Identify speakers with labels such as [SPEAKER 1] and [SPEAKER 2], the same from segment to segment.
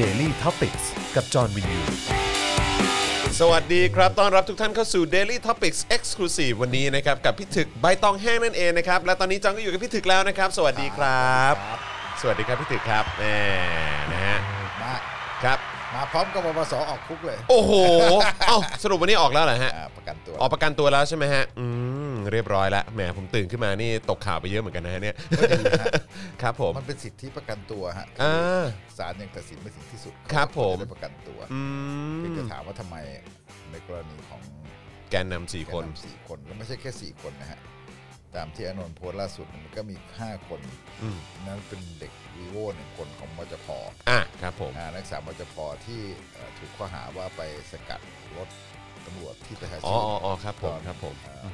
[SPEAKER 1] Daily t o p i c กกับจอห์นวินยู
[SPEAKER 2] สวัสดีครับ ต้อนรับทุกท่านเข้าสู่ Daily Topics Exclusive วันนี้นะครับ กับพี่ถึกใบตองแห้งนั่นเองนะครับ และตอนนี้จังก็อยู่กับพี่ถึกแล้วนะครับ สวัสดีครับ สวัสดีครับพี่ถึกครับแหมนะฮะ
[SPEAKER 3] มา
[SPEAKER 2] ครับ
[SPEAKER 3] มาพร้อมกับปปสออกคุกเลย
[SPEAKER 2] โอ้โห เอ้าสรุปวันนี้ออกแล้วเหรอฮะ
[SPEAKER 3] อ่าประกันตัว
[SPEAKER 2] ออกประกันตัวแล้วใช่ไหมฮะ อืม เรียบร้อยแล้ว แหม ผมตื่นขึ้นมานี่ตกข่าวไปเยอะเหมือนกันนะฮะเนี่ย ครับผม
[SPEAKER 3] มันเป็นสิทธิประกันตัวฮะ
[SPEAKER 2] อ่า
[SPEAKER 3] ศาลยังตัดสินไม่ถึงที่สุด
[SPEAKER 2] ครับผม
[SPEAKER 3] จะได้ประกันตัว
[SPEAKER 2] อื
[SPEAKER 3] เพียง
[SPEAKER 2] ม
[SPEAKER 3] จะถามว่าทำไมในกรณีของ
[SPEAKER 2] แกนนำสี่คน
[SPEAKER 3] แกำสี่คนแล้วไม่ใช่แค่สี่คนนะฮะตามที่อานนท์โพสต์ล่าสุดมันก็มีห้าคน
[SPEAKER 2] อืม
[SPEAKER 3] นั้นเป็นเด็กวีโวหนึ่งคนของมจพ
[SPEAKER 2] อ่ะครับผม
[SPEAKER 3] อ่านักศึกษามจพที่เอ่อถูกข้อหาว่าไปสกัดรถตำรวจที่ไปหา
[SPEAKER 2] อ๋อ
[SPEAKER 3] ชีพ
[SPEAKER 2] อ๋ออ๋อครับผ
[SPEAKER 3] ต
[SPEAKER 2] ม
[SPEAKER 3] อน
[SPEAKER 2] ครับผม
[SPEAKER 3] อ่า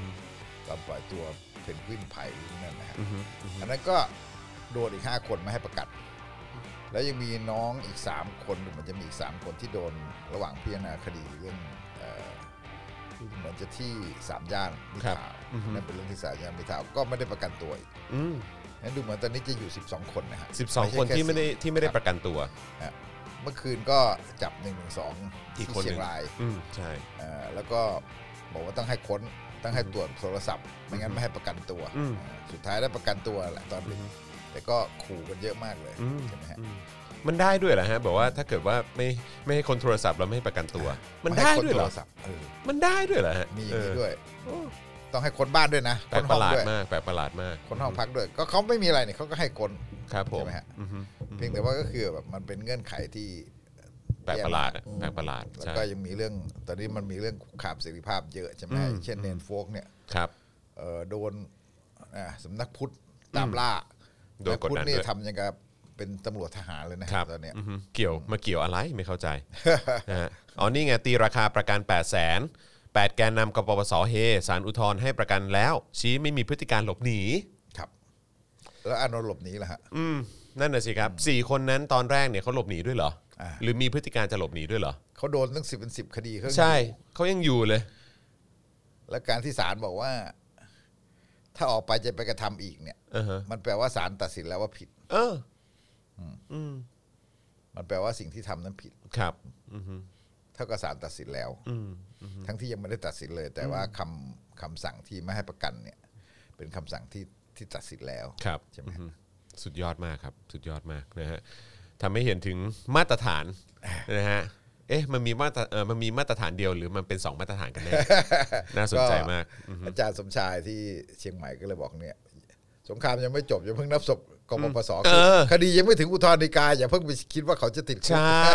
[SPEAKER 3] ตอนปล่อยตัวเพนกวินไผ่นั่นนะฮะ
[SPEAKER 2] อือฮึอือฮึ
[SPEAKER 3] อันนั้นก็โดนอีก 5 คนไม่ให้ประกัน แล้วยังมีน้องอีก 3 คนหรือมันจะมีอีก 3 คนที่โดนระหว่างพิจารณาคดีเรื่องเอ่อเหมือนจะที่สามย่านมิถาวนั่นเป็นเรื่องที่สามย่านมิถาวก็ไม่ได้ประกันตัวอีก
[SPEAKER 2] อืม
[SPEAKER 3] งั้นดูเหมือนตอนนี้จะอยู่ 12 คนนะฮะ
[SPEAKER 2] สิบสองคนที่ไม่ได้ที่ไม่ได้ประ
[SPEAKER 3] น
[SPEAKER 2] กันตัว
[SPEAKER 3] เมื่อคืนก็จับ1นึสอง
[SPEAKER 2] อี
[SPEAKER 3] ที่
[SPEAKER 2] กคนห
[SPEAKER 3] เชี
[SPEAKER 2] นึ่
[SPEAKER 3] ย
[SPEAKER 2] ง
[SPEAKER 3] งราย
[SPEAKER 2] อืมใช่
[SPEAKER 3] เอ่อแล้วก็บอกว่าต้องให้ค้นต้องให้ตรวจโทรศัพท์ไม่งั้นไม่ให้ประกันตัว
[SPEAKER 2] อืม
[SPEAKER 3] เอ่อสุดท้ายได้ประกันตัวแหละตอนดึก แต่ก็ขู่กันเยอะมากเลย
[SPEAKER 2] อืม
[SPEAKER 3] ใช่ไหมฮะ
[SPEAKER 2] อืมมันได้ด้วยเหรอฮะแบบว่าถ้าเกิดว่าไม่ไม่ให้คนโทรศัพท์เราไม่ให้ประกันตัว มัน
[SPEAKER 3] ให้
[SPEAKER 2] ได้
[SPEAKER 3] ค้
[SPEAKER 2] ด้วยเหรอ
[SPEAKER 3] โทศัพท์เออ
[SPEAKER 2] มันได้ด้วยเหรอฮะ
[SPEAKER 3] มีอย่างนี้ด้วย
[SPEAKER 2] เออ
[SPEAKER 3] ต้องให้คนบ้านด้วยนะ
[SPEAKER 2] แปล
[SPEAKER 3] ค
[SPEAKER 2] ก
[SPEAKER 3] น
[SPEAKER 2] ป
[SPEAKER 3] ห้อ
[SPEAKER 2] ระห
[SPEAKER 3] ง
[SPEAKER 2] ลาด
[SPEAKER 3] ด้วย
[SPEAKER 2] มากแปลกประหลาดมาก
[SPEAKER 3] คนห้องพักด้วย ก็เขาไม่มีอะไรเนี่ยเขาก็ให้คน
[SPEAKER 2] ครับผม
[SPEAKER 3] ใช่ไหมฮะ
[SPEAKER 2] อือฮึ
[SPEAKER 3] เพียงแต่ว่าก็คือแบบมันเป็นเงื่อนไขที่
[SPEAKER 2] แปลกประหลาดอะ
[SPEAKER 3] แย่
[SPEAKER 2] แปลกประหลาด
[SPEAKER 3] มากแล้ว
[SPEAKER 2] ใช่
[SPEAKER 3] ก็ยังมีเรื่องตอนนี้มันมีเรื่องคุกคามเสรีภาพเยอะใช่ไหมฮะ
[SPEAKER 2] อืม
[SPEAKER 3] เช่นเนนโฟกเนี่ย
[SPEAKER 2] ครับ
[SPEAKER 3] เอ่อโดนอ่าสำนักพุทธตามล่า
[SPEAKER 2] โดนกดดัน
[SPEAKER 3] สำพุทธนี่
[SPEAKER 2] ด้วย
[SPEAKER 3] ทำยังกับเป็นตำรวจทหารเลยนะครับ ตอนเนี้ย
[SPEAKER 2] อือฮึเกี่ยวมาเกี่ยวอะไรไม่ เข้าใจ นะฮะอ๋อนี่ไงตีราคาประกัน 8 0 0 0 0 0 8 แกนนำกปปสเฮสารอุทธรณ์ให้ประกันแล้ว ชี้ไม่มีพฤติการหลบหนี
[SPEAKER 3] ครับ แล้วอานนท์หลบหนีล่ะฮะ
[SPEAKER 2] อืมนั่นน่ะสิครับสี่คนนั้นตอนแรกเนี่ยเขาหลบหนีด้วยเหรอ
[SPEAKER 3] อ่า
[SPEAKER 2] หรือมีพฤติการจะหลบหนีด้วยเหรอ
[SPEAKER 3] เขาโดนตั้งสิบเป็นสิบคดีเขายัง
[SPEAKER 2] ใช่เขายังอยู่เลย
[SPEAKER 3] และการที่ศาลบอกว่า ถ้าออกไปจะไปกระทำอีกเนี่ย
[SPEAKER 2] อ่าฮะ
[SPEAKER 3] มันแปลว่าศาลตัดสินแล้วว่าผิด
[SPEAKER 2] เอออืม
[SPEAKER 3] มันแปลว่าสิ่งที่ทำนั้นผิด
[SPEAKER 2] ครับอือฮึ
[SPEAKER 3] เท่ากับศาลตัดสินแล้ว
[SPEAKER 2] อืม
[SPEAKER 3] ทั้งที่ยังไม่ได้ตัดสินเลย แต่ว่าคำคำสั่งที่ไม่ให้ประกันเนี่ย เป็นคำสั่งที่ที่ตัดสินแล้ว
[SPEAKER 2] ครับ
[SPEAKER 3] ใช่ไหม
[SPEAKER 2] อือฮึสุดยอดมากครับ สุดยอดมากนะฮะทำให้เห็นถึงมาตรฐานนะฮะเอ๊ะมันมีมาตรเอ่อมันมีมาตรฐานเดียวหรือมันเป็นสองมาตรฐานกันแน่ น่าสนใจมาก
[SPEAKER 3] อาจารย์สมชายที่เชียงใหม่ก็เลยบอกเนี่ย สงครามยังไม่จบอย่าเพิ่งนับศพกบปส
[SPEAKER 2] เออ
[SPEAKER 3] คดียังไม่ถึงอุทธรณ์ฎีกาอย่าเพิ่งไปคิดว่าเขาจะติดคุ
[SPEAKER 2] ใช
[SPEAKER 3] ก่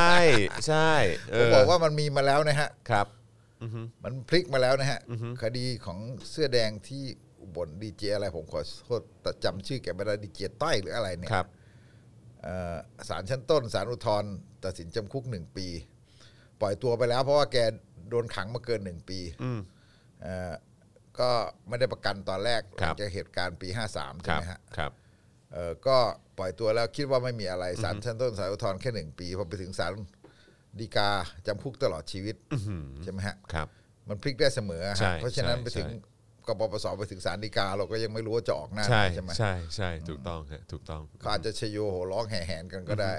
[SPEAKER 2] ใช่เ
[SPEAKER 3] ผมบอกว่ามันมีมาแล้วนะฮะ
[SPEAKER 2] ครับ
[SPEAKER 3] มันพลิกมาแล้วนะฮะ คดีของเสื้อแดงที่อุบนดีเจอะไรผมขอโทษแต่จำชื่อแกไม่ได้ดีเจต้อยหรืออะไรเนี่ย
[SPEAKER 2] ครับ
[SPEAKER 3] เอ่อศาลชั้นต้นศาลอุทธรณ์ตัดสินจำคุกหนึ่งปี ปล่อยตัวไปแล้ว เพราะว่าแกโดนขังมาเกินหนึ่งปีเอ่อก็ไม่ได้ประกันตอนแรก
[SPEAKER 2] ครับ
[SPEAKER 3] จากเหตุการณ์ปี 53
[SPEAKER 2] ค
[SPEAKER 3] ใช่
[SPEAKER 2] รับ
[SPEAKER 3] ไหมฮะ
[SPEAKER 2] ครับ
[SPEAKER 3] เอ่อก็ปล่อยตัวแล้วคิดว่าไม่มีอะไรศาลชั้นต้นศาลอุทธรณ์แค่หนึ่งปีพอไปถึงศาลฎีกาจำคุกตลอดชีวิตใช่ไหมฮะ
[SPEAKER 2] ครับ
[SPEAKER 3] มันพลิกได้เสมอฮะ
[SPEAKER 2] ใช่
[SPEAKER 3] เพราะฉะนั้น
[SPEAKER 2] ใช่
[SPEAKER 3] ไปถึง
[SPEAKER 2] ใช่
[SPEAKER 3] กบปสไปถึงศาลฎีกา เราก็ยังไม่รู้ว่าจะออกหน้า
[SPEAKER 2] ใช่
[SPEAKER 3] ไหนใช่ไหม
[SPEAKER 2] ใช่ใช่ถูกต้องฮะถูกต้อง
[SPEAKER 3] เขาอาจจะชโยโหร้องแห่แหนกันก็ได้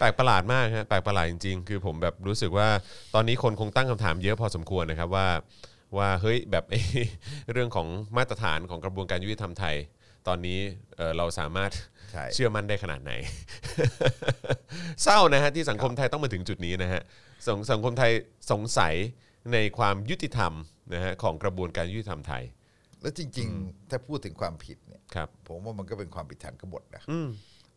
[SPEAKER 2] แปลกประหลาดมากฮะแปลกประหลาดจริงๆ คือผมแบบรู้สึกว่าตอนนี้คนคงตั้งคำถามเยอะพอสมควรนะครับว่าว่าเฮ้ยแบบ เรื่องของมาตรฐานของกระบวนการยุติธรรมไทย ตอนนี้เอ่อเราสามารถ
[SPEAKER 3] ใช่
[SPEAKER 2] เชื่อมั่นได้ขนาดไหน เศร้านะฮะที่สังคมไทยต้องมาถึงจุดนี้นะฮะสังสังคมไทยสงสัยในความยุติธรรมนะฮะของกระบวนการยุติธรรมไทย
[SPEAKER 3] แล้วจริง ๆ ถ้าพูดถึงความผิดเนี่ย
[SPEAKER 2] ครับ
[SPEAKER 3] ผมว่ามันก็เป็นความผิดฐานกบฏนะ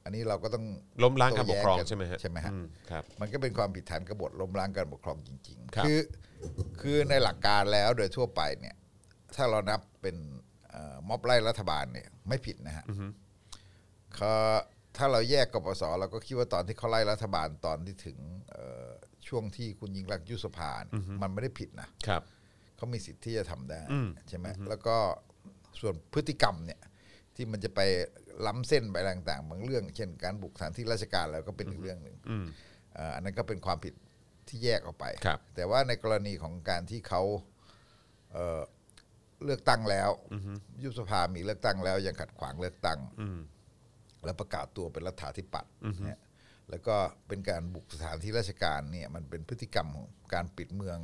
[SPEAKER 3] อันนี้เราก็ต้อง
[SPEAKER 2] ล้มล้างการ
[SPEAKER 3] โต้
[SPEAKER 2] ปก
[SPEAKER 3] แย้
[SPEAKER 2] ครอง
[SPEAKER 3] น
[SPEAKER 2] ใช่ไหมฮะ
[SPEAKER 3] ใช่ไหมฮะ
[SPEAKER 2] อืครับ
[SPEAKER 3] มันก็เป็นความผิดฐานกบฏล้มล้างการปกครองจริง
[SPEAKER 2] ครับ
[SPEAKER 3] คือคือในหลักการแล้วโดยทั่วไปเนี่ยถ้าเรานับเป็นเอ่อม็อบไล่รัฐบาลเนี่ยไม่ผิดนะฮะ เขาถ้าเราแยกกปสเราก็คิดว่าตอนที่เขาไล่รัฐบาลตอนที่ถึงเอ่อช่วงที่คุณยิงรักษณ์ยุบสภาเนี่ยมันไม่ได้ผิดนะครับ เขามีสิทธิ์ที่จะทำได้ใช่ไหมแล้วก็ส่วนพฤติกรรมเนี่ยที่มันจะไปล้ำเส้นไปอะไรต่างๆบางเรื่อง เช่นการบุกสถานที่ราชการแล้วก็เป็นอีกเรื่องหนึ่งเอ่ออันนั้นก็เป็นความผิดที่แยกออกไป
[SPEAKER 2] ครับ
[SPEAKER 3] แต่ว่าในกรณีของการที่เขาเอ่อเลือกตั้งแล้วยุบสภามีเลือกตั้งแล้วยังขัดขวางเลือกตั้ง แล้วประกาศตัวเป็นรัฐาธิปัตย์เนี่ย แล้วก็เป็นการบุกสถานที่ราชการเนี่ยมันเป็นพฤติกรรมของการปิดเมือง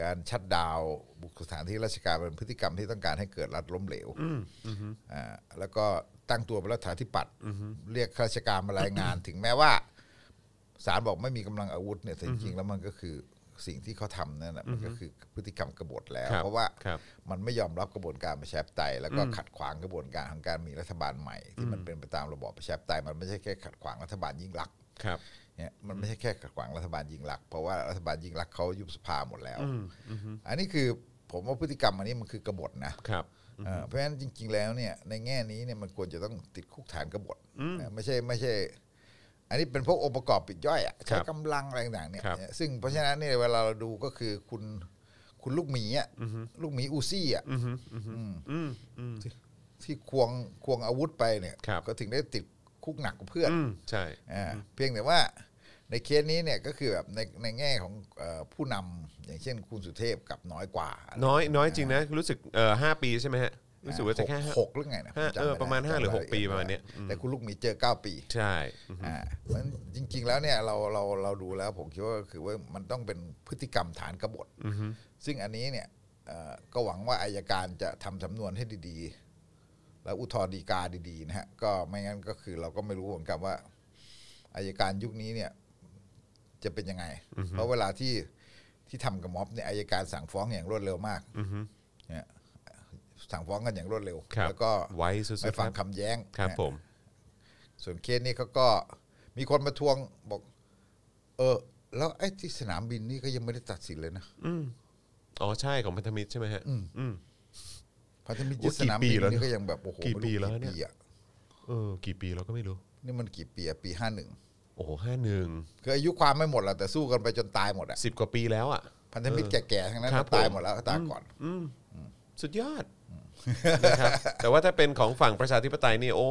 [SPEAKER 3] การชัดดาวน์บุกสถานที่ราชการเป็นพฤติกรรมที่ต้องการให้เกิดรัฐล้มเหลวอ่าแล้วก็ตั้งตัวเป็นรัฐาธิปัตย์เรียกข้าราชการมารายงาน ถึงแม้ว่าศาลบอกไม่มีกำลังอาวุธเนี่ยแต่จริงๆแล้วมันก็คือสิ่งที่เขาทำนั่นแหละมันก็คือพฤติกรรมกบฏแล้ว
[SPEAKER 2] ครับ
[SPEAKER 3] เพราะว่า
[SPEAKER 2] ครับ
[SPEAKER 3] มันไม่ยอมรับกระบวนการประชาธิปไตยแล้วก็ขัดขวางกระบวนการของการมีรัฐบาลใหม่ ที่มันเป็นไปตามระบอบประชาธิปไตยมันไม่ใช่แค่ขัดขวางรัฐบาลยิ่งลักษณ์
[SPEAKER 2] ครับ
[SPEAKER 3] เนี่ยมันไม่ใช่แค่ขัดขวางรัฐบาลยิ่งลักษณ์เพราะว่ารัฐบาลยิ่งลักษณ์เขายุบสภาหมดแล้ว อันนี้คือผมว่าพฤติกรรมอันนี้มันคือกบฏนะครับ เอ่อเพราะฉะนั้นจริง ๆ แล้วเนี่ยในแง่นี้เนี่ยมันควรจะต้องติดคุกฐานกบฏนะไม่ใช่ไม่ใช่ อันนี้เป็นพวกองค์ประกอบปลีกย่อยอะ
[SPEAKER 2] ค
[SPEAKER 3] ใช้
[SPEAKER 2] รับ
[SPEAKER 3] กำลังอะไรต่างๆเนี่ย
[SPEAKER 2] ครับ
[SPEAKER 3] ซึ่งเพราะฉะนั้นเนี่ยเวลาเราดูก็คือคุณคุณลูกหมีอ่ะลูกหมีอูซี่อ่ะ
[SPEAKER 2] อืมอืม
[SPEAKER 3] ที่ควงควงอาวุธไปเนี่ย
[SPEAKER 2] ครับ
[SPEAKER 3] ก็ถึงได้ติดคุกหนักกว่าเพื่อน
[SPEAKER 2] อืมใช่
[SPEAKER 3] อ่าเพียงแต่ว่าในเคสนี้เนี่ยก็คือแบบในในแง่ของเอ่อผู้นำอย่างเช่นคุณสุเทพกลับน้อยกว่า
[SPEAKER 2] น้อยน้อยจริงนะ รู้สึกเอ่อห้าปีใช่ไหมฮะ รู้สึกว่าจะแค่
[SPEAKER 3] ห
[SPEAKER 2] ห้า
[SPEAKER 3] กหกหรือไงนะผม
[SPEAKER 2] ห้า
[SPEAKER 3] จำไได้
[SPEAKER 2] เออประมาณห้าหรือหก
[SPEAKER 3] จำไได้
[SPEAKER 2] ปีประมาณเนี้ย
[SPEAKER 3] แต่คุณลูกหมีเจอเก้าปี
[SPEAKER 2] ใช่
[SPEAKER 3] อ่ามันจริง ๆ แล้วเนี่ยเราเราเราดูแล้วผมคิดว่าก็คือว่ามันต้องเป็นพฤติกรรมฐานกบฏซึ่งอันนี้เนี่ยเอ่อก็หวังว่าอายการจะทำสำนวนให้ดี ๆ แล้วอุทธรณ์ฎีกาดีๆนะฮะก็ไม่งั้นก็คือเราก็ไม่รู้เหมือนกันว่าอายการยุคนี้เนี่ยจะเป็นยังไง เพราะเวลาที่ที่ทำกับม็อบเนี่ยอายการสั่งฟ้องอย่างรวดเร็วมากเนี่ยสั่งฟ้องกันอย่างรวดเร็ว
[SPEAKER 2] ครับ
[SPEAKER 3] แล้วก็
[SPEAKER 2] ไวสุดๆ
[SPEAKER 3] ไม่ฟัง
[SPEAKER 2] ครับ
[SPEAKER 3] คำแย้ง
[SPEAKER 2] ครับ
[SPEAKER 3] นะฮะ
[SPEAKER 2] ผม
[SPEAKER 3] ส่วนเคสนี้เขาก็มีคนมาทวงบอก เออ แล้วไอ้ที่สนามบินนี่ก็ยังไม่ได้ตัดสินเลยนะ
[SPEAKER 2] อ๋อ ใช่ของพันธมิตรใช่ไหมฮะ อืม
[SPEAKER 3] พันธมิตรยึด
[SPEAKER 2] โอ้
[SPEAKER 3] ส
[SPEAKER 2] กี่
[SPEAKER 3] นาม
[SPEAKER 2] ปี
[SPEAKER 3] บิน
[SPEAKER 2] แล้วเนี่
[SPEAKER 3] นี่
[SPEAKER 2] ย
[SPEAKER 3] ก็ยังแบบโอ้โห
[SPEAKER 2] กี่
[SPEAKER 3] ไม่รู้
[SPEAKER 2] ปีแล้วเนี่ย
[SPEAKER 3] อะ
[SPEAKER 2] เออ กี่ปีเราก็ไม่รู้
[SPEAKER 3] นี่มันกี่ปีอะปีห้าหนึ่ง
[SPEAKER 2] โอ้โหห้าหนึ่ง
[SPEAKER 3] คืออายุความไม่หมดหรอกแต่สู้กันไปจนตายหมดอะ
[SPEAKER 2] สิบกว่าปีแล้วอ่ะ
[SPEAKER 3] พันธมิตรแก่ๆทั้งนั้น
[SPEAKER 2] ครับ
[SPEAKER 3] ตาย
[SPEAKER 2] ผม
[SPEAKER 3] หมดแล้วก็ตายก่อน
[SPEAKER 2] สุดยอดนะครับ แต่ว่าถ้าเป็นของฝั่งประชาธิปไตยนี่ โอ้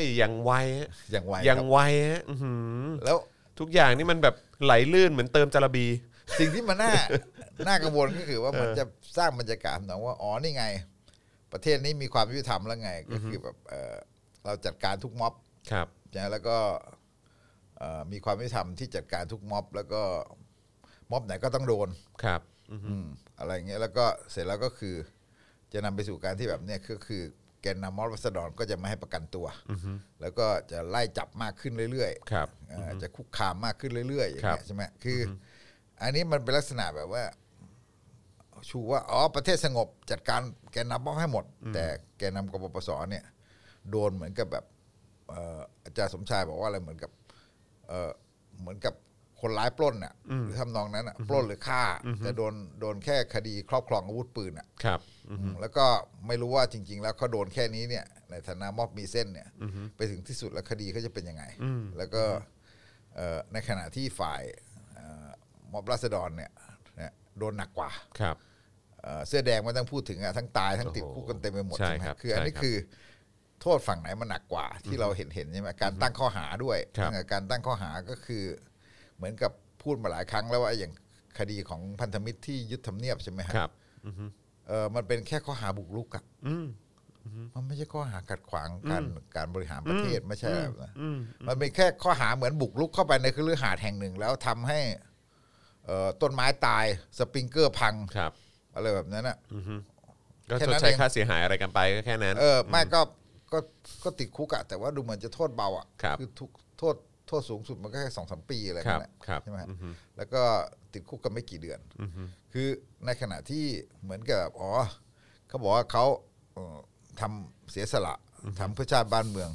[SPEAKER 2] ยยังไวฮะ
[SPEAKER 3] อย่างไว
[SPEAKER 2] ยัง
[SPEAKER 3] ครับ
[SPEAKER 2] ไวฮะอื้อหือ
[SPEAKER 3] แล้ว
[SPEAKER 2] ทุกอย่างนี่มันแบบไหลลื่นเหมือนเติมจาระบี
[SPEAKER 3] สิ่งที่มันน่า น่ากังวลก็คือว่ามันจะสร้างบรรยากาศหนองว่าอ๋อนี่ไง ประเทศนี้มีความยุติธรรมแล้วไง ก็คือแบบเอ่อเราจัดการทุกม็อบ
[SPEAKER 2] ครับ
[SPEAKER 3] นะแล้วก็เอ่อมีความยุติธรรมที่จัดการทุกม็อบ แล้วก็ม็อบไหนก็ต้องโดน
[SPEAKER 2] ครับ
[SPEAKER 3] อืมอะไรเงี้ยแล้วก็เสร็จแล้วก็คือ จะนำไปสู่การที่แบบเนี่ยก็คือแกนนำมอสรัศดรก็จะไม่ให้ประกันตัวแล้วก็จะไล่จับมากขึ้นเรื่อยๆ
[SPEAKER 2] ครับ
[SPEAKER 3] เอ่ออจะคุกคามมากขึ้นเรื่อยๆอย่าง
[SPEAKER 2] ครั
[SPEAKER 3] เงี้
[SPEAKER 2] บ
[SPEAKER 3] ยใช่ไหมคือ อันนี้มันเป็นลักษณะแบบว่า ชูว่าอ๋อประเทศสงบจัดการแกนนำมอบให้หมด แต่แกนนำกบปสเนี่ย โดนเหมือนกับแบบเอ่ออาจารย์สมชายบอกว่าอะไรเหมือนกับ เอ่อเหมือนกับคนร้ายปล้นน่ะหรือทำนองนั้นน่ะปล้นหรือฆ่า แต่โดนโดนแค่คดีครอบครองอาวุธปืนอ่ะ
[SPEAKER 2] ครับ
[SPEAKER 3] แล้วก็ไม่รู้ว่าจริง ๆ แล้วเขาโดนแค่นี้เนี่ย ในฐานะมอบมีเส้นเนี่ยไปถึงที่สุดแล้วคดีเขาจะเป็นยังไง แล้วก็เอ่อในขณะที่ฝ่ายเอ่อมอบราษฎรเนี่ยนะโดนหนักกว่า
[SPEAKER 2] ครับ
[SPEAKER 3] เอ่อเสื้อแดงไม่ต้องพูดถึงอะทั้งตายทั้งติดคุกกันเต็มไปหมด
[SPEAKER 2] ใช่
[SPEAKER 3] ใช่ไหม
[SPEAKER 2] ครับ
[SPEAKER 3] คืออันนี้
[SPEAKER 2] ใช่ครับ
[SPEAKER 3] คือ โทษฝั่งไหนมันหนักกว่า ที่เราเห็นเห็นๆใช่ไหมการตั้งข้อหาด้วย
[SPEAKER 2] ครับ
[SPEAKER 3] ซึ่งการตั้งข้อหาก็คือ เหมือนกับพูดมาหลายครั้งแล้วว่าอย่างคดีของพันธมิตรที่ยึดทำเนียบใช่ไหมฮะ
[SPEAKER 2] ครับ
[SPEAKER 3] เออมันเป็นแค่ข้อหาบุกรุกอะมันไม่ใช่ข้อหาขัดขวางการการบริหารประเทศไม่ใช่แบบนั้นมันเป็นแค่ข้อหาเหมือนบุกรุกเข้าไปในคฤหาสน์แห่งหนึ่ง แล้วทำให้เอ่อต้นไม้ตายสปริงเกอร์พัง
[SPEAKER 2] ครับ
[SPEAKER 3] อะไรแบบนั้นอะ
[SPEAKER 2] ก็
[SPEAKER 3] แค่
[SPEAKER 2] ชด
[SPEAKER 3] นั้น
[SPEAKER 2] ใช้
[SPEAKER 3] เอง
[SPEAKER 2] ค่าเสียหายอะไรกันไปก็แค่นั้น
[SPEAKER 3] เออไม่ก็ก็ก็ติดคุกอะแต่ว่าดูเหมือนจะโทษเบาอะ
[SPEAKER 2] ครับ
[SPEAKER 3] อทุกโทษโทษสูงสุดมันก็แค่สองสามปีอะไร
[SPEAKER 2] ครับ
[SPEAKER 3] นั่นแหละ
[SPEAKER 2] ครับ
[SPEAKER 3] ใช่ไหมฮะแล้วก็ติดคุกกันไม่กี่เดือนคือในขณะที่เหมือนกับแบบอ๋อเขาบอกว่าเขาเอ่อทำเสียสละทำเพื่อชาติบ้านเมือง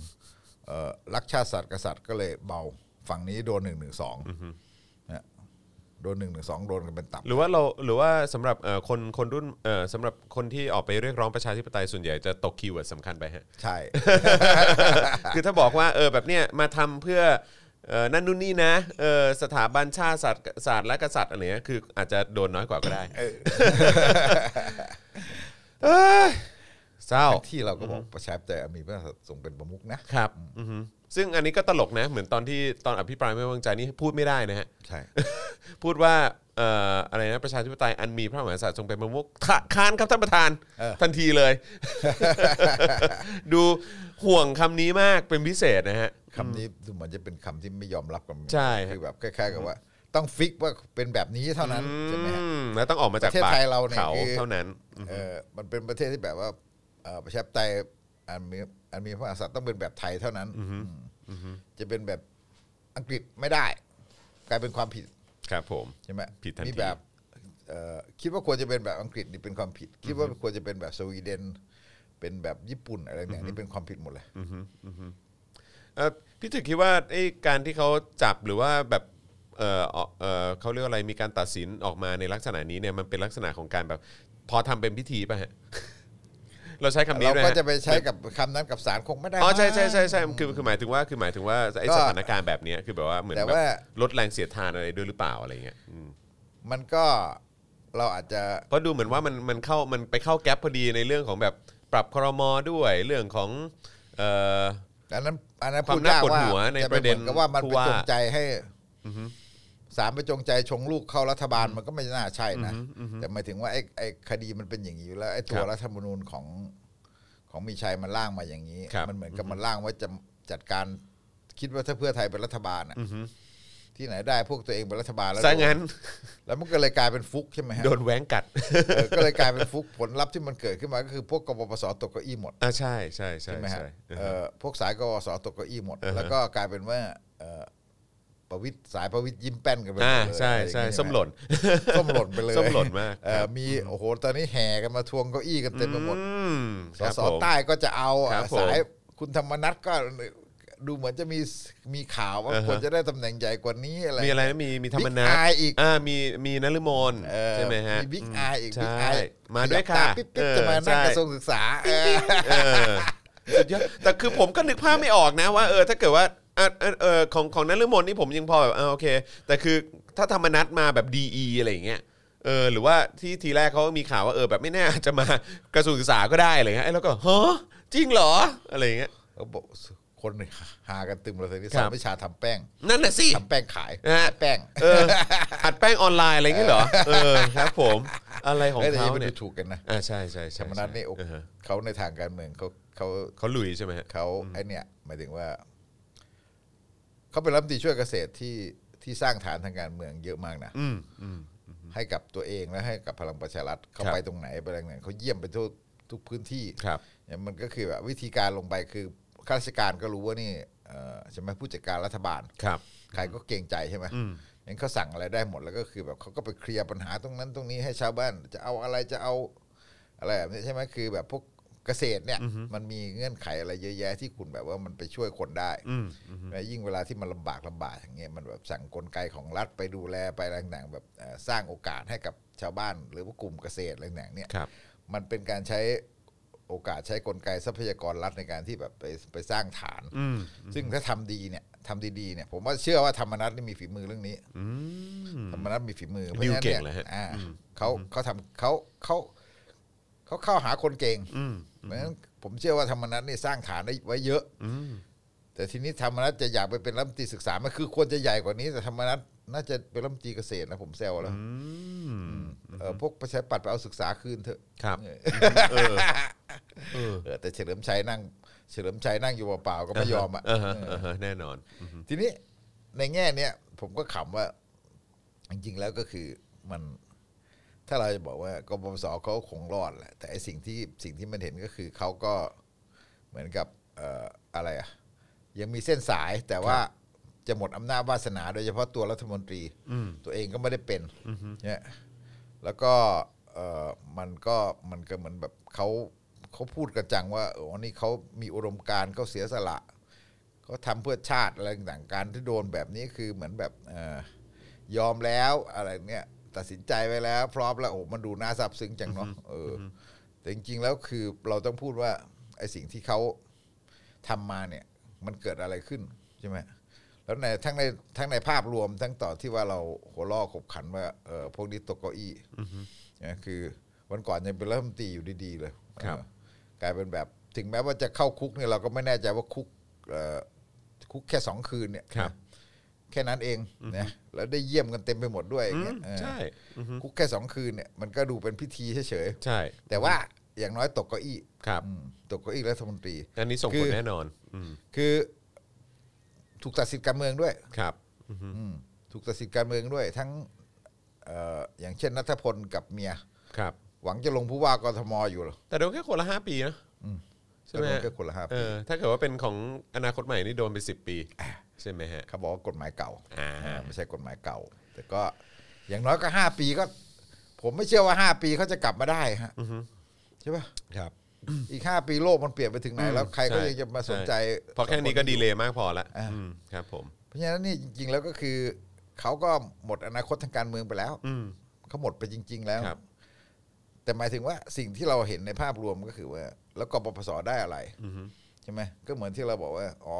[SPEAKER 3] เอ่อรักชาติศาสตร์กษัตริย์ก็เลยเบาฝั่งนี้โดนหนึ่งหนึ่งสองโดนหนึ่งหนึ่งสองโดนกันเป็นตับ
[SPEAKER 2] หรือว่าเราหรือว่าสำหรับเอ่อคนคนรุ่นเอ่อสำหรับคนที่ออกไปเรียกร้องประชาธิปไตยส่วนใหญ่จะตกคีย์เวิร์ดสำคัญไป ฮะ
[SPEAKER 3] ใช่
[SPEAKER 2] คือถ้าบอกว่าเออแบบเนี้ยมาทำเพื่อเออนั่นนู่นนี่นะเออสถาบันชาติศาสตร์ศาสตร์และกษัตริย์อะไรเงี้ยคืออาจจะโดนน้อยกว่าก็ได้เอ้ยเศร้า
[SPEAKER 3] ที่เราก็บอกประชาธิปไตยมีพระมหากษัตริย์ทรงเป็นประมุขนะ
[SPEAKER 2] ครับอือฮึซึ่งอันนี้ก็ตลกนะ เหมือนตอนที่ตอนอภิปรายไม่ไว้วางใจนี่พูดไม่ได้นะฮะ
[SPEAKER 3] ใช่
[SPEAKER 2] พูดว่าเอ่ออะไรนะประชาธิปไตยอันมีพระมหากษัตริย์ทรงเป็นประมุขค่ะค้านครับท่านประธานทัน ทีเลย ดูห่วงคำนี้มากเป็นพิเศษนะฮะ
[SPEAKER 3] คำนี้ดูเหมือนจะเป็นคำที่ไม่ยอมรับกัน
[SPEAKER 2] ใช่ฮะ
[SPEAKER 3] คือแบบคล้ายๆกับว่า ต้องฟิกว่าเป็นแบบนี้เท่านั้นใช่ไหมฮะ
[SPEAKER 2] อืมแล้วต้องออกมาจาก
[SPEAKER 3] ประเทศ
[SPEAKER 2] ปาก
[SPEAKER 3] ไทยเราเนี่ย
[SPEAKER 2] เขา
[SPEAKER 3] คือ
[SPEAKER 2] เท่านั้น
[SPEAKER 3] เออมันเป็นประเทศที่แบบว่าเอ่อประชาธิปไตยอันมีอันมีพระมหากษัตริย์ต้องเป็นแบบไทยเท่านั้นอืมจะเป็นแบบอังกฤษไม่ได้ กลายเป็นความผิด
[SPEAKER 2] ครับผม
[SPEAKER 3] ใช่ไหม
[SPEAKER 2] ผิดทันที
[SPEAKER 3] มีแบบเอ่อคิดว่าควรจะเป็นแบบอังกฤษนี่เป็นความผิด คิดว่าควรจะเป็นแบบสวีเดน เป็นแบบญี่ปุ่นอะไรเนี่ยนี่เป็นความผิดหมดเลย
[SPEAKER 2] เอ่อพี่ถึกคิดว่าไอ้การที่เขาจับหรือว่าแบบเออเอ่อเออเขาเรียกว่าอะไรมีการตัดสินออกมาในลักษณะนี้เนี่ยมันเป็นลักษณะของการแบบ พอทำเป็นพิธีป่ะฮะ เราใช้คำนี้
[SPEAKER 3] เรา
[SPEAKER 2] ด้วย
[SPEAKER 3] ก็
[SPEAKER 2] ฮ
[SPEAKER 3] จะไปใช้กับคำนั้นกับสารคงไม่ได้
[SPEAKER 2] อ๋อใช่
[SPEAKER 3] มั้ง
[SPEAKER 2] ใช่ใช่ใช่คือคือหมายถึงว่าคือหมายถึงว่าไอ้
[SPEAKER 3] ก็
[SPEAKER 2] สถานการณ์แบบเนี้ยคือแบบว่าเหมือน
[SPEAKER 3] แต่
[SPEAKER 2] แบบ
[SPEAKER 3] ว่า
[SPEAKER 2] ลดแรงเสียดทานอะไรด้วยหรือเปล่าอะไรเงี้ยอืม
[SPEAKER 3] มันก็เราอาจจะ
[SPEAKER 2] เพราะดูเหมือนว่ามันมันเข้ามันไปเข้าแก๊ปพอดีในเรื่องของแบบปรับครมด้วยเรื่องของเอ่อ
[SPEAKER 3] อันนั้นอันนั้น
[SPEAKER 2] ความ
[SPEAKER 3] พูดยาก
[SPEAKER 2] น่าปวด
[SPEAKER 3] ว่า
[SPEAKER 2] หัวใน
[SPEAKER 3] จ
[SPEAKER 2] ประเด็น
[SPEAKER 3] หมือกับว่ามัน
[SPEAKER 2] ผู้
[SPEAKER 3] ไป
[SPEAKER 2] ว่า
[SPEAKER 3] จงใจให้สามไปจงใจชงลูกเข้ารัฐบาลมันก็ไม่น่าใช่นะแต่หมายถึงว่าไอ้ไอ้คดีมันเป็นอย่างนี้อยู่แล้วไอ้ตัวรัฐธรรมนูญของของมีชัยมันร่างมาอย่างนี้
[SPEAKER 2] ครับ
[SPEAKER 3] มันเหมือนกับมันร่างไว้จะจัดการคิดว่าถ้าเพื่อไทยเป็นรัฐบาลอะที่ไหนได้พวกตัวเองเป็นรัฐบาลแล้ว
[SPEAKER 2] ซะงั้น
[SPEAKER 3] แล้วมันก็เลยกลายเป็นฟุกใช่ไหมฮะ
[SPEAKER 2] โดนแหว้งกั ด
[SPEAKER 3] เออก็เลยกลายเป็นฟุกผลลัพธ์ที่มันเกิดขึ้นมาก็คือพวกกบปสตกเก้าอี้หมด
[SPEAKER 2] อ่าใช่ใช่ใช่
[SPEAKER 3] ใช่ไหมฮะ
[SPEAKER 2] ใช่
[SPEAKER 3] เอ่อพวกสายกวสตกเก้าอี้หมด
[SPEAKER 2] าฮะ
[SPEAKER 3] แล้วก็กลายเป็นว่าเอ่อประวิตรสายประวิตรยิ้มแป้นกันไปหมด
[SPEAKER 2] อ่า
[SPEAKER 3] เลย
[SPEAKER 2] ใช่
[SPEAKER 3] อะไรอย่าง
[SPEAKER 2] ใช่
[SPEAKER 3] งี้
[SPEAKER 2] ส้มหล่น
[SPEAKER 3] ส้มหล่นไปเลย
[SPEAKER 2] ส้มหล่นมาก
[SPEAKER 3] เอ่อ
[SPEAKER 2] ครับ
[SPEAKER 3] มีโอ้โหตอนนี้แห่กันมาทวงเก้าอี้กันเต็มไปหมด
[SPEAKER 2] อืม
[SPEAKER 3] ส
[SPEAKER 2] ครับ
[SPEAKER 3] ส
[SPEAKER 2] ผม
[SPEAKER 3] ใต้ก็จะเอา
[SPEAKER 2] ครับผม
[SPEAKER 3] สายคุณธรรมนัทก็ดูเหมือนจะมีมีข่าวว่า
[SPEAKER 2] อ่าฮะ
[SPEAKER 3] ควรจะได้ตำแหน่งใหญ่กว่านี้อะไร
[SPEAKER 2] มีอะไรนะมีมีธรรมนั
[SPEAKER 3] Big
[SPEAKER 2] ส
[SPEAKER 3] Eye อีก
[SPEAKER 2] อ่ามีมีนฤมล
[SPEAKER 3] เออ
[SPEAKER 2] ใช่ไหมฮะ
[SPEAKER 3] มีบิ๊กไออีกบิ๊ก
[SPEAKER 2] ใช่
[SPEAKER 3] ไอ
[SPEAKER 2] มาด้วยค่ะ
[SPEAKER 3] ปิ๊บปิ๊บจะมานั่งกระทรวงศึกษาเออ
[SPEAKER 2] เออสุดยอดแต่คือผมก็นึกภาพไม่ออกนะว่าเออถ้าเกิดว่าอ่ะอ่ะเออของของนฤมลนี่ผมยังพอแบบเออโอเค แต่คือถ้าธรรมนัสมาแบบดีอะไรอย่างเงี้ยเออหรือว่าที่ทีแรกเขามีข่าวว่าเออแบบไม่แน่อาจจะมากระทรวงศึกษาก็ได้อะไรเงี้ยไอ้แล้วก็ฮะจริงเหรออะไรอย่างเงี้ย
[SPEAKER 3] เขาบอกคนหากันตึมเลยทีนี้
[SPEAKER 2] ครั
[SPEAKER 3] สา
[SPEAKER 2] บ
[SPEAKER 3] มวิชาทำแป้ง
[SPEAKER 2] นั่นน่ะสิ
[SPEAKER 3] ทำแป้งขาย
[SPEAKER 2] นะฮะ
[SPEAKER 3] แป้ง
[SPEAKER 2] เอออัดแป้งออนไลน์อะไรอย่างเงี้ยเหรอ เออครับผม อะไรของ
[SPEAKER 3] เอ้ยแต่
[SPEAKER 2] เขา
[SPEAKER 3] นี่มัน
[SPEAKER 2] เนี่
[SPEAKER 3] ดู
[SPEAKER 2] ย
[SPEAKER 3] ถูกกันนะ
[SPEAKER 2] อ่าใช่ใช่
[SPEAKER 3] ธ
[SPEAKER 2] ใช่
[SPEAKER 3] รรมนัฐนี่โอ้
[SPEAKER 2] เออฮะ
[SPEAKER 3] เขาในทางการเมืองเขาเขา
[SPEAKER 2] เขาลุยใช่ไหมฮะ
[SPEAKER 3] เขาไอเนี่ยหมายถึงว่า เขาเป็นรัฐมนตรีช่วยเกษตรที่ที่สร้างฐานทางการเมืองเยอะมากนะ
[SPEAKER 2] อืมอืม
[SPEAKER 3] ให้กับตัวเองและให้กับพลังประชารัฐเขา
[SPEAKER 2] ครับ
[SPEAKER 3] ไปตรงไหนไปตรงไหนเขาเยี่ยมไปทุกทุกพื้นที่
[SPEAKER 2] ครับ
[SPEAKER 3] เนี่ยมันก็คือแบบวิธีการลงไปคือข้าราชการก็รู้ว่านี่เอ่อใช่ไหมผู้จัดการรัฐบาล
[SPEAKER 2] ครับ
[SPEAKER 3] ใครก็เกรงใจใช่ไหมงั้นเขาสั่งอะไรได้หมดแล้วก็คือแบบเขาก็ไปเคลียร์ปัญหาตรงนั้นตรงนี้ให้ชาวบ้าน จะเอาอะไรจะเอาอะไรแบบนี้ใช่ไหมคือแบบพวกเกษตรเนี่ย มันมีเงื่อนไขอะไรเยอะแยะที่คุณแบบว่ามันไปช่วยคนได้และยิ่งเวลาที่มันลำบากลำบากอย่างเงี้ยมันแบบสั่งกลไกของรัฐไปดูแลไปอะไรต่างๆแบบเอ่อสร้างโอกาสให้กับชาวบ้าน หรือว่ากลุ่มเกษตรอะไรต่างๆเนี่ย
[SPEAKER 2] ครับ
[SPEAKER 3] มันเป็นการใช้โอกาสใช้กลไกทรัพยากรรัฐในการที่แบบไปไปสร้างฐาน ซึ่งถ้าทำดีเนี่ยทำดีๆเนี่ย ผมว่าเชื่อว่าธรรมนัฐนี่มีฝีมือเรื่องนี้ธรรมนัฐมีฝีมือเพราะฉะนั้น
[SPEAKER 2] ดิวเก่
[SPEAKER 3] เนี่
[SPEAKER 2] งเลยฮะ
[SPEAKER 3] ยอ่าเขาเขาทำเขาเขาเขาเข้าหาคนเก่งเพราะฉะนั้นผมเชื่อว่าธรรมนัฐนี่สร้างฐานได้ไว้เยอะแต่ทีนี้ธรรมนัฐจะอยากไปเป็นรัฐมนตรีศึกษามันคือควรจะใหญ่กว่านี้ แต่ธรรมนัฐน่าจะเป็นรัฐมนตรีเกษตรนะผมแซวแล้วเออพวกประชาธิปัตย์ไปเอาศึกษาคืนเถอะ
[SPEAKER 2] ครับ
[SPEAKER 3] เออแต่เฉลิมชัยนั่ง เฉลิมชัยนั่งอยู่เปล่าๆก็ไม่ยอมอ่ะ
[SPEAKER 2] เออฮะ
[SPEAKER 3] เอ
[SPEAKER 2] เออฮะแน่นอน
[SPEAKER 3] อทีนี้ในแง่เนี้ยผมก็ขำว่า จริงๆแล้วก็คือมัน ถ้าเราจะบอกว่ากบสเขาคงรอดแหละแต่ไอสิ่งที่สิ่งที่มันเห็นก็คือเขาก็เหมือนกับเอ่ออะไรอ่ะ ยังมีเส้นสายแต่ว่าจะหมดอำนาจวาสนา โดยเฉพาะตัวรัฐมนตรีตัวเองก็ไม่ได้เป็นเนี่ยแล้วก็เอ่อมันก็มันก็เหมือนแบบเขาเขาพูดกันจังว่าโอ้นี่เขามีอุดมการณ์เขาเสียสละเขาทำเพื่อชาติอะไรต่างๆการที่โดนแบบนี้คือเหมือนแบบเอ่อยอมแล้วอะไรเนี่ยตัดสินใจไว้แล้ว พร้อมแล้วโอ้มันดูน่าซาบซึ้งจังเนาะเอออแต่จริงๆแล้วคือเราต้องพูดว่าไอ้สิ่งที่เขา ทำมาเนี่ยมันเกิดอะไรขึ้นใช่ไหมแล้วในทั้งในทั้งในภาพรวมทั้งต่อที่ว่าเราหัวล่อขบขันว่าเออพวกนี้ตกเก้าอี้นะคือวันก่อนยังเป็นรัฐมนตรีอยู่ดีๆเลย
[SPEAKER 2] ครับ
[SPEAKER 3] เออกลายเป็นแบบถึงแม้ว่าจะเข้าคุกเนี่ยเราก็ไม่แน่ใจว่าคุกเอ่อคุกแค่สองคืนเนี่ย
[SPEAKER 2] ครับ
[SPEAKER 3] แค่นั้นเองนะแล้วได้เยี่ยมกันเต็มไปหมดด้วยอย่างเงี้ยเออ
[SPEAKER 2] ใช่
[SPEAKER 3] คุกแค่สองคืนเนี่ยมันก็ดูเป็นพิธีเฉย
[SPEAKER 2] ใช่
[SPEAKER 3] ๆแต่ว่าอย่างน้อยตกเก้าอี้
[SPEAKER 2] ครับ
[SPEAKER 3] อืมตกเก้าอี้รัฐมนตรี
[SPEAKER 2] อันนี้ส่ง
[SPEAKER 3] คื
[SPEAKER 2] ผล
[SPEAKER 3] อ
[SPEAKER 2] แน่นอนอืม
[SPEAKER 3] คือ ถูกตัดสิทธิ์การเมืองด้วย
[SPEAKER 2] ครับ
[SPEAKER 3] อืมถูกตัดสิทธิ์การเมืองด้วย ทั้งเอ่ออย่างเช่นนัทพลกับเมีย
[SPEAKER 2] ครับ
[SPEAKER 3] หวังจะลงผู้ว่ากทมอยู่เหรอ
[SPEAKER 2] แต่โดนแค่คนละห้าปีนะ
[SPEAKER 3] อืม
[SPEAKER 2] ใช่ไหม
[SPEAKER 3] แต่โดนแค่คนละ5ปี
[SPEAKER 2] เออถ้าเกิดว่าเป็นของอนาคตใหม่นี่โดนไปสิบปี ใช่ไหมฮะ
[SPEAKER 3] เขาบอกว่ากฎหมายเก่า
[SPEAKER 2] อ่า
[SPEAKER 3] อ่าไม่ใช่กฎหมายเก่า แต่ก็อย่างน้อยก็ห้าปีก็ ผมไม่เชื่อว่าห้าปีเขาจะกลับมาได้ฮะใช่ปะ
[SPEAKER 2] ครับ
[SPEAKER 3] อีกห้าปีโลกมันเปลี่ยนไปถึงไหน แล้วใครก็ยังจะมาสนใจ
[SPEAKER 2] พอแค่นี้ก็ดีเลยมากพอละ
[SPEAKER 3] อ่า
[SPEAKER 2] อืมครับผม
[SPEAKER 3] เพราะฉะนั้นนี่จริงๆแล้วก็คือเขาก็หมดอนาคตทางการเมืองไปแล้ว
[SPEAKER 2] อืม
[SPEAKER 3] เขาหมดไปจริง ๆ แล้ว
[SPEAKER 2] ครับ
[SPEAKER 3] แต่หมายถึงว่าสิ่งที่เราเห็นในภาพรวมก็คือว่า แล้วกปปสได้อะไร
[SPEAKER 2] อืม
[SPEAKER 3] ใช่ไหมก็เหมือนที่เราบอกว่าอ๋อ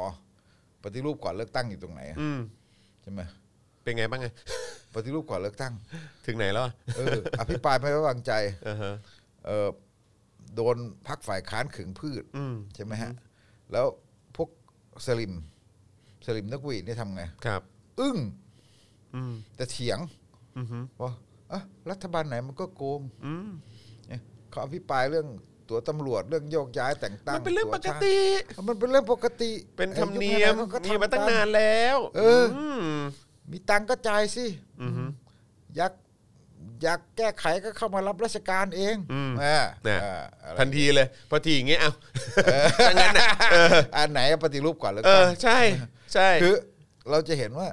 [SPEAKER 3] ปฏิรูปก่อนเลือกตั้งอยู่ตรงไหนอะ
[SPEAKER 2] อืม
[SPEAKER 3] ใช่ไหม
[SPEAKER 2] เป็นไงบ้างไง
[SPEAKER 3] ปฏิรูปก่อนเลือกตั้ง
[SPEAKER 2] ถึงไหนแล้วอ่ะ
[SPEAKER 3] เออ อภิปรายไม่ไว้วางใจ
[SPEAKER 2] อ่าฮะ
[SPEAKER 3] เออโดนพักฝ่ายค้านขึงพืช
[SPEAKER 2] อืม
[SPEAKER 3] ใช่ไหมฮะ แล้วพวกสลิมสลิมนักหวีดเนี่ยทำไง
[SPEAKER 2] ครับ
[SPEAKER 3] อึ้ง
[SPEAKER 2] อืม
[SPEAKER 3] แต่เถียง
[SPEAKER 2] อืม
[SPEAKER 3] ว่าอ่ะรัฐบาลไหนมันก็โกง
[SPEAKER 2] อืม
[SPEAKER 3] เนี่ยเขาอภิปรายเรื่อง ตัวตำรวจเรื่องโยกย้ายแต่งตั้ง
[SPEAKER 2] มันเป็นเรื่องปกติ
[SPEAKER 3] ตัวทหารมันเป็นเรื่องปกติ
[SPEAKER 2] เป็นธรรมเนียม
[SPEAKER 3] ไอ้คไหก็ทำ
[SPEAKER 2] มีมาตั้งนานแล้ว
[SPEAKER 3] เออ
[SPEAKER 2] ม
[SPEAKER 3] มีตังค์ก็จ่ายสิ
[SPEAKER 2] อืม
[SPEAKER 3] อยากอยากแก้ไขก็เข้ามารับราชการเอง
[SPEAKER 2] อืม
[SPEAKER 3] อ่า
[SPEAKER 2] เนี่ย
[SPEAKER 3] อ่าอะไร
[SPEAKER 2] ทันทีเลยพอทีอย่างเงี้ยเอาถ้างั้นน่ะเออ
[SPEAKER 3] อันไหนปฏิรูปก่อนเลือก
[SPEAKER 2] เอ
[SPEAKER 3] ตั้
[SPEAKER 2] อง ใช่ใช่
[SPEAKER 3] คือเราจะเห็นว่า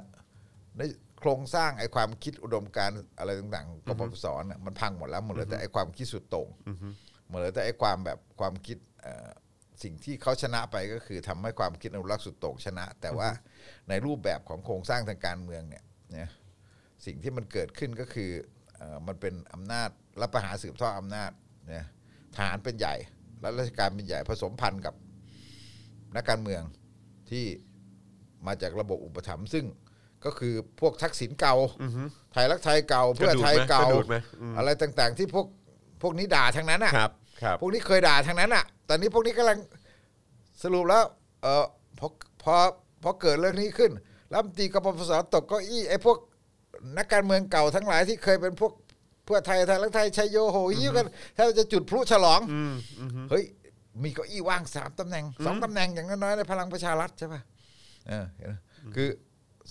[SPEAKER 3] ในโครงสร้างไอ้ความคิดอุดมการณ์อะไรต่างๆของกปปสน่ะมันพังหมดแล้วหมดเหลือแต่ไอ้ความคิดสุดโต่งหมดเหลือแต่ไอ้ความแบบความคิดเอ่อสิ่งที่เขาชนะไปก็คือทำให้ความคิดอนุรักษ์สุดโต่งชนะ แต่ว่าในรูปแบบของโครงสร้างทางการเมืองเนี่ยนะสิ่งที่มันเกิดขึ้นก็คือเอ่อมันเป็นอำนาจรัฐประหารสืบทอดอำนาจนะทหารเป็นใหญ่รัฐราชการเป็นใหญ่ผสมพันธุ์กับนักการเมืองที่ มาจากระบบอุปถัมภ์ซึ่งก็คือพวกทักษิณเก่าไทยรักไทยเก่า เพื่อไทยเก่า
[SPEAKER 2] ระดูดไหมอืม
[SPEAKER 3] อะไรต่างๆ ที่พวกพวกนี้ด่าทั้งนั้นอ่ะ
[SPEAKER 2] ครับครับ
[SPEAKER 3] พวกนี้เคยด่าทั้งนั้นอ่ะ ตอนนี้พวกนี้กำลังสรุปแล้ว เออพอพอพอเกิดเรื่องนี้ขึ้นรัฐมนตรีกบปปสตกเก็อี้ไอ้พวกนักการเมืองเก่าทั้งหลายที่เคยเป็นพวกเพื่อไทยไทยรักไทยชัยโยโหยิ้วกันถ้าจะจุดพลุฉลอง
[SPEAKER 2] อืมอืม
[SPEAKER 3] เฮ้ยมีเก้าอี้ว่างสามตำแหน่งสองตำแหน่งอย่างน้อยๆในพลังประชารัฐใช่ป่ะ เออเห็นไหมคือ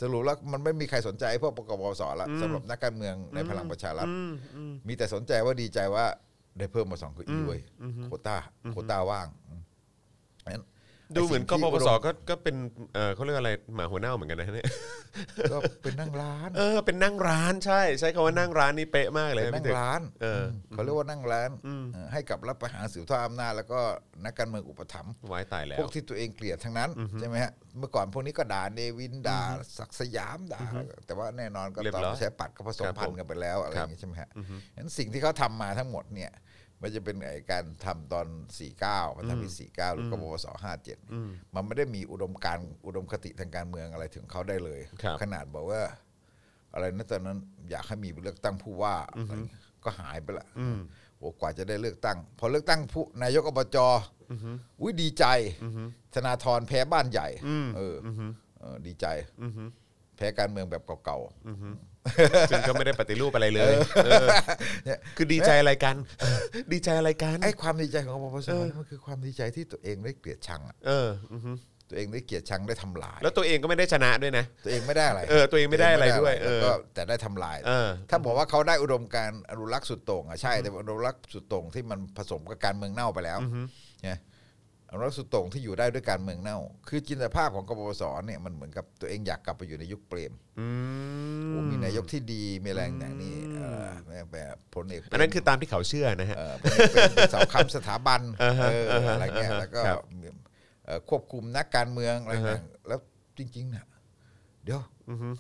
[SPEAKER 3] สรุปแล้วมันไม่มีใครสนใจพวกปกปสละสำหรับนักการเมืองในพลังประชารัฐ
[SPEAKER 2] อืมอืม
[SPEAKER 3] มีแต่สนใจว่าดีใจว่าได้เพิ่มมาสองเก้าอี้เว้ยโควต้าโควต้าว่างอืมงั้น
[SPEAKER 2] ดูเหมือนก
[SPEAKER 3] ไสิ่ง
[SPEAKER 2] ปป
[SPEAKER 3] ที่
[SPEAKER 2] สก็ก็เป็นเออเขาเรียกอะไรหมาหัวเน่าเหมือนกันนะเนี่ย
[SPEAKER 3] ก็เป็นนั่งร้าน
[SPEAKER 2] เออเป็นนั่งร้านใช่ ใช้คำว่านั่งร้านนี่เป๊ะมากเลย
[SPEAKER 3] เป็
[SPEAKER 2] นะ
[SPEAKER 3] นนั่
[SPEAKER 2] พี่
[SPEAKER 3] ง
[SPEAKER 2] ตึก
[SPEAKER 3] ร้าน
[SPEAKER 2] เออ
[SPEAKER 3] มเขาเรียกว่านั่งร้าน
[SPEAKER 2] อืม
[SPEAKER 3] เออให้กับรับประหารสืบทอดอำนาจแล้วก็นักการเมืองอุปถัมภ์
[SPEAKER 2] ไว้ตายแล้
[SPEAKER 3] พ
[SPEAKER 2] ว
[SPEAKER 3] วกที่ตัวเองเกลียดทั้งนั้นใช่ไหมฮะเมื่อก่อนพวกนี้ก็ด่าเนวินด่าศักดิ์สยามด่าแต่ว่าแน่นอนก็
[SPEAKER 2] เรียบ
[SPEAKER 3] ตอน
[SPEAKER 2] ร้อย
[SPEAKER 3] ใช้ปัดก็ผสมพั
[SPEAKER 2] ครับผ
[SPEAKER 3] นธุ์
[SPEAKER 2] ม
[SPEAKER 3] กันไปแล้วอะไรอ
[SPEAKER 2] ครับ
[SPEAKER 3] ย่างนี้ใช่ไหมฮะงั้นสิ่งที่เขาทำมาทั้งหมดเนี่ยไมันจะเป็นไอการทำตอน 49มันทำปี49 หรือกบวส57 มันไม่ได้มีอุดมการณ์อุดมคติทางการเมืองอะไรถึงเขาได้เลย
[SPEAKER 2] ครับ
[SPEAKER 3] ขนาดบอกว่า อะไรนะตอนนั้นอยากให้มีเลือกตั้งผู้ว่าอะไรเงี้ยก็หายไปละโอ้กว่าจะได้เลือกตั้ง พอเลือกตั้งผู้นายกอบจอุ้ยดีใจธนาธรแพ้บ้านใหญ่เอออเออ ดีใจแพ้การเมืองแบบเก่า
[SPEAKER 2] ซึ่งก็ไม่ได้ปฏิรูปอะไรเลยเออ
[SPEAKER 3] ๆเนี่ย
[SPEAKER 2] คือดีใจอะไรกัน ดีใจอะไรกัน
[SPEAKER 3] ไอ้ความดีใจของปปสมันคือความดีใจที่ตัวเองได้เกลียดชังอะ
[SPEAKER 2] เอออือฮึ
[SPEAKER 3] ตัวเองได้เกลียดชังได้ทำลาย
[SPEAKER 2] แล้วตัวเองก็ไม่ได้ชนะด้วยนะ
[SPEAKER 3] ตัวเองไม่ได้อะไร
[SPEAKER 2] เออตัวเองไม่ได้อะไรด้วยเออ
[SPEAKER 3] แล้วก็แต่ได้ทำลาย
[SPEAKER 2] เออ
[SPEAKER 3] ถ้าบอกว่าเขาได้อุดมการณ์อนุรักษ์สุดโต่งอะใช่แต่อนุรักษ์สุดโต่งที่มันผสมกับการเมืองเน่าไปแล้วเนี่ยอนุรักษ์สุดโต่งที่อยู่ได้ด้วยการเมืองเน่า คือจินตภาพของกบพศเนี่ยมันเหมือนกับตัวเองอยากกลับไปอยู่ในยุคเปรม
[SPEAKER 2] อื
[SPEAKER 3] โอ้
[SPEAKER 2] ม
[SPEAKER 3] มีนายกที่ดีมีแรงอย่างนี้เออแบบพลเอกเปรม
[SPEAKER 2] อันนั้นคือตามที่เขาเชื่อนะฮะ
[SPEAKER 3] เออพลเอกเปรมเป็นเสาค้ำสถาบัน
[SPEAKER 2] อ่าฮะ
[SPEAKER 3] เอออะไรเงี้ย
[SPEAKER 2] อ่าฮะ
[SPEAKER 3] แล้วก็
[SPEAKER 2] ครับ
[SPEAKER 3] มีเอ่อควบคุมนักการเมืองอะไร
[SPEAKER 2] อ่าฮะ
[SPEAKER 3] ต่างๆแล้วจริงๆน่ะเดี๋ยว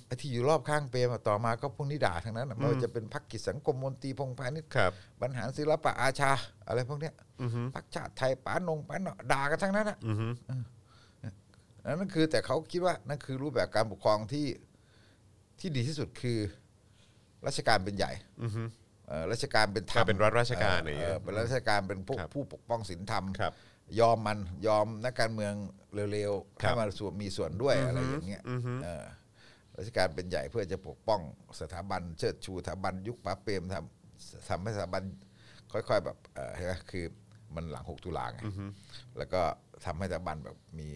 [SPEAKER 3] ไอ้ที่อยู่รอบข้างเปรมอะต่อมาก็พวกนี้ด่าทั้งนั้นอะไม่ว่าจะเป็นพักกิจสังคมมนตรีพงษ์พาณิชย์
[SPEAKER 2] ครับ
[SPEAKER 3] บรรหารศิลปะอาชา อะไรพวกเนี้ยพักชาติไทยป๋านงป๋าเนาะด่ากันทั้งนั้นอ่ะ
[SPEAKER 2] อือฮึ
[SPEAKER 3] นั่นคือแต่เขาคิดว่านั่นคือรูปแบบการปกครองที่ที่ดีที่สุดคือราชการเป็นใหญ่
[SPEAKER 2] อือฮึ
[SPEAKER 3] เอ่อราชการเป็นธรรม
[SPEAKER 2] ก็เป็นรัฐราชการอะไรอย่างเงี้ย
[SPEAKER 3] เเป็นรัฐราชการเป็นพวก
[SPEAKER 2] ครับ
[SPEAKER 3] ผู้ปกป้องศีลธรรม
[SPEAKER 2] ครับ
[SPEAKER 3] ยอมมันยอมนักการเมืองเร็วๆ
[SPEAKER 2] ครับ
[SPEAKER 3] ให้มาส่วนมีส่วนด้วยอะไรอย่างเงี้ย
[SPEAKER 2] อือฮึ
[SPEAKER 3] เออรัชการเป็นใหญ่เพื่อจะปกป้องสถาบันเชิดชูสถาบันยุคป๋าเปรมทำทำให้สถาบันค่อยๆแบบเออเห็นไหมคือ มันหลัง 6 ตุลาไงแล้วก็ทำให้สถาบันแบบมี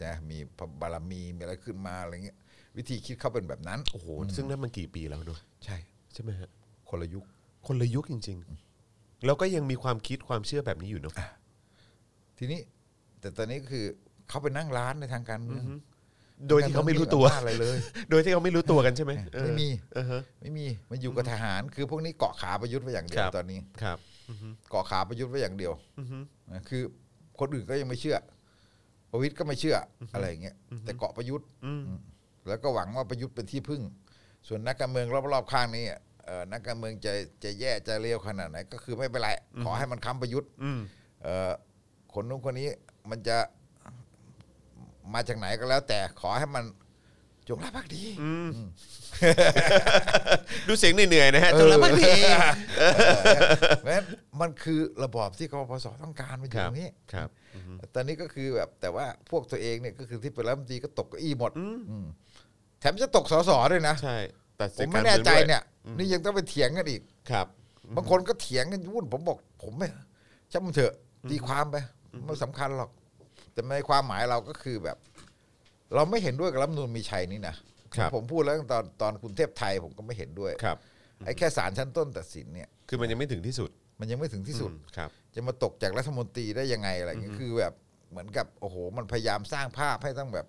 [SPEAKER 3] นะมีพระบารมีมีอะไรขึ้นมาอะไรเงี้ยวิธีคิดเขาเป็นแบบนั้น
[SPEAKER 2] โอ้โห ซึ่งนั่นมันกี่ปีแล้วเนอะ
[SPEAKER 3] ใช่
[SPEAKER 2] ใช่ไหมฮะ
[SPEAKER 3] คนละยุค
[SPEAKER 2] คนละยุคจริง ๆ แล้วก็ยังมีความคิดความเชื่อแบบนี้อยู่เนอะ
[SPEAKER 3] ทีนี้ แต่ตอนนี้ก็คือเขาไปนั่งร้านในทางการเมือง
[SPEAKER 2] โดยที่เขาไม่รู้ตัว
[SPEAKER 3] อะไรเลย
[SPEAKER 2] โดยที่เขาไม่รู้ตัวกันใช่ไหมเออ
[SPEAKER 3] ไม่มี
[SPEAKER 2] อ่าฮะ
[SPEAKER 3] ไม่มีมันอยู่กับทหาร คือพวกนี้เกาะขาประยุทธ์ไว้อย่างเดีย
[SPEAKER 2] คว รับ
[SPEAKER 3] ตอนนี้
[SPEAKER 2] ครับ
[SPEAKER 3] เกาะขาประยุทธ์ไว้อย่างเดียวนะคือคนอื่นก็ยังไม่เชื่อ ประวิทย์ก็ไม่เชื่อออะไรอย่างเงี้ยแต่เกาะประยุทธ์แล้วก็หวังว่าประยุทธ์เป็นที่พึ่ง ส่วนนักการเมืองรอบๆข้างนี้เอ่อนักการเมืองจะจะแย่จะเลวขนาดไหนก็คือไม่เป็นไรขอให้มันค้ำประยุทธ์
[SPEAKER 2] อืม
[SPEAKER 3] เอ่อคนนู้นคนนี้มันจะมาจากไหนก็แล้ว แต่ขอให้มันจงรักภักดี
[SPEAKER 2] ดูเสียงเหนื่อยๆนะฮะจนแล้วมันดี
[SPEAKER 3] เออเพราะฉะนั้นมันคือระบอบที่กปปสต้องการมาอยู่
[SPEAKER 2] ครับ
[SPEAKER 3] ตรงนี้
[SPEAKER 2] ครับ
[SPEAKER 3] ตอนนี้ก็คือแบบแต่ว่าพวกตัวเองเนี่ยก็คือที่เป็นรัฐมนตรีก็ตกเก้าอี้หมดอืมแถมจะตกสสด้วยนะ
[SPEAKER 2] ใช่ตัด
[SPEAKER 3] ผ
[SPEAKER 2] สิท
[SPEAKER 3] ม
[SPEAKER 2] ธิ์
[SPEAKER 3] ไม่
[SPEAKER 2] การ
[SPEAKER 3] แน่
[SPEAKER 2] เมือง
[SPEAKER 3] ใจ
[SPEAKER 2] ด้วย
[SPEAKER 3] เนี่ย นี่ยังต้องไปเถียงกันอีก
[SPEAKER 2] ครับ
[SPEAKER 3] บางคนก็เถียงกันวุ่นผมบอก ผมไม่ช่างมันเถอะตีความไปไม่สำคัญหรอก แต่ในความหมายเราก็คือแบบ เราไม่เห็นด้วยกับรัฐธรรมนูลมีชัยนี่นะครับ ผมพูดแล้วตอนตอนคุณเทพไทยผมก็ไม่เห็นด้วย
[SPEAKER 2] ครับ
[SPEAKER 3] ไอ้แค่ศาลชั้นต้นตัดสินเนี่ย
[SPEAKER 2] คือมันยังไม่ถึงที่สุด
[SPEAKER 3] มันยังไม่ถึงที่สุด
[SPEAKER 2] อืมครับ
[SPEAKER 3] จะมาตกจากรัฐมนตรีได้ยังไงอะไรเงี้ยคือแบบเหมือนกับโอ้โห มันพยายามสร้างภาพให้ต้องแบบ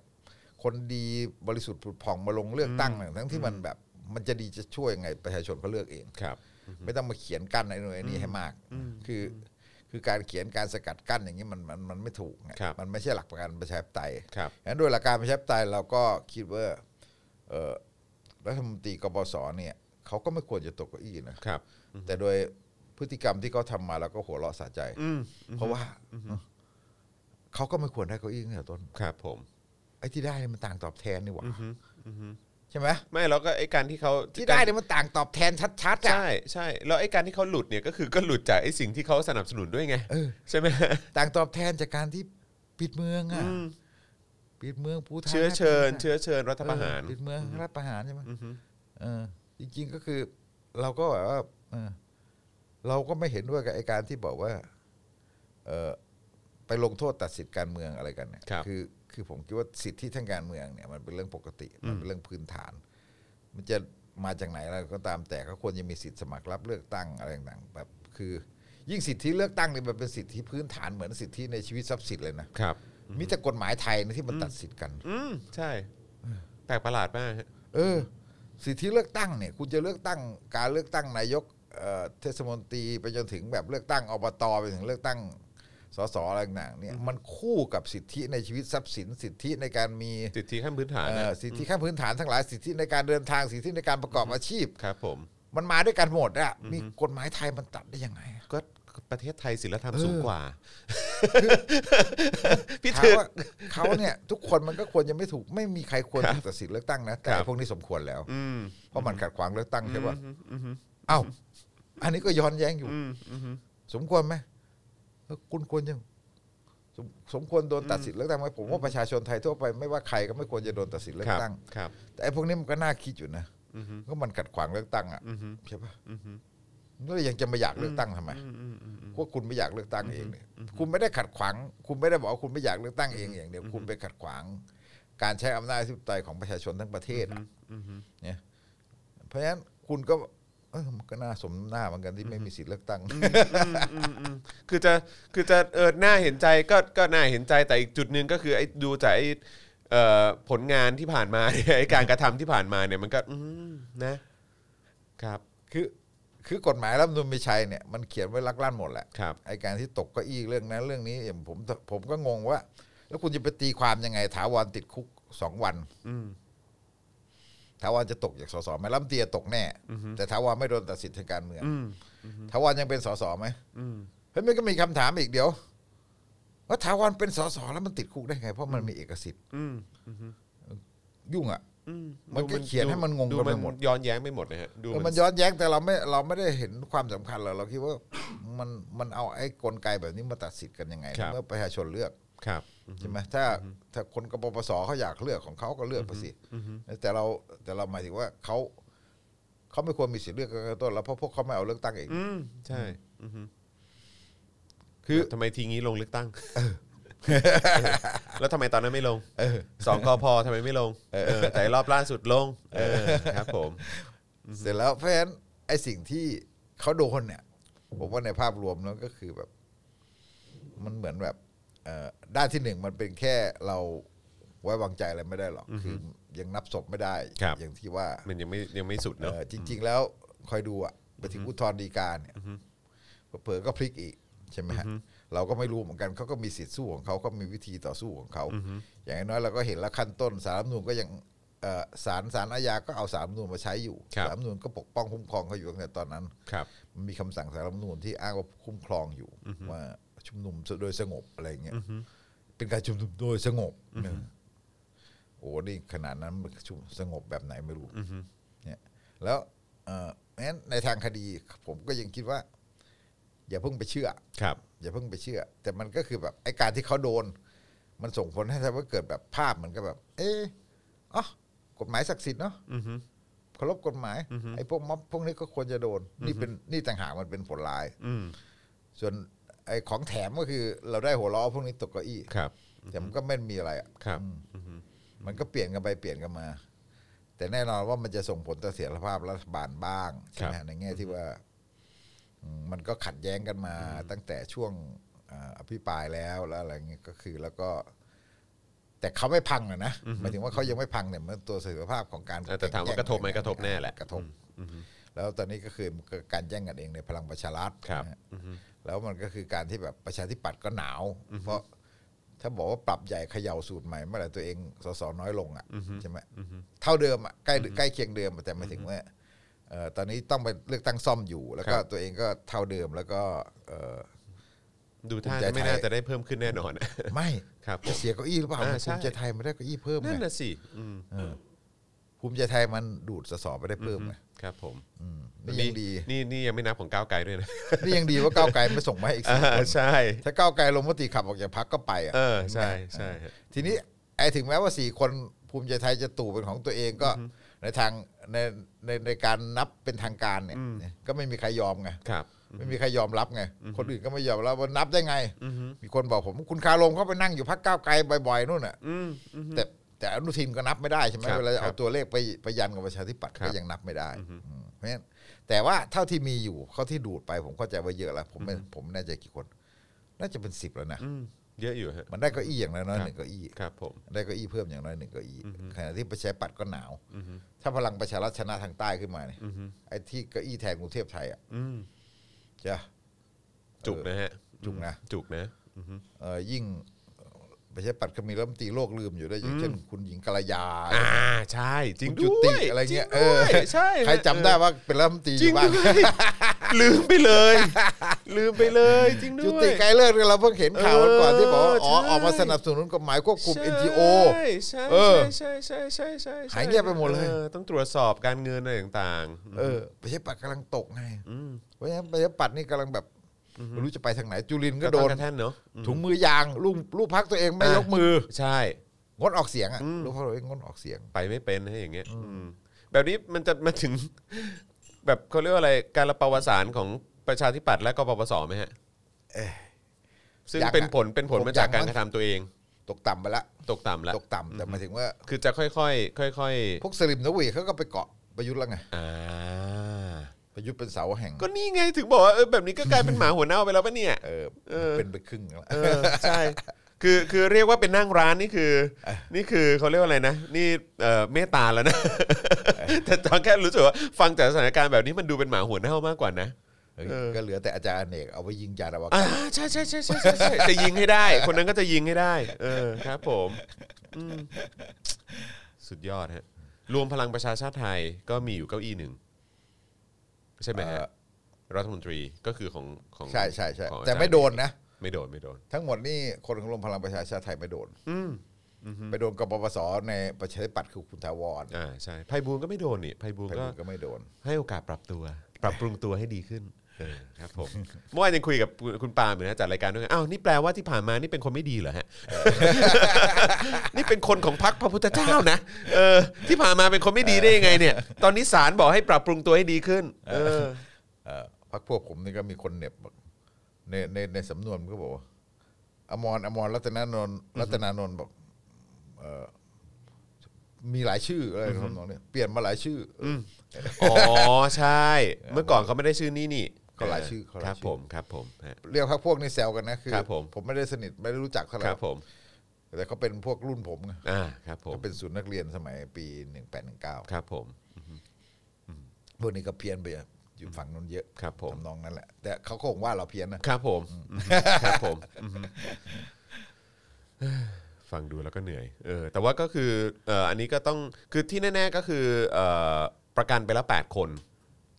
[SPEAKER 3] คนดีบริสุทธิ์ผุดผ่องมาลงเลือกตั้งหน่อยทั้งที่มันแบบ มันจะดีจะช่วยยังไงประชาชนเขาเลือกเอง
[SPEAKER 2] ครับ
[SPEAKER 3] ไม่ต้องมาเขียนกั้นไอ้หน่วยนี้ให้มาก คือ คือการเขียนการสกัดกั้นอย่างนี้มันมันมันไม่ถูกไง
[SPEAKER 2] ครับ
[SPEAKER 3] มันไม่ใช่หลักประกันประชาธิปไตย
[SPEAKER 2] ครับ
[SPEAKER 3] งั้นโดยหลักการประชาธิปไตยเราก็คิดว่าเอ่อรัฐมนตรีกบสเนี่ยเขาก็ไม่ควรจะตกเก้าอี้นะ
[SPEAKER 2] ครับ
[SPEAKER 3] แต่โดยพฤติกรรมที่เขาทำมาเราก็หัวเราะสะใจ
[SPEAKER 2] อืม
[SPEAKER 3] เพราะว่าเขาก็ไม่ควรได้เก้าอี้ตั้งแต่ต้น
[SPEAKER 2] ครับผม
[SPEAKER 3] ไอ้ที่ได้เนี่ยมันต่างตอบแทนนี่หว่าใช่ไหม
[SPEAKER 2] ไม่แล้วก็ไอ้การที่เขา
[SPEAKER 3] ที่ได้เนี่ยมันต่างตอบแทนชัดๆอะ
[SPEAKER 2] ใช่ใช่แล้วไอ้การที่เขาหลุดเนี่ยก็คือก็หลุดจากไอ้สิ่งที่เขาสนับสนุนด้วยไง
[SPEAKER 3] เออ
[SPEAKER 2] ใช่ไหม
[SPEAKER 3] ต่างตอบแทนจากการที่ปิดเมืองอะ
[SPEAKER 2] อืม
[SPEAKER 3] ปิดเมืองปูทาง
[SPEAKER 2] เชื้อเชิญ
[SPEAKER 3] ให้ป็น
[SPEAKER 2] เชื้อเชิญรัฐประหาร
[SPEAKER 3] เออปิดเมืองรัฐประหารใช่ไหมเออ จริง ๆก็คือ เราก็แบบว่าเออเราก็ไม่เห็นด้วยกับไอ้การที่บอกว่า เออไปลงโทษตัดสิทธิการเมืองอะไรกันเนี่ย
[SPEAKER 2] ครับ
[SPEAKER 3] อคือผมคิดว่าสิทธิทางการเมืองเนี่ยมันเป็นเรื่องปกติ มันเป็นเรื่องพื้นฐาน มันจะมาจากไหนอะไรก็ตามแต่ก็ควรจะมีสิทธิสมัครรับเลือกตั้งอะไรต่างๆแบบ คือ ยิ่งสิทธิเลือกตั้งเนี่ยมันเป็นสิทธิพื้นฐานเหมือนสิทธิในชีวิตทรัพย์สินเลยนะครับ มีแต่กฎหมายไทยนะที่มันตัดสิทธิกัน
[SPEAKER 2] อืมใช่ แปลกประหลาดมากฮะ
[SPEAKER 3] เออ สิทธิเลือกตั้งเนี่ย คุณจะเลือกตั้งการเลือกตั้งนายกเอ่อเทศมนตรีไปจนถึงแบบเลือกตั้งอบตไปถึงเลือกตั้งสสอะไรต่างๆเนี่ยมันคู่กับสิทธิในชีวิตทรัพย์สิน สิทธิในการมี
[SPEAKER 2] สิทธิขั้นพื้นฐาน
[SPEAKER 3] เอ่
[SPEAKER 2] นะ
[SPEAKER 3] อสิทธิขั้นพื้นฐานทั้งหลายสิทธิในการเดินทางสิทธิในการประกอบอาชีพ
[SPEAKER 2] ครับ ผม
[SPEAKER 3] มันมาด้วยกันหมดอะมีกฎหมายไทยมันตัดได้ยังไงอะ
[SPEAKER 2] ก็ประเทศไทยศิลธรรมสูงกว่า พี่
[SPEAKER 3] ถาม
[SPEAKER 2] ถึก
[SPEAKER 3] ว่าเขาเนี่ย ทุกคนมันก็ควรจะไม่ถูกไม่มีใครควรถูกตัดสินเลือกตั้งนะแต่
[SPEAKER 2] ครับ
[SPEAKER 3] ไอ้พวกนี้สมควรแล้ว
[SPEAKER 2] อืม
[SPEAKER 3] เพราะมันขัดขวางเลือกตั้งใช่ป่ะ
[SPEAKER 2] อืมอืม
[SPEAKER 3] เอ้าอันนี้ก็ย้อนแย้งอยู่
[SPEAKER 2] อืมอืม
[SPEAKER 3] สมควรไหมเออคุณควรยังสมสมควรโดนตัดสิทธิ์เลือกตั้งไหมผมว่าประชาชนไทยทั่วไปไม่ว่าใครก็ไม่ควรจะโดนตัดสิทธิ์เลือกตั้ง
[SPEAKER 2] ครับ
[SPEAKER 3] แต่ไอ้พวกนี้มันก็น่าคิดอยู่นะก็มันขัดขวางเลือกตั้งอ่ะ
[SPEAKER 2] อืม
[SPEAKER 3] ใช่ปะ
[SPEAKER 2] อืม
[SPEAKER 3] แล้วยังจะมาอยากเลือกตั้งทำไม
[SPEAKER 2] อืมอืม
[SPEAKER 3] พวกคุณไม่อยากเลือกตั้งเองเนี่ยคุณไม่ได้ขัดขวาง คุณไม่ได้บอกว่าคุณไม่อยากเลือกตั้งเองอย่างเดียวคุณไปขัดขวาง การใช้อำนาจอธิปไตยของประชาชนทั้งประเทศอะ
[SPEAKER 2] อืม
[SPEAKER 3] เนี่ยเพราะฉะนั้นคุณก็เออมันก็น่าสมน้ำหน้าเหมือนกันที่ไม่มีสิทธิ์เลือกตั้ง
[SPEAKER 2] คือจะคือจะเออหน้าเห็นใจก็ก็น่าเห็นใจแต่อีกจุดหนึ่งก็คือไอ้ดูจากไอ้เอ่อผลงานที่ผ่านมาเนี่ยไอ้ การกระทำที่ผ่านมาเนี่ยมันก็อืมนะครับ
[SPEAKER 3] คือคือกฎหมายรัฐธรรมนูลมีชัยเนี่ยมันเขียนไว้ลักลั่นหมดแหละ
[SPEAKER 2] ครับ
[SPEAKER 3] ไอการที่ตกเก็อี้เรื่องนั้นเรื่องนี้อย่างผมผมก็งงว่า แล้วคุณจะไปตีความยังไง ถาวรติดคุกสองวัน
[SPEAKER 2] อืม
[SPEAKER 3] ถาวรจะตกจากสสไหมรัฐมนตรีจะตกแน่ แต่ถาวรไม่โดนตัดสิทธิ์ทางการเมือง
[SPEAKER 2] อืม
[SPEAKER 3] ถาวรยังเป็นสสไหม
[SPEAKER 2] อืม
[SPEAKER 3] เฮ้ยมันก็มีคำถามอีกเดี๋ยวว่าถาวรเป็นสสแล้วมันติดคุกได้ไง เพราะมันมีเอกสิทธิ์
[SPEAKER 2] อืม
[SPEAKER 3] ยุ่งอ่ะ
[SPEAKER 2] อืม
[SPEAKER 3] มันก็เขียนให้มันงงกันไปหมด
[SPEAKER 2] ย้อนแย้งไปหมดนะฮะดู
[SPEAKER 3] เออมันย้อนแย้งแต่เราไม่เราไม่ได้เห็นความสำคัญหรอกเราคิดว่ามันมันเอาไอ้กลไกแบบนี้มาตัดสิทธิ์กันยังไง
[SPEAKER 2] ครับ
[SPEAKER 3] เมื่อประชาชนเลือก
[SPEAKER 2] ครับ
[SPEAKER 3] ใช่ไหมถ้าถ้าคนกบปปสเขาอยากเลือกของเขาก็เลือกไปสิแต่เราแต่เราหมายถึงว่าเขาเขาไม่ควรมีสิทธิ์เลือกกันตั้งแต่ต้นแล้วเพราะพวกเขาไม่เอาเลือกตั้งเอง
[SPEAKER 2] อืมใช่อืม
[SPEAKER 3] คือ
[SPEAKER 2] ทำไมทีงี้ลงเลือกตั้ง แล้วทำไมตอนนั้นไม่ลงสองกพทำไมไม่ลงเออแต่รอบล่าสุดลงเออครับผม
[SPEAKER 3] เสร็จแล้วเพราะฉะนั้นไอ้สิ่งที่เขาโดนเนี่ย ผมว่าในภาพรวมแล้วก็คือแบบ มันเหมือนแบบเอ่อด้านที่หนึ่งมันเป็นแค่เราไว้วางใจอะไรไม่ได้หรอกคือยังนับศพไม่ได้
[SPEAKER 2] ครับ
[SPEAKER 3] อย่างที่ว่า
[SPEAKER 2] มันยังไม่ยังไม่สุดเนอะ
[SPEAKER 3] เออจริง ๆ แล้วคอยดูอ่ะไปถึงอุทธรณ์ฎีกาเนี่ยเผลอๆก็พลิกอีกใช่ไหมฮะเราก็ไม่รู้เหมือนกันเขาก็มีสิทธิสู้ของเขาก็มีวิธีต่อสู้ของเขาอย่างน้อยเราก็เห็นแล้วขั้นต้นสารรัฐธรรมนูนก็ยังเอ่อศาลศาลอาญาก็เอาสารรัฐธรรมนูนมาใช้อยู่
[SPEAKER 2] ครับ
[SPEAKER 3] สารรัฐธรรมนูนก็ปกป้องคุ้มครองเขาอยู่ตั้งแต่ตอนนั้น
[SPEAKER 2] ครับ
[SPEAKER 3] มันมีคำสั่งสารรัฐธรรมนูญที่อ้างว่าคุ้มครองอยู่ ว่าชุมนุมโดยสงบอะไรเงี้ยเป็นการชุมนุมโดยสงบโอ้นี่ขนาดนั้นมันชุมสงบแบบไหนไม่รู้เนี่ย แล้วเอ่องั้นในทางคดี ผมก็ยังคิดว่า อย่าเพิ่งไปเชื่อ
[SPEAKER 2] ครับ
[SPEAKER 3] อย่าเพิ่งไปเชื่อ แต่มันก็คือแบบไอ้การที่เขาโดน มันส่งผลให้ทำให้เกิดแบบภาพเหมือนกับแบบ เอออ๋อกฎหมายศักดิ์สิทธิ์เนาะเคารพกฎหมายไอ้พวกม็อบพวกนี้ก็ควรจะโดน นี่เป็นนี่ต่างหากมันเป็นผลร้าย
[SPEAKER 2] อืม
[SPEAKER 3] ส่วนไอ้ของแถมก็คือ เราได้หัวล้อพวกนี้ตกเก้าอี้
[SPEAKER 2] ครับ
[SPEAKER 3] แต่มันก็ไม่มีอะไรอะ
[SPEAKER 2] ครับ
[SPEAKER 3] อืมมันก็เปลี่ยนกันไปเปลี่ยนกันมา แต่แน่นอนว่ามันจะส่งผลต่อเสถียรภาพรัฐบาลบ้างใช่ไหม
[SPEAKER 2] ครับ
[SPEAKER 3] ในแง่ที่ว่าอืมมันก็ขัดแย้งกันมาตั้งแต่ช่วงอ่าอภิปรายแล้วแล้วอะไรเงี้ยก็คือ แล้วก็ แต่เขาไม่พังอะนะหมายถึงว่าเขายังไม่พังเนี่ยมันตัวเสถียรภาพของการ
[SPEAKER 2] เออแต่ถามว่ากระทบไหมกระทบแน่แหละ
[SPEAKER 3] กระทบ แล้วตอนนี้ก็คือการแย่งกันเองในพลังประชารัฐ
[SPEAKER 2] ครับ
[SPEAKER 3] นะฮะ แล้วมันก็คือการที่แบบประชาธิปัตย์ก็หนาว เพราะถ้าบอกว่าปรับใหญ่เขย่าสูตรใหม่เมื่อไหร่ตัวเองสสน้อยลงอ่ะใช่ไหมเท่าเดิมอ่ะใกล้ใกล้เคียงเดิมแต่หมายถึงว่าเอ่อตอนนี้ต้องไปเลือกตั้งซ่อมอยู่ แล้ว
[SPEAKER 2] ค
[SPEAKER 3] ก็
[SPEAKER 2] รับ
[SPEAKER 3] ตัวเองก็เท่าเดิมแล้วก็เอ่อ
[SPEAKER 2] ดูท่า
[SPEAKER 3] ภูมิใจ
[SPEAKER 2] จะไม่น่า
[SPEAKER 3] ไทย
[SPEAKER 2] จะได้เพิ่มขึ้นแน่น อน
[SPEAKER 3] ไม่
[SPEAKER 2] ครับ
[SPEAKER 3] จะเสียเก้าอี้หรือเปล่า
[SPEAKER 2] อ่าใช่
[SPEAKER 3] ภูมิใจไทยมันได้เก้าอี้เพิ่ม
[SPEAKER 2] นั่
[SPEAKER 3] ไง
[SPEAKER 2] นน่ะสิอืม
[SPEAKER 3] เออภูมิใจไทยมันดูดสสไปได้เพิ่มไง
[SPEAKER 2] ครับผม
[SPEAKER 3] อืมนี่ยังดี
[SPEAKER 2] นี่นี่ยังไม่นับของก้าวไกลด้วยนะ
[SPEAKER 3] นี่ยังดีว่าก้าวไกลไม่ส่งมาให้อีกสิบคน
[SPEAKER 2] ใช่
[SPEAKER 3] ถ้าก้าวไกลลงมติขับออกจากพักก็ไปอ่ะ
[SPEAKER 2] เออใช่ใช่ฮะ
[SPEAKER 3] ทีนี้ไอ้ถึงแม้ว่าสี่คนภูมิใจไทยจะตู่เป็นของตัวเองก็ในทางในในในการนับเป็นทางการเนี่ย ก็ไม่มีใครยอมไง
[SPEAKER 2] ครับ
[SPEAKER 3] ไม่มีใครยอมรับไงคนอื่นก็ไม่ยอมรับว่านับได้ไง มีคนบอกผมคุณคารมเขาไปนั่งอยู่พักก้าวไกลบ่อยๆนู่นน่ะ
[SPEAKER 2] อืมอืม
[SPEAKER 3] แต่แต่อนุทินก็นับไม่ได้ใช่ไหม
[SPEAKER 2] ครับ
[SPEAKER 3] เวลา
[SPEAKER 2] ครั
[SPEAKER 3] เอา
[SPEAKER 2] บ
[SPEAKER 3] ตัวเลขไปไปยันกับประชาธิปัตย์
[SPEAKER 2] ครั
[SPEAKER 3] ก็
[SPEAKER 2] บ
[SPEAKER 3] ยังนับไม่ได้อืมเพราะฉะนั้นแต่ว่าเท่าที่มีอยู่เขาที่ดูดไปผมเข้าใจว่าเยอะแล้วผมไม่ผมไม่แน่ใจกี่คน น่าจะเป็นสิบแล้วนะ
[SPEAKER 2] อืมเยอะอยู่ฮะ
[SPEAKER 3] มันได้เก็อี้อย่างน้อย
[SPEAKER 2] ครั
[SPEAKER 3] ๆ
[SPEAKER 2] บ
[SPEAKER 3] หนึ่งเก็อี้
[SPEAKER 2] ครับผม
[SPEAKER 3] ได้เก้าอี้เพิ่มอย่างน้อยหนึ่งเก้าอี้ขณะที่ประชาธิปัตย์ก็หนาวถ้าพลังประชารัฐชนะทางใต้ขึ้นมาเนี่ยไอ้ที่เก้าอี้แทนกรุงเทพไทยอ่ะ
[SPEAKER 2] อืม
[SPEAKER 3] จะ
[SPEAKER 2] จุกนะฮะ
[SPEAKER 3] จุกนะ
[SPEAKER 2] จุกนะ
[SPEAKER 3] เอ่อยิ่งเอ่อประชาธิปัตย์ก็มีรัฐมนตรีโลกลืมอยู่ด้วยอย่างเช่น คุณหญิงกัลยา
[SPEAKER 2] อ่าใช่จริง
[SPEAKER 3] คุณ
[SPEAKER 2] ด้
[SPEAKER 3] จุ
[SPEAKER 2] วย
[SPEAKER 3] ติอะไรเงี้ย
[SPEAKER 2] จริด้วยใช่
[SPEAKER 3] ใครจำได้ว่าเป็นรัฐมนตรีอ
[SPEAKER 2] จริง
[SPEAKER 3] ยู่
[SPEAKER 2] ด้
[SPEAKER 3] บ้าง
[SPEAKER 2] ว ยลืมไปเลย ลืมไปเลย จริงด้วย
[SPEAKER 3] จุติไกลเลิกเนี่ยเราเพิ่งเห็นข่าววันก่อนที่บอกว่าอ๋อ
[SPEAKER 2] เออใช่
[SPEAKER 3] ออกมาสนับสนุนกฎหมายควบคุม NGO
[SPEAKER 2] ใช่ใช่
[SPEAKER 3] เออ
[SPEAKER 2] ใช่ใช่ใช่ใช่ใช่
[SPEAKER 3] หายเงียบไปหมดเลย
[SPEAKER 2] ออต้องตรวจสอบการเงินอะไรต่างๆ
[SPEAKER 3] เออประชาธิปัตย์กำลังตกไงเพราะฉะนั้นประชาธิปัตย์นี่กำลังแบบไม่รู้จะไปทางไหนจุลินทร์ก็
[SPEAKER 2] ก็โด
[SPEAKER 3] โด
[SPEAKER 2] น
[SPEAKER 3] น
[SPEAKER 2] กระแท่นเนาะ
[SPEAKER 3] ถุงมือยางลูกลูกพักตัวเองไม่ยกมือ
[SPEAKER 2] ใช่
[SPEAKER 3] งดออกเสียงอ่ะลูกพักตัวเองงดออกเสียง
[SPEAKER 2] ไปไม่เป็นให้อย่างเงี้ยอืมแบบนี้มันจะมาถึง แบบเขาเรียกว่าอะไรการละประวัติศาสตร์ของประชาธิปัตย์และกปปสไหมฮะซึ่ง
[SPEAKER 3] ยังอะ
[SPEAKER 2] เป็นผลเป็นผล
[SPEAKER 3] ผม
[SPEAKER 2] มาจากการ
[SPEAKER 3] ยังมั้ง
[SPEAKER 2] กระทำตัวเอง
[SPEAKER 3] ตกต่ำไปละ
[SPEAKER 2] ตกต่ำแล้ว
[SPEAKER 3] ตกต่ำแต่หมายถึงว่า
[SPEAKER 2] คือจะค่อยๆค่อย
[SPEAKER 3] พวกสลิมนวีเขาก็ไปเกาะประยุทธ์แล้วไง
[SPEAKER 2] ๆอ่า
[SPEAKER 3] ประยุทธ์เป็นเสาแห่ง
[SPEAKER 2] ก็นี่ไงถึงบอกว่าเออแบบนี้ก็กลายเป็นหมาหัวเน่าไปแล้วปะเนี่ย
[SPEAKER 3] เออ
[SPEAKER 2] เออ
[SPEAKER 3] เป็นไปครึ่งแล้ว
[SPEAKER 2] เออใช่ คือคือเรียกว่าเป็นนั่งร้านนี่คือ นี่คือเขาเรียกว่าอะไรนะ นี่เอ่อเมตตาแล้วนะ แต่ตอนแค่รู้สึกว่าฟังจากสถานการณ์แบบนี้มันดูเป็นหมาหัวเน่ามากกว่านะ
[SPEAKER 3] เออ
[SPEAKER 2] เออ
[SPEAKER 3] ก็เหลือแต่อาจารย์อเนกเอาไว้ยิงยานอวกาศ
[SPEAKER 2] อ่าใช่ใช่ใช่ใช่ใช่ใช่จะยิงให้ได้ คนนั้นก็จะยิงให้ได้ เออครับผมอืมสุดยอดฮะรวมพลังประชาชาติไทยก็มีอยู่เก้าอี้หนึ่งใช่ไหมฮะรัฐมนตรีก็คือของของ
[SPEAKER 3] ใช่ใช่ใช่
[SPEAKER 2] ของอาจารย์
[SPEAKER 3] แต่ไม่โดนนะ
[SPEAKER 2] ไม่โดนไม่โดน
[SPEAKER 3] ทั้งหมดนี่คนของรวมพลังประชาชาติไทยไม่โดน
[SPEAKER 2] อืม
[SPEAKER 3] ไปโดนกบปสในประชาธิปัตย์คือคุณถาวร
[SPEAKER 2] อ่าใช่ไพบูลย์ก็ไม่โดนนี่ไพบูลย์
[SPEAKER 3] ไป
[SPEAKER 2] ก็
[SPEAKER 3] ดูก็ไม่โดน
[SPEAKER 2] ให้โอกาสปรับ ตัว ปรับปรุงตัวให้ดีขึ้นเออครับผม เมื่อวานยังคุยกับคุณคุณปาล์มอยู่นะจัดรายการด้วยกันอ้าวนี่แปลว่าที่ผ่านมานี่เป็นคนไม่ดีเหรอ ฮะ นี่เป็นคนของพรรคพระพุทธเจ้านะเออ ที่ผ่านมาเป็นคนไม่ดีได้ยังไงเนี่ย ตอนนี้ศาลบอกให้ปรับปรุงตัวให้ดีขึ้น เออ
[SPEAKER 3] เออพักพวกผมนี่ก็มีคนเหน็บบอก ในในในสำนวนมันก็บอกว่าอมรอมรรัตนานนท์รัตนานนท์บอกเอ่อมีหลายชื่ออะไรทำนองเนี้ยเปลี่ยนมาหลายชื่ออ
[SPEAKER 2] อ๋อใช่ เมื่อก่อนเขาไม่ได้ชื่อนี่นี่
[SPEAKER 3] เขาหลายชื่อเขาห
[SPEAKER 2] ค
[SPEAKER 3] ลาย
[SPEAKER 2] รั
[SPEAKER 3] ชื่อ
[SPEAKER 2] บผมครับผมฮะ
[SPEAKER 3] เรียกพักพวกนี่แซวกันนะคือ
[SPEAKER 2] ครับผม
[SPEAKER 3] ผมไม่ได้สนิทไม่ได้รู้จักเท่าไห
[SPEAKER 2] ค
[SPEAKER 3] ร่
[SPEAKER 2] รับผม
[SPEAKER 3] แต่เขาเป็นพวกรุ่นผมไง
[SPEAKER 2] อ่าครับผม
[SPEAKER 3] เขาเป็นศูนย์นักเรียนสมัยปีหนึ่งแปดหนึ่งเก้า
[SPEAKER 2] ครับผม
[SPEAKER 3] พวกนี้ก็เพี้ยนไปอยู่ฝั่งนั้นเยอะ
[SPEAKER 2] ครับผม
[SPEAKER 3] ทำนองนั้นแหละ แต่เขาก็คงว่าเราเพี้ยนนะครับ
[SPEAKER 2] ผมครับผมอือฮึฟังดูแล้วก็เหนื่อย เออ แต่ว่าก็คือเอ่ออันนี้ก็ต้องคือที่แน่ ๆก็คือเอ่อประกันไปแล้ว 8 คน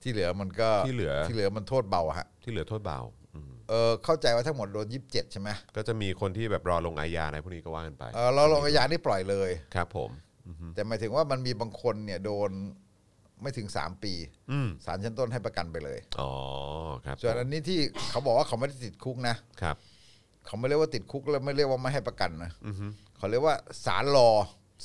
[SPEAKER 3] ที่เหลือมันก็
[SPEAKER 2] ที่เหลือ
[SPEAKER 3] ที่เหลือมันโทษเบาอะฮะ
[SPEAKER 2] ที่เหลือโทษเบาอืม
[SPEAKER 3] เออเข้าใจว่าทั้งหมดโดนยี่สิบเจ็ดใช่ไหม
[SPEAKER 2] ก็จะมีคนที่แบบรอลงอาญาอะไรพวกนี้ก็ว่ากันไป
[SPEAKER 3] เออเราลงอาญานี่ปล่อยเลย
[SPEAKER 2] ครับผม
[SPEAKER 3] แต่หมายถึงว่ามันมีบางคนเนี่ยโดนไม่ถึงสามปี
[SPEAKER 2] อืม
[SPEAKER 3] ศาลชั้นต้นให้ประกันไปเลย
[SPEAKER 2] อ๋อครับ
[SPEAKER 3] ส่วนอันนี้ที่เขาบอกว่าเขาไม่ได้ติดคุกนะ
[SPEAKER 2] ครับ
[SPEAKER 3] เขาไม่เรียกว่าติดคุกแล้วไม่เรียกว่าไม่ให้ประกันนะ
[SPEAKER 2] อือฮึ
[SPEAKER 3] เขาเรียกว่าศาลรอ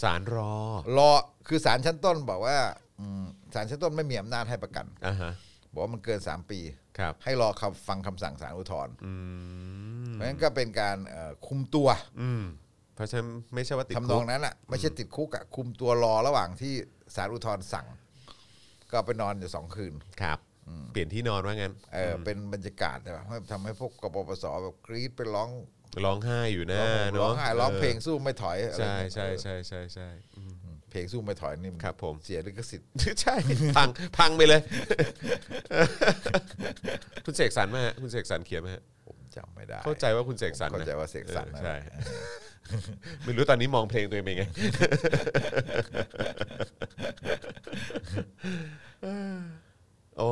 [SPEAKER 2] สารรอ
[SPEAKER 3] รอคือศาลชั้นต้นบอกว่าอืมศาลชั้นต้นไม่มีอำนาจให้ประกัน
[SPEAKER 2] อ่าฮะ
[SPEAKER 3] บอกว่ามันเกิน 3 ปี
[SPEAKER 2] ครับ
[SPEAKER 3] ให้รอคำฟังคำสั่งศาลอุทธรณ์
[SPEAKER 2] อืม
[SPEAKER 3] เพราะฉะนั้นก็เป็นการเอ่อคุมตัว
[SPEAKER 2] อืมเพราะฉะนั้นไม่ใช่ว่าติด
[SPEAKER 3] ทำน
[SPEAKER 2] คุ
[SPEAKER 3] อก งนั้นอ่ะไม่ใช่ติดคุกอ่ะคุมตัวรอระหว่างที่ศาลอุทธรณ์สั่ง ก็ไปนอนอยู่สองคืน
[SPEAKER 2] ครับ เปลี่ยนที่นอนว่างั้น
[SPEAKER 3] เออเป็นบรรยากาศแบบให้ทำให้พวกกปปสแบบกรี๊ดไปร้อง
[SPEAKER 2] ร้องไห้อยู่นะเนะ
[SPEAKER 3] ร้องห่มร้องไห้ร้องเพลงสู้ไม่ถอยอะไร
[SPEAKER 2] ใช่
[SPEAKER 3] เงี้ย
[SPEAKER 2] ใช่
[SPEAKER 3] เออ
[SPEAKER 2] ใช่ใช่ใช่อืม
[SPEAKER 3] เพลงสู้ไม่ถอยนี่
[SPEAKER 2] ครับผม
[SPEAKER 3] เสียลิขสิทธิ์
[SPEAKER 2] ใช่ พังพังไปเลย คุณเสกสรรมาฮะคุณเสกสรรเขียนมาฮะ
[SPEAKER 3] ผมจำไม่ได้
[SPEAKER 2] เข้าใจว่าคุณเสกสรรนะ
[SPEAKER 3] เข้าใจว่าเสกสรร
[SPEAKER 2] ออ
[SPEAKER 3] นะ
[SPEAKER 2] ใช่ ไม่รู้ตอนนี้มองเพลงตัวเองเป็น ไง โอ้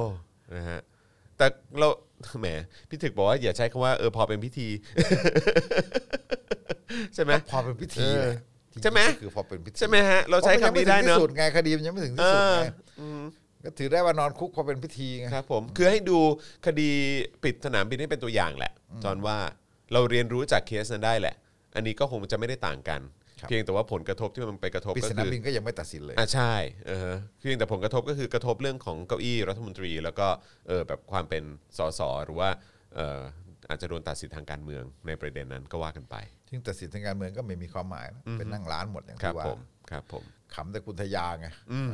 [SPEAKER 2] นะฮะแต่เราแหมพี่ถึกบอกว่าอย่าใช้คำว่าเออพอเป็นพิธี ใช่ไหม
[SPEAKER 3] พอเป็นพิธี
[SPEAKER 2] เออ
[SPEAKER 3] เนี่ย
[SPEAKER 2] ใช่ไหม
[SPEAKER 3] จริงๆก็คือพอเป็นพิธี
[SPEAKER 2] ใช่ไหมฮะ เราใช้คำนี้ได้เนอะ
[SPEAKER 3] พมัยังม่ถึงที่สุดไงคดีมันยั
[SPEAKER 2] เอ
[SPEAKER 3] งไม่ถึงที่สุด
[SPEAKER 2] อ
[SPEAKER 3] ไงก็ถือได้ว่านอนคุกพอเป็นพิธีไง
[SPEAKER 2] ครับผมคือให้ดูคดีปิดสนามบินให้เป็นตัวอย่างแหละ จอนว่าเราเรียนรู้จากเคสนั้นได้แหละ อันนี้ก็คงจะไม่ได้ต่างกัน เพียงแต่ว่าผลกระทบที่มันไปกระทบ
[SPEAKER 3] ปิด
[SPEAKER 2] ก็
[SPEAKER 3] สนา
[SPEAKER 2] คื
[SPEAKER 3] ม
[SPEAKER 2] อ
[SPEAKER 3] บินก็ยังไม่ตัดสินเลย
[SPEAKER 2] อ่ะใช่เออเพียงแต่ผลกระทบก็คือกระทบเรื่องของเก้าอี้รัฐมนตรี แล้วก็เออแบบความเป็นสสหรือว่าเอออาจจะโดนตัดสิทธิ์ทางการเมืองในประเด็นนั้นก็ว่ากันไป
[SPEAKER 3] ซึ่งตัดสินทางการเมืองก็ไม่มีความหมายนะเป็นนั่งร้านหมดอย่าง
[SPEAKER 2] ครับ
[SPEAKER 3] ที่ว่า
[SPEAKER 2] ผมครับผม
[SPEAKER 3] ขำแต่คุณทยาไงเออ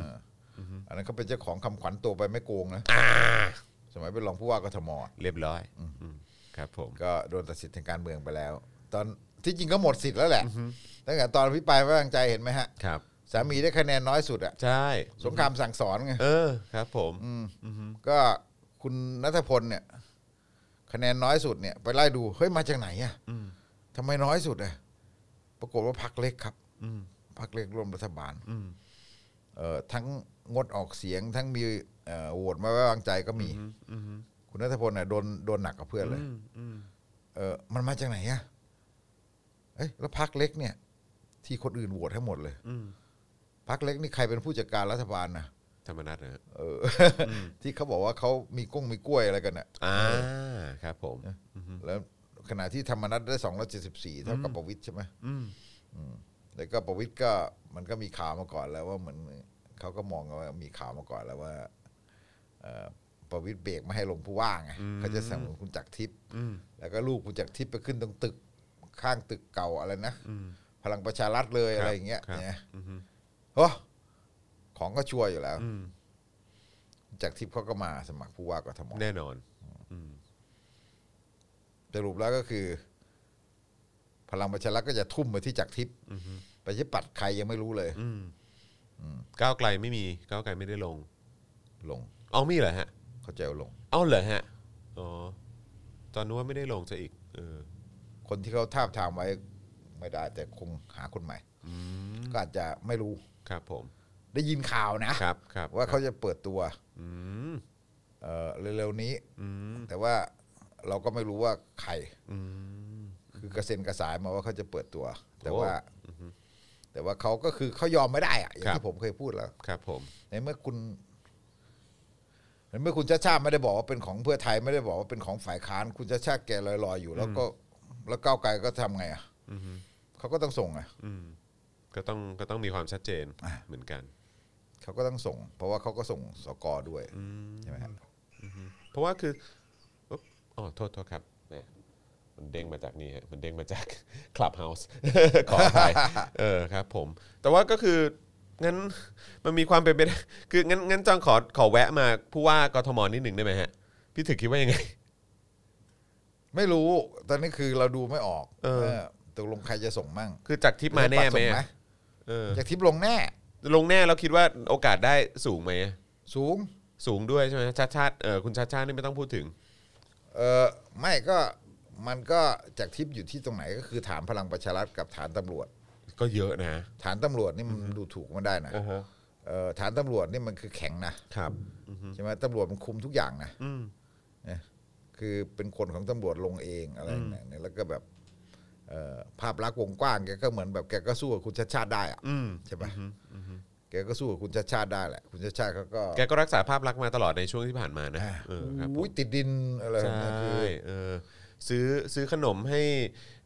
[SPEAKER 3] ออันนั้นเขาเป็นเจ้าของคำขวัญตัวไปไม่โกงนะสมัยเป็นรองผู้ว่ากทม
[SPEAKER 2] เรียบร้อยอืมครับผม
[SPEAKER 3] ก็โดนตัดสินทางการเมืองไปแล้ว ตอนที่จริงก็หมดสิทธิ์แล้วแหละตั้งแต่ตอนพิปรายไม่ไว้วางใจเห็นไหมฮะ
[SPEAKER 2] ครับ
[SPEAKER 3] สามีได้คะแนนน้อยสุดอะ
[SPEAKER 2] ใช่
[SPEAKER 3] สงครามสั่งสอนไง
[SPEAKER 2] เออครับผม
[SPEAKER 3] ก็คุณนัทพลเนี่ย คะแนนน้อยสุดเนี่ย ไปไล่ดูเฮ้ยมาจากไหนอะ่ะทำไมน้อยสุดอะ่ะปรากฏว่าพักเล็กครับพักเล็กร่วมรัฐบาลเอ่อทั้งงดออกเสียงทั้งมีเอ่อโหวตไม่ไว้วางใจก็มีคุณนัทพลเนี่ยโดนโดนหนักกว่าเพื่อนเลยเออมันมาจากไหนอะ่ะเอ้ยแล้วพักเล็กเนี่ย ที่คนอื่นโหวตให้หมดเลยพักเล็กนี่ใครเป็นผู้จัดการรัฐบาลนะ
[SPEAKER 2] ธรรมนัฐนะฮะ
[SPEAKER 3] เอ ออที่เขาบอกว่าเขามีกุ้งมีกล้วยอะไรกันน่ะ
[SPEAKER 2] อ่าครับผม
[SPEAKER 3] แล้วขณะที่ธรรมนัตได้สองร้อยเจ็ดสิบสี่เท่ากับประวิตยใช่ไหมอืมแล้วก็ประวิตยก็มันก็มีข่าวมาก่อนแล้วว่าเหมือนเขาก็มองกันว่ามีข่าวมาก่อนแล้วว่าเอ่อประวิตยเบรกไม่ให้ลงผู้ว่าไงเขาจะสนับสนุนคุณจักรทิพย์แล้วก็ลูกคุณจักรทิพย์ไปขึ้นตรงตึกข้างตึกเก่าอะไรนะพลังประชารัฐเลยอะไรอย่างเงี้ยเนี่ยโอ้ของก็ชัวร์อยู่แล้ว จากทิพย์เขาก็มาสมัครผู้ว่ากทม
[SPEAKER 2] แน่นอน
[SPEAKER 3] สรุปแล้วก็คือ พลังประชารัฐก็จะทุ่มไปที่จากทิพย์ประชาธิปัดใครยังไม่รู้เลย
[SPEAKER 2] ก้าวไกลไม่มีก้าวไกลไม่ได้ลง
[SPEAKER 3] ลง
[SPEAKER 2] เอามีเหรอฮะ
[SPEAKER 3] เขาใจะเอาลง
[SPEAKER 2] เอาเหรอฮะอ๋อจอนนึกว่าไม่ได้ลงจะอีกเออ
[SPEAKER 3] คนที่เขาทาบทามไว้ไม่ได้ แต่คงหาคนใหม่ก็อาจจะไม่รู้
[SPEAKER 2] ครับผม
[SPEAKER 3] ได้ยินข่าวนะครับ
[SPEAKER 2] ครับ
[SPEAKER 3] ว่าเขาจะเปิดตัว
[SPEAKER 2] อืม
[SPEAKER 3] เอ่อเร็วๆนี้
[SPEAKER 2] อืม
[SPEAKER 3] แต่ว่าเราก็ไม่รู้ว่าใคร
[SPEAKER 2] อืม
[SPEAKER 3] คือกระเซ็นกระสายมาว่าเขาจะเปิดตัว แต่
[SPEAKER 2] โอ้
[SPEAKER 3] ว่า แต่ว่าเขาก็คือเขายอมไม่ได้อะอย่าง
[SPEAKER 2] ครับ
[SPEAKER 3] ที่ผมเคยพูดแล้ว
[SPEAKER 2] ครับผม
[SPEAKER 3] ในเมื่อคุณในเมื่อคุณชาติชาติไม่ได้บอกว่าเป็นของเพื่อไทยไม่ได้บอกว่าเป็นของฝ่ายค้าน คุณชาติชาติแกลอยๆอยู่ แล้วก็ แล้วก้าวไกลก็ทำไงอ่ะเขาก็ต้องส่งอ่ะ
[SPEAKER 2] อืม ก็ต้องก็ต้องมีความชัดเจนเหมือนกัน
[SPEAKER 3] เขาก็ต้องส่ง เพราะว่าเขาก็ส่งสกด้วยใช่ไหมฮะ
[SPEAKER 2] เพราะว่าคืออุ๊บอ๋อโทษโทษครับ เนี่ยมันเด้งมาจากนี่ฮะมันเด้งมาจาก Clubhouse ขออภัยเออครับผม แต่ว่าก็คืองั้นมันมีความเป็นไปได้คืองั้นงั้นจองขอขอแวะมาผู้ว่ากทมนิดหนึ่งได้ไหมฮะ พี่ถึกคิดว่ายังไง
[SPEAKER 3] ไม่รู้ ตอนนี้คือเราดูไม่ออก
[SPEAKER 2] เออ
[SPEAKER 3] ตกลงใครจะส่งมั่ง
[SPEAKER 2] คือจากทิปมาแน่ไหม
[SPEAKER 3] ส่ง
[SPEAKER 2] อะเออ
[SPEAKER 3] จากทิพย์ลงแน่
[SPEAKER 2] ลงแน่เราคิดว่าโอกาสได้สูงไหมอะ
[SPEAKER 3] สูง
[SPEAKER 2] สูงด้วยใช่ไหมชาติชาติเออคุณชาติชาตินี่ไม่ต้องพูดถึง
[SPEAKER 3] เออไม่ก็มันก็จากทิพย์อยู่ที่ตรงไหนก็คือฐานพลังประชารัฐกับฐานตำรวจ
[SPEAKER 2] ก็เยอะนะ
[SPEAKER 3] ฐานตำรวจนี่มันดูถูกมันได้นะ
[SPEAKER 2] อ่าฮะ
[SPEAKER 3] เออฐานตำรวจนี่มันคือแข็งนะครับ ใช่ไหมตำรวจมันคุมทุกอย่างนะ
[SPEAKER 2] อืม
[SPEAKER 3] เนี่ยคือเป็นคนของตำรวจลงเองอะไรเนี่ยเนี่ยแล้วก็แบบเอ่อภาพลักษณ์วงกว้างแกก็เหมือนแบบแกก็สู้กับคุณชาติชาติได้อะ
[SPEAKER 2] อืม
[SPEAKER 3] ใช่ปะแกก็สู้กับคุณชาติชาติได้แหละ คุณชาติชาติเขาก็
[SPEAKER 2] แกก็รักษาภาพลักษณ์มาตลอดในช่วงที่ผ่านมานะ
[SPEAKER 3] อ่า
[SPEAKER 2] เออครับผม
[SPEAKER 3] อุ้ยติดดินอะไร
[SPEAKER 2] ใช
[SPEAKER 3] นะคื
[SPEAKER 2] ่
[SPEAKER 3] อ
[SPEAKER 2] เออซื้อซื้อขนมให้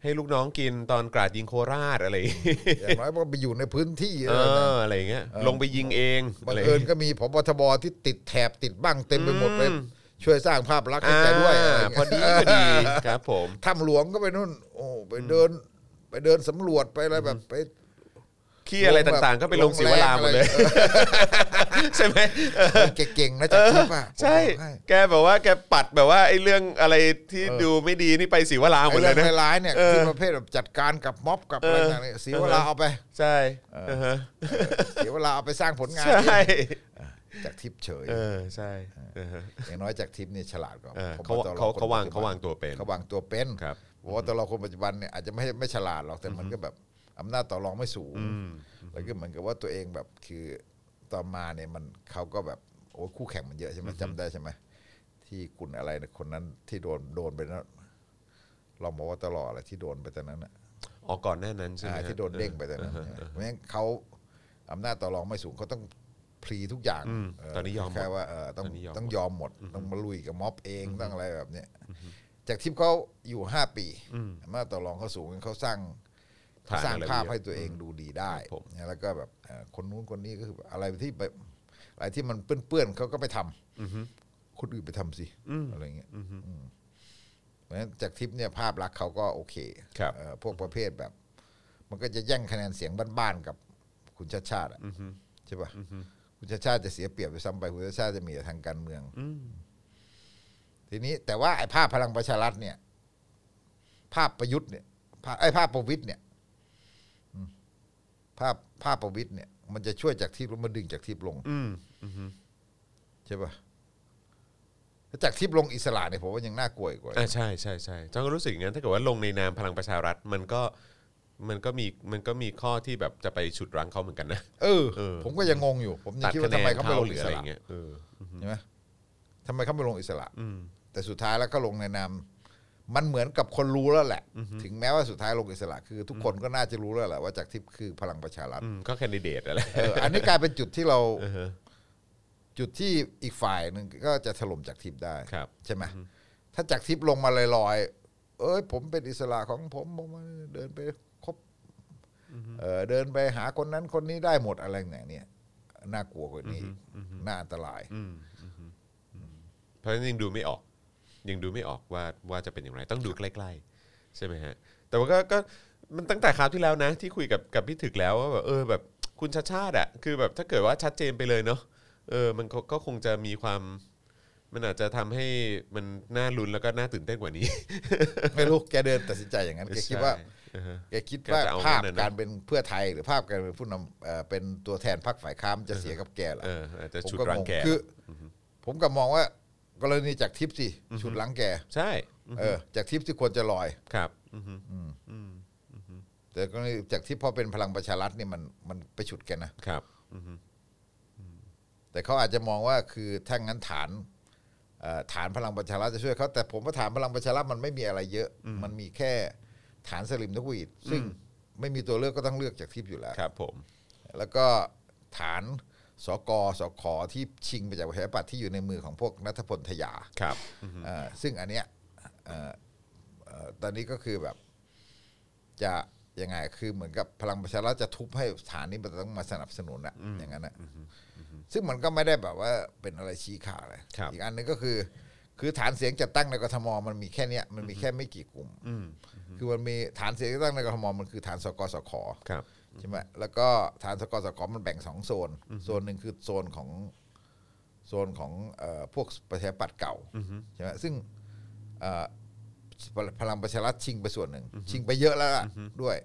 [SPEAKER 2] ให้ลูกน้องกินตอนกราดยิงโคราชอะไรอย่างเงี้ย
[SPEAKER 3] อย่างน้อยก็ไปอยู่ในพื้นที่
[SPEAKER 2] เออ
[SPEAKER 3] อะไรนะ
[SPEAKER 2] อะไรอย่างเงี้ย
[SPEAKER 3] เออ
[SPEAKER 2] ลงไปยิงเอง
[SPEAKER 3] บัง
[SPEAKER 2] อะไร
[SPEAKER 3] เอิญก็มีพบทบที่ติดแถบติดบ้างเต็มไปหมดเลยช่วยสร้างภาพลักษณ์ให้
[SPEAKER 2] อ่า
[SPEAKER 3] แกด้วยอะไร
[SPEAKER 2] พอ
[SPEAKER 3] เงี้ย
[SPEAKER 2] ดีพอดีครับผม
[SPEAKER 3] ถ้ำหลวงก็ไปนู่น โอ้ไปเดิน ไปเดินสำรวจไปอะไรแบบไป
[SPEAKER 2] ขี้อะไร
[SPEAKER 3] ลงแบบ
[SPEAKER 2] ต่างๆ ก็ไปลงศิวลามหมดเลย
[SPEAKER 3] ลงแร
[SPEAKER 2] ใช่ไหมเออ
[SPEAKER 3] เก่งๆนะจากทิพย์อ่ะ
[SPEAKER 2] ใช่
[SPEAKER 3] ผมบอกให้
[SPEAKER 2] แกแบบว่าแกปัดแบบว่าไอ้เรื่องอะไรที่ดูไม่ดีนี่ไปศิวลามหม
[SPEAKER 3] ไอ้
[SPEAKER 2] ดเล
[SPEAKER 3] เรื่อย ง
[SPEAKER 2] นะ
[SPEAKER 3] ร้ายๆเนี่ย
[SPEAKER 2] เออ
[SPEAKER 3] ที่ประเภทแบบจัดการกับม็อบกับอะไร
[SPEAKER 2] เออ
[SPEAKER 3] ต่างๆเนี่ยเสียเวลาเอาไป
[SPEAKER 2] ใช่เออฮะ
[SPEAKER 3] เสียเวลาเอาไปสร้างผลงาน
[SPEAKER 2] ใช่
[SPEAKER 3] จากทิพย์เฉย
[SPEAKER 2] เออใช่เออฮะ
[SPEAKER 3] อย่างน้อยจากทิพย์เนี่ยฉลาดกว่า
[SPEAKER 2] เออ
[SPEAKER 3] พบ
[SPEAKER 2] เขา
[SPEAKER 3] ตร
[SPEAKER 2] เขาเขาวาง
[SPEAKER 3] คนปัจ
[SPEAKER 2] เขาวา
[SPEAKER 3] จุบัน
[SPEAKER 2] งตัวเป็น
[SPEAKER 3] เขาวางตัวเป็น
[SPEAKER 2] ครับ
[SPEAKER 3] เพราะว่าตัวเราคนปัจจุบันเนี่ยอาจจะไม่ไม่ฉลาดหรอกแต่มันก็แบบอำนาจต่อรองไม่สูง แล้วก็เหมือนกับว่าตัวเองแบบคือตอนมาเนี่ยมันเขาก็แบบโอ้ยคู่แข่งมันเยอะใช่ไหมจำได้ใช่ไหมที่คุณอะไรนะคนนั้นที่โดนโดนไปนะรองบอกว่าตลอดอะไรที่โดนไปตอนนั้นนะ
[SPEAKER 2] อ๋อก่อนหน้านั้นใช่ไหม
[SPEAKER 3] อ่า
[SPEAKER 2] ฮะ
[SPEAKER 3] ที่โดนเด้งไปตอนนั้นใช่ไหมเพราะงั้นเขาอำนาจต่อรองไม่สูงเขาต้องพลีทุกอย่าง
[SPEAKER 2] อืม
[SPEAKER 3] เ
[SPEAKER 2] ตอนนี้ยอมหม
[SPEAKER 3] แค่
[SPEAKER 2] ด
[SPEAKER 3] ว่าเออต้อง
[SPEAKER 2] ตอนนี้ยอม
[SPEAKER 3] ต้องยอมหมด ต้องมาลุยกับม็อบเองต้องอะไรแบบเนี้ยจากทิพย์เขาอยู่ห้าปีอำนาจต่อรองเขาสูงเขาสร้าง
[SPEAKER 2] ผ่น
[SPEAKER 3] สร้าง
[SPEAKER 2] อะ
[SPEAKER 3] ภาพ
[SPEAKER 2] ไเยอะ
[SPEAKER 3] ให้ตัวเองดูดีได้
[SPEAKER 2] ครับผม
[SPEAKER 3] แล้วก็แบบเอ่อคนนู้นคนนี้ก็คืออะไรที่แบบอะไรที่มันเปื้อนๆเขาก็ไปทำคนอื่นไปทำสิอะไรเงี้ยอืมเพราะฉะนั้นจากทิพย์เนี่ยภาพลักษณ์เขาก็โอเค
[SPEAKER 2] ครับ
[SPEAKER 3] เอ่อพวกประเภทแบบ มันก็จะแย่งคะแนนเสียงบ้านๆกับคุณชาติชาติอะใช่ปะคุณชาติชาติจะเสียเปรียบไปซ้ำไปคุณชาติชาติจะมีแต่ทางการเมืองทีนี้แต่ว่าไอ้ภาพพลังประชารัฐเนี่ย ภาพประยุทธ์เนี่ยภาพไอ้ภาพประวิทย์เนี่ยอืมภาพภาพประวิทย์เนี่ย มันจะช่วยจากทิพย์ลงมาดึงจากทิพย์ลง
[SPEAKER 2] อืม
[SPEAKER 3] ใช่ปะแล้วจากทิพย์ลงอิสระเนี่ยผมว่ายังน่ากลัวอีกกว่า
[SPEAKER 2] อ่าใช่ใช่ใช่จองก็รู้สึกอย่างนั้นถ้าเกิดว่าลงในนามพลังประชารัฐมันก็มันก็มีมันก็มีข้อที่แบบจะไปฉุดรั้งเขาเหมือนกันนะ
[SPEAKER 3] เออ
[SPEAKER 2] เออ
[SPEAKER 3] ผมก็ยังงงอยู่ ผมยัง
[SPEAKER 2] ตัด
[SPEAKER 3] คิด
[SPEAKER 2] คะ
[SPEAKER 3] ว่า
[SPEAKER 2] แน
[SPEAKER 3] ทำไม
[SPEAKER 2] น
[SPEAKER 3] เขาไม่
[SPEAKER 2] เขา
[SPEAKER 3] ลง
[SPEAKER 2] หรือ
[SPEAKER 3] อิ
[SPEAKER 2] อะ
[SPEAKER 3] ส
[SPEAKER 2] ไร
[SPEAKER 3] ระ
[SPEAKER 2] เงี้ยเออ
[SPEAKER 3] ใช่ไหมทำไมเขาไม่ลงอิสระแต่สุดท้ายแล้วก็ลงในนาม มันเหมือนกับคนรู้แล้วแหละ ถึงแม้ว่าสุดท้ายลงอิสระ คือ ทุกคนก็น่าจะรู้แล้วแหละว่าจากทิพย์คือพลังประชารัฐ
[SPEAKER 2] อืมก็แคนดิเดตอะไร
[SPEAKER 3] เอออันนี้กลายเป็นจุดที่เรา จุดที่อีกฝ่ายหนึ่งก็จะถล่มจากทิพย์ได้
[SPEAKER 2] ครับ
[SPEAKER 3] ใช่ไหมถ้าจากทิพย์ลงมาลอยๆ เอ้ย ผมเป็นอิสระของผมผมเดินไปคบเออเดินไปหาคนนั้นคนนี้ได้หมดอะไรอย่างเนี่ยน่ากลัวกว่านี้น่าอันตราย
[SPEAKER 2] เพราะฉะนั้นยังดูไม่ออก ยังดูไม่ออกว่าว่าจะเป็นอย่างไรต้องดูใกล้ๆ ใช่ไหมฮะ แต่ว่าก็ก็มันตั้งแต่คราวที่แล้วนะ ที่คุยกับกับพี่ถึกแล้วว่าแบบเออแบบคุณชาติชาติอะคือแบบถ้าเกิดว่าชัดเจนไปเลยเนาะเออมันก็ก็คงจะมีความ มันอาจจะทำให้มันน่าลุ้นแล้วก็น่าตื่นเต้นก ว่านี้
[SPEAKER 3] ไม่รู้แกเดินตัดสินใจอย่างนั้นแกคิดว่า แกคิด
[SPEAKER 2] แก
[SPEAKER 3] ว่า
[SPEAKER 2] จะเอา
[SPEAKER 3] ภาพ
[SPEAKER 2] เงินน่ะนะ
[SPEAKER 3] การเป็นเพื่อไทยหรือภาพการเป็นผู้นำเอ่อเป็นตัวแทนพรรคฝ่ายค้านจะเสียกับแกเหรอ
[SPEAKER 2] เอออาจจะ
[SPEAKER 3] ผม
[SPEAKER 2] ฉุด
[SPEAKER 3] ก็
[SPEAKER 2] รั
[SPEAKER 3] ง
[SPEAKER 2] ง
[SPEAKER 3] ง
[SPEAKER 2] แก
[SPEAKER 3] คืออผมก็มองว่ากรณีจากทิพย์สิชุดหลังแก
[SPEAKER 2] ใช่
[SPEAKER 3] เออจากทิพย์ที่ควรจะลอย
[SPEAKER 2] ครับ
[SPEAKER 3] แต่กรณีจากทิพย์พอเป็นพลังประชารัฐเนี่ยมันมันไปฉุดแกนะครับ แต่เขาอาจจะมองว่าคือถ้างั้นฐานเอ่อฐานพลังประชารัฐจะช่วยเขาแต่ผมว่าฐานพลังประชารัฐมันไม่มีอะไรเยอะ มันมีแค่ฐานสลิมนกหวีดซึ่งไม่มีตัวเลือกก็ต้องเลือกจากทิพย์อยู่แล้ว
[SPEAKER 2] ครับผม
[SPEAKER 3] แล้วก็ฐานสกสคที่ชิงไปจากประชาธิปัตย์ที่อยู่ในมือของพวกนัทพลทยา
[SPEAKER 2] ครับ
[SPEAKER 3] เอ่อซึ่งอันเนี้ยเอ่อเอ่อตอนนี้ก็คือแบบจะยังไงคือเหมือนกับพลังประชารัฐจะทุบให้ฐานนี้มันต้องมาสนับสนุนอะอย่างนั้นอะซึ่งมันก็ไม่ได้แบบว่าเป็นอะไรชี้ขาดเลย
[SPEAKER 2] ครับ
[SPEAKER 3] อีกอันหนึงก็คือ คือฐานเสียงจัดตั้งในกทมมันมีแค่เนี้ยมันมีแค่ไม่กี่กลุ่ม
[SPEAKER 2] อืม
[SPEAKER 3] คือมันมีฐานเสียงจัดตั้งในกทมมันคือฐานสกสค
[SPEAKER 2] ครับ
[SPEAKER 3] ใช่ไหมแล้วก็ฐานสกสกมันแบ่งสองโซน โซนหนึ่งคือโซนของโซนของเอ่อพวกประชาธิปัตย์เก่าใช่ไหมซึ่งเอ่อพลพลังประชารัฐชิงไปส่วนหนึ่ง ชิงไปเยอะแล้วล่ะด้วย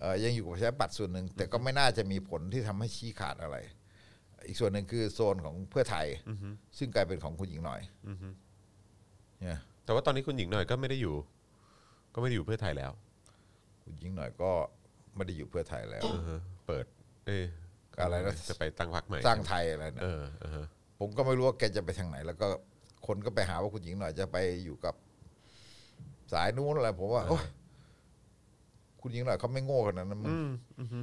[SPEAKER 3] เอ่อยังอยู่กับประชาธิปัตย์ส่วนหนึ่ง แต่ก็ไม่น่าจะมีผลที่ทำให้ชี้ขาดอะไร อีกส่วนหนึ่งคือโซนของเพื่อไทย ซึ่งกลายเป็นของคุณหญิงหน่อยเนี่ย
[SPEAKER 2] แต่ว่าตอนนี้คุณหญิงหน่อยก็ไม่ได้อยู่ ก็ไม่ได้อยู่เพื่อไทยแล้ว
[SPEAKER 3] คุณหญิงหน่อยก็ไม่ได้อยู่เพื่อไทยแล้ว
[SPEAKER 2] เออเปิด เอย
[SPEAKER 3] อะไรนะ
[SPEAKER 2] จะไปตั้งพรรคใหม่
[SPEAKER 3] สร้างไทยอะไรนะ
[SPEAKER 2] เออเออฮะ
[SPEAKER 3] ผมก็ไม่รู้ว่าแกจะไปทางไหน แล้วก็คนก็ไปหาว่าคุณหญิงหน่อยจะไปอยู่กับสายนู้นอะไรผมว่าโอ๊ยคุณหญิงหน่อยเขาไม่โง่ขนาดนั้นมึง
[SPEAKER 2] อืมอือฮึ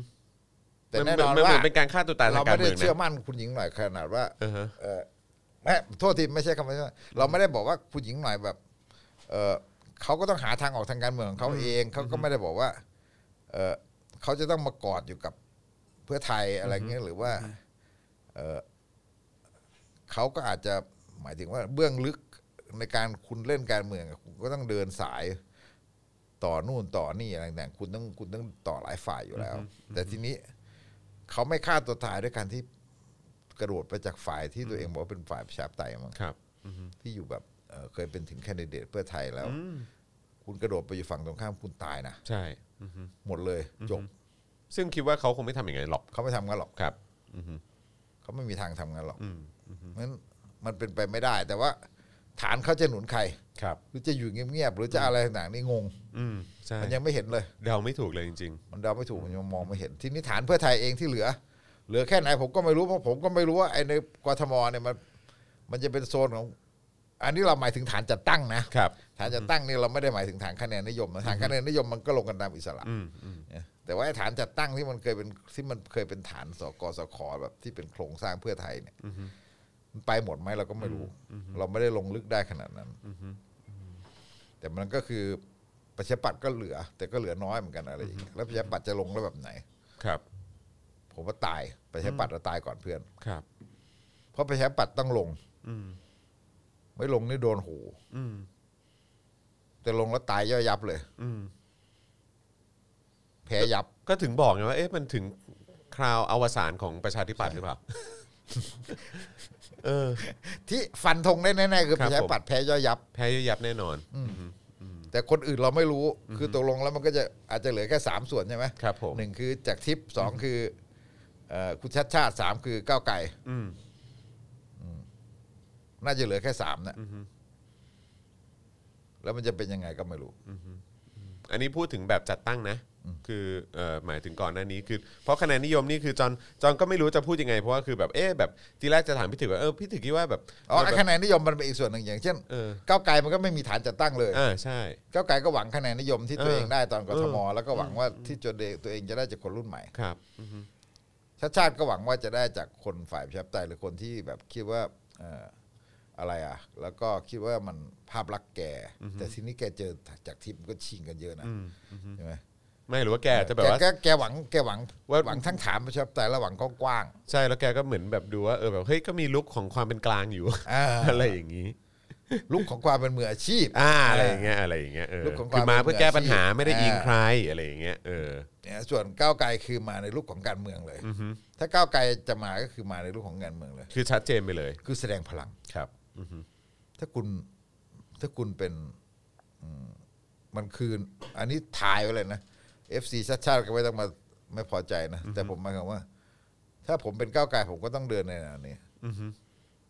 [SPEAKER 3] แต่แน่นอน
[SPEAKER 2] มัเหมื
[SPEAKER 3] ว่า
[SPEAKER 2] เป็นการฆ่าตัวตายทา
[SPEAKER 3] เรา
[SPEAKER 2] งการ
[SPEAKER 3] ไม่
[SPEAKER 2] เมื
[SPEAKER 3] ได้
[SPEAKER 2] อง
[SPEAKER 3] เชื่อ
[SPEAKER 2] นะ
[SPEAKER 3] มั่นคุณหญิงหน่อยขนาดว่า
[SPEAKER 2] เออฮะ
[SPEAKER 3] เออไม่โทษทีไม่ใช่คำว่าเชื่อมั่นเราไม่ได้บอกว่าคุณหญิงหน่อยแบบ เออเขาก็ต้องหาทางออกทางการเมืองของเขาเองเขาก็ไม่ได้บอกว่า เออเขาจะต้องมากอดอยู่กับเพื่อไทยอะไรเงี้ยหรือว่า เออเขาก็อาจจะหมายถึงว่าเบื้องลึกในการคุณเล่นการเมืองอะคุณก็ต้องเดินสาย ต่อนู่นต่อนี่อะไรต่างๆคุณต้องคุณต้องต่อหลายฝ่ายอยู่แล้ว แต่ทีนี้เขาไม่ฆ่าตัวตายด้วยการที่กระโดดไปจากฝ่ายที่ตัวเองบอกว่าเป็นฝ่ายประชาธิปไตยมั้ง
[SPEAKER 2] ครับ
[SPEAKER 3] ที่อยู่แบบเอ่อเคยเป็นถึงแคนดิเดตเพื่อไทยแล้ว คุณกระโดดไปอยู่ฝั่งตรงข้ามคุณตายนะ
[SPEAKER 2] ใช่ อือฮึ
[SPEAKER 3] หมดเลยจบ
[SPEAKER 2] ซึ่งคิดว่าเขาคงไม่ทำอย่างไงนหรอก
[SPEAKER 3] เขาไม่ทำกันหรอก
[SPEAKER 2] ครับ อือฮึ
[SPEAKER 3] เขาไม่มีทางทำกันหรอก
[SPEAKER 2] อืม
[SPEAKER 3] นั้นมันเป็นไปไม่ได้ แต่ว่า ฐานเขาจะหนุนใคร
[SPEAKER 2] ครับ
[SPEAKER 3] หรือจะอยู่เงียบๆหรือจะอะไรต่างๆนี่งง
[SPEAKER 2] อืมใช่
[SPEAKER 3] มันยังไม่เห็นเลย
[SPEAKER 2] เดาไม่ถูกเลยจริง
[SPEAKER 3] มันเดาไม่ถูกมันยังมองไม่เห็น ทีนี้ฐานเพื่อไทยเองที่เหลือ เหลือแค่ไหนผมก็ไม่รู้เพราะผมก็ไม่รู้ว่าไอ้ในกทมเนี่ยมันมันจะเป็นโซนของ อันนี้เราหมายถึงฐานจัดตั้งนะ
[SPEAKER 2] ๆ ครับ
[SPEAKER 3] ฐานจัดตั้งนี่เราไม่ได้หมายถึงฐานคะแนนนิยมนะฐานคะแนนนิยมมันก็ลงกันตามอิสระ
[SPEAKER 2] อืมอืม
[SPEAKER 3] เนี่ยแต่ว่าไอ้ฐานจัดตั้งที่มันเคยเป็นที่มันเคยเป็นฐานสกสคแบบที่เป็นโครงสร้างเพื่อไทยเนี่ยมันไปหมดไหมเราก็ไม่รู้ เราไม่ได้ลงลึกได้ขนาดนั้นแต่มันก็คือประชาธิปัตย์ก็เหลือ แต่ก็เหลือน้อยเหมือนกันอะไรอย่างเงี้ยแล้วประชาธิปัตย์จะลงแล้วแบบไหน
[SPEAKER 2] ครับ
[SPEAKER 3] ผมว่าตายประชาธิปัตย์เราตายก่อนเพื่อน
[SPEAKER 2] ครับ
[SPEAKER 3] เพราะประชาธิปัตย์ต้องลง
[SPEAKER 2] อืม
[SPEAKER 3] ไม่ลงนี่โดนโหู
[SPEAKER 2] อืม
[SPEAKER 3] แต่ลงแล้วตายย่อยยับเลย
[SPEAKER 2] อืม
[SPEAKER 3] แพ้ยับ
[SPEAKER 2] ก็ถึงบอกไงว่าเอ๊ะมันถึงคราวอวสานของประชาธิปัตย์หรือเปล่า เออ
[SPEAKER 3] ที่ฟันธงได้แน่ๆคือ
[SPEAKER 2] ค
[SPEAKER 3] ป
[SPEAKER 2] รับ
[SPEAKER 3] ระชาธิปัตย์แพ้ย่อยยับ
[SPEAKER 2] แพ้เยอะยับแน่นอน
[SPEAKER 3] แต่คนอื่นเราไม่รู้ คือตกลงแล้วมันก็จะอาจจะเหลือแค่สามส่วนใช่ไหม
[SPEAKER 2] ครับผม
[SPEAKER 3] หนึ่งคือจากทิพย์สองคือเอ่อคุณชัดชาติสามคือก้าวไก่
[SPEAKER 2] อืม
[SPEAKER 3] น่าจะเหลือแค่สามนะ
[SPEAKER 2] อือฮึ
[SPEAKER 3] แล้วมันจะเป็นยังไงก็ไม่รู้
[SPEAKER 2] อันนี้พูดถึงแบบจัดตั้งนะ คือเอ่อหมายถึงก่อนหน้านี้คือ เพราะคะแนนนิยมนี่คือจอนจอนก็ไม่รู้จะพูดยังไง เพราะว่าคือแบบเอ๊ะแบบทีแรกจะถามพี่ถึกว่าเออพี่ถึกคิดว่าแบบ
[SPEAKER 3] อ๋อไอ้
[SPEAKER 2] แบบ
[SPEAKER 3] คะแนนนิยมมันเป็นอีกส่วนหนึ่งอย่าง เช่น
[SPEAKER 2] เออ
[SPEAKER 3] ก้าวไกลมันก็ไม่มีฐานจัดตั้งเลย
[SPEAKER 2] อ่าใช่
[SPEAKER 3] ก้าวไกลก็หวังคะแนนนิยมที่ตัว
[SPEAKER 2] เออ
[SPEAKER 3] เองได้ตอนกทม
[SPEAKER 2] เออ
[SPEAKER 3] แล้วก็หวังว่าที่จเดตัวเองจะได้จากคนรุ่นใหม่
[SPEAKER 2] ครับอือฮึ
[SPEAKER 3] ชาติชาติก็หวังว่าจะได้จากคนฝ่ายประชาธิปไตยหรือคนที่แบบคิดว่าเอ่ออะไรอ่ะ แล้วก็คิดว่ามันภาพลักษณ์แกแต่ทีนี้แกเจอจากทิพย์มันก็ชิงกันเยอะนะใช่ไหม
[SPEAKER 2] ไม่หรือว่าแกจะแบบว่า
[SPEAKER 3] แกแกหวังแกหวัง
[SPEAKER 2] ว่า
[SPEAKER 3] หวังทั้งฐานประชาธิปไตยและหวังก็กว้าง
[SPEAKER 2] ใช่แล้วแกก็เหมือนแบบดูว่าเออแบบเฮ้ยก็มีลุคของความเป็นกลางอยู่
[SPEAKER 3] ๆอ่า
[SPEAKER 2] อะไรอย่างนี้
[SPEAKER 3] ลุกของความเป็นมืออาชีพ
[SPEAKER 2] อ่าอะไรอย่างเงี้ยอะไรอย่างเงี้ยเออ
[SPEAKER 3] ลูกของความ
[SPEAKER 2] คือมาเพื่อแก้ปัญหา
[SPEAKER 3] เป็นมืออาชีพ
[SPEAKER 2] ไม่ได้อิง
[SPEAKER 3] อ่า
[SPEAKER 2] ใครอะไรอย่างเงี้ยเออ
[SPEAKER 3] เนี่ยส่วนก้าวไกลคือมาในรูปของการเมืองเลย
[SPEAKER 2] อือฮึ
[SPEAKER 3] ถ้าก้าวไกลจะมาก็คือมาในรูปของการเมืองเลย
[SPEAKER 2] คือชัดเจนไปเลย
[SPEAKER 3] คือแสดงพลัง
[SPEAKER 2] ครับอือฮึ
[SPEAKER 3] ถ้าคุณถ้าคุณเป็นอืมมันคืออันนี้ถ่ายไว้เลยนะเอฟซีชาติชาติก็ไม่ต้องมาไม่พอใจนะ แต่ผมหมายความว่า ถ้าผมเป็นก้าวไกลผมก็ต้องเดินในแนวนี้
[SPEAKER 2] อือฮึ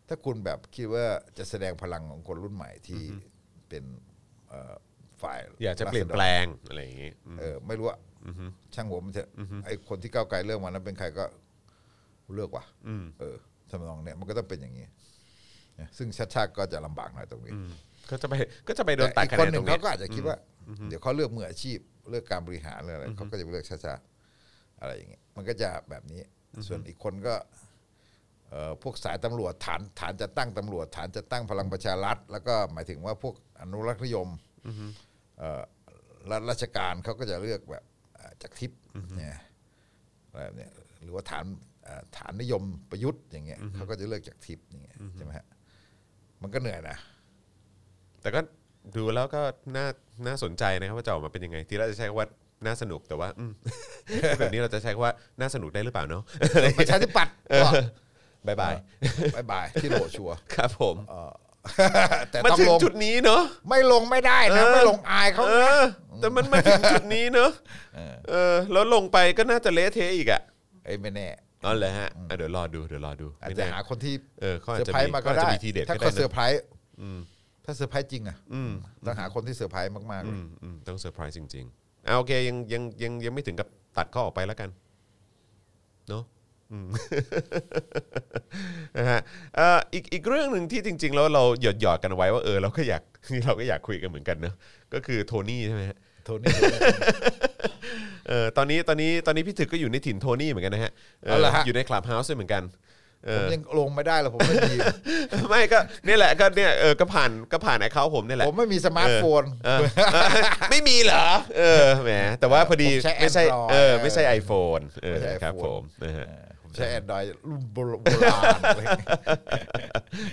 [SPEAKER 3] ถ้าคุณแบบคิดว่าจะแสดงพลังของคนรุ่นใหม่ที่เป็นเอ่อฝ่าย
[SPEAKER 2] อยากจะเปลี่ยนแปล
[SPEAKER 3] ราษฎ
[SPEAKER 2] งอะไรอย่างงี้อื
[SPEAKER 3] ร
[SPEAKER 2] ม
[SPEAKER 3] เออไม่รู้ว่า
[SPEAKER 2] อือฮึ
[SPEAKER 3] ช่างหัวมันเถอะไอคนที่ก้าวไกลเลือกมานั้นเป็นใครก็เลือกว่ะ
[SPEAKER 2] อืม
[SPEAKER 3] เออทำนองเนี้ยมันก็ต้องเป็นอย่างนี้นะซึ่งชาติชาติก็จะลำบากหน่อยตรงนี้
[SPEAKER 2] อืมก็จะไป ก็จะไปโดนตัด
[SPEAKER 3] อีก
[SPEAKER 2] คะ
[SPEAKER 3] ค
[SPEAKER 2] แน
[SPEAKER 3] น
[SPEAKER 2] น
[SPEAKER 3] ห
[SPEAKER 2] ต
[SPEAKER 3] นึ่
[SPEAKER 2] รง งเนี้
[SPEAKER 3] เขา
[SPEAKER 2] ย
[SPEAKER 3] ก็อาจจะคิดว่า เดี๋ยวเขาเลือกมืออาชีพเลือกการบริหารเลือกอะไรเขาก็จะเลือกช้าๆอะไรอย่างเงี้ยมันก็จะแบบนี้ ส่วนอีกคนก็เอ่อพวกสายตำรวจฐานฐานจะตั้งตำรวจ ฐานจะตั้งพลังประชารัฐ แล้วก็หมายถึงว่าพวกอนุรักษ์นิยมเอ่อรัฐราชการเขาก็จะเลือกแบบเอ่อจากทิพย์เนี่ยอะไรแบบเนี้ยหรือว่าฐานเอ่อฐานนิยมประยุทธ์อย่างเงี้ยเขาก็จะเลือกจากทิพย์อย่างเงี้ยใช่ไหมฮะมันก็เหนื่อยนะ
[SPEAKER 2] แต่ก็ดูแล้วก็น่าน่าสนใจนะครับว่าจะออกมาเป็นยังไง ทีแรกจะใช้คำว่าน่าสนุกแต่ว่าอืม แบบนี้เราจะใช้คำว่าน่าสนุกได้หรือเปล่าเนาะ
[SPEAKER 3] ประชาธิปัตย์
[SPEAKER 2] เออบายบาย
[SPEAKER 3] บายบายที่โหลชัวร์
[SPEAKER 2] ครับผม
[SPEAKER 3] เออ แต่
[SPEAKER 2] มา
[SPEAKER 3] ต้อง
[SPEAKER 2] ถึง
[SPEAKER 3] ลง
[SPEAKER 2] จุดนี้เนาะ
[SPEAKER 3] ไม่ลงไม่ได้
[SPEAKER 2] เอ
[SPEAKER 3] นะ
[SPEAKER 2] อ
[SPEAKER 3] ไม่ลงอายเขา
[SPEAKER 2] เออ แต่มันมาถึงจุดนี้เนาะเออ แล้วลงไปก็น่าจะเละเทะอีกอ่ะ
[SPEAKER 3] เอ้ยไม่แน่
[SPEAKER 2] อ๋อเหรอฮะอ่ะเดี๋ยวรอดูเดี๋ยวรอดู
[SPEAKER 3] อาจ
[SPEAKER 2] ไม่
[SPEAKER 3] จะ
[SPEAKER 2] แน่
[SPEAKER 3] หาคนที่
[SPEAKER 2] เออเขาอา
[SPEAKER 3] เซ
[SPEAKER 2] จ
[SPEAKER 3] อร์
[SPEAKER 2] จะ
[SPEAKER 3] ไพร
[SPEAKER 2] มี
[SPEAKER 3] ส์มาก็
[SPEAKER 2] เขาอาจ
[SPEAKER 3] ได้
[SPEAKER 2] จะมีทีเด็ด
[SPEAKER 3] ถ้า
[SPEAKER 2] ก็ได้
[SPEAKER 3] เขาเซอ
[SPEAKER 2] นะ
[SPEAKER 3] ร์ไพรส์ถ้าเซอร์ไพรส์จริงอ่ะต้องหาคนที่เซอร์ไพรส์มากๆเล
[SPEAKER 2] อื
[SPEAKER 3] ย
[SPEAKER 2] มอืมต้องเซอร์ไพรส์จริงๆอ่ะโอเคยังยังยังยังไม่ถึงกับตัดข้อออกไปแล้วกันเนาะ นะฮะเอ่ออีกอีกเรื่องหนึ่งที่จริง ๆ แล้วเราหยอดหยอดๆกันไว้ว่าเออเราก็อยาก เราก็อยากคุยกันเหมือนกันเนอะก็คือโทนี่ใช่ไหมฮะ
[SPEAKER 3] โทนี่
[SPEAKER 2] เออตอนนี้ตอนนี้ตอนนี้พี่ถึกก็อยู่ในถิ่นโทนี่เหมือนกันนะฮะเออ
[SPEAKER 3] เอาเหรอฮะ
[SPEAKER 2] อยู่ในคลับเฮาส์ด้วยเหมือนกันเอ
[SPEAKER 3] ผม
[SPEAKER 2] อ
[SPEAKER 3] ยังลงไม่ได้หรอกผมไม่มี
[SPEAKER 2] ไม่ก็เนี่ยแหละก็เนี่ยเออก็ผ่านก็ผ่านไอเคาผมเนี่ยแหละ
[SPEAKER 3] ผมไม่มีสมาร์ทโฟน
[SPEAKER 2] เออเออไม่มีเหรอเออแหมแต่ว่าพอดี
[SPEAKER 3] ผมใช้
[SPEAKER 2] ไม่ใช่
[SPEAKER 3] Android
[SPEAKER 2] เออไม่ใช่ iPhone เออ
[SPEAKER 3] ไม่ใช่
[SPEAKER 2] ครับ
[SPEAKER 3] iPhone
[SPEAKER 2] ผมนะฮะ
[SPEAKER 3] เออผมใช้แอนดรอยรุ่นโบราณอะไรอย่างเงี้ย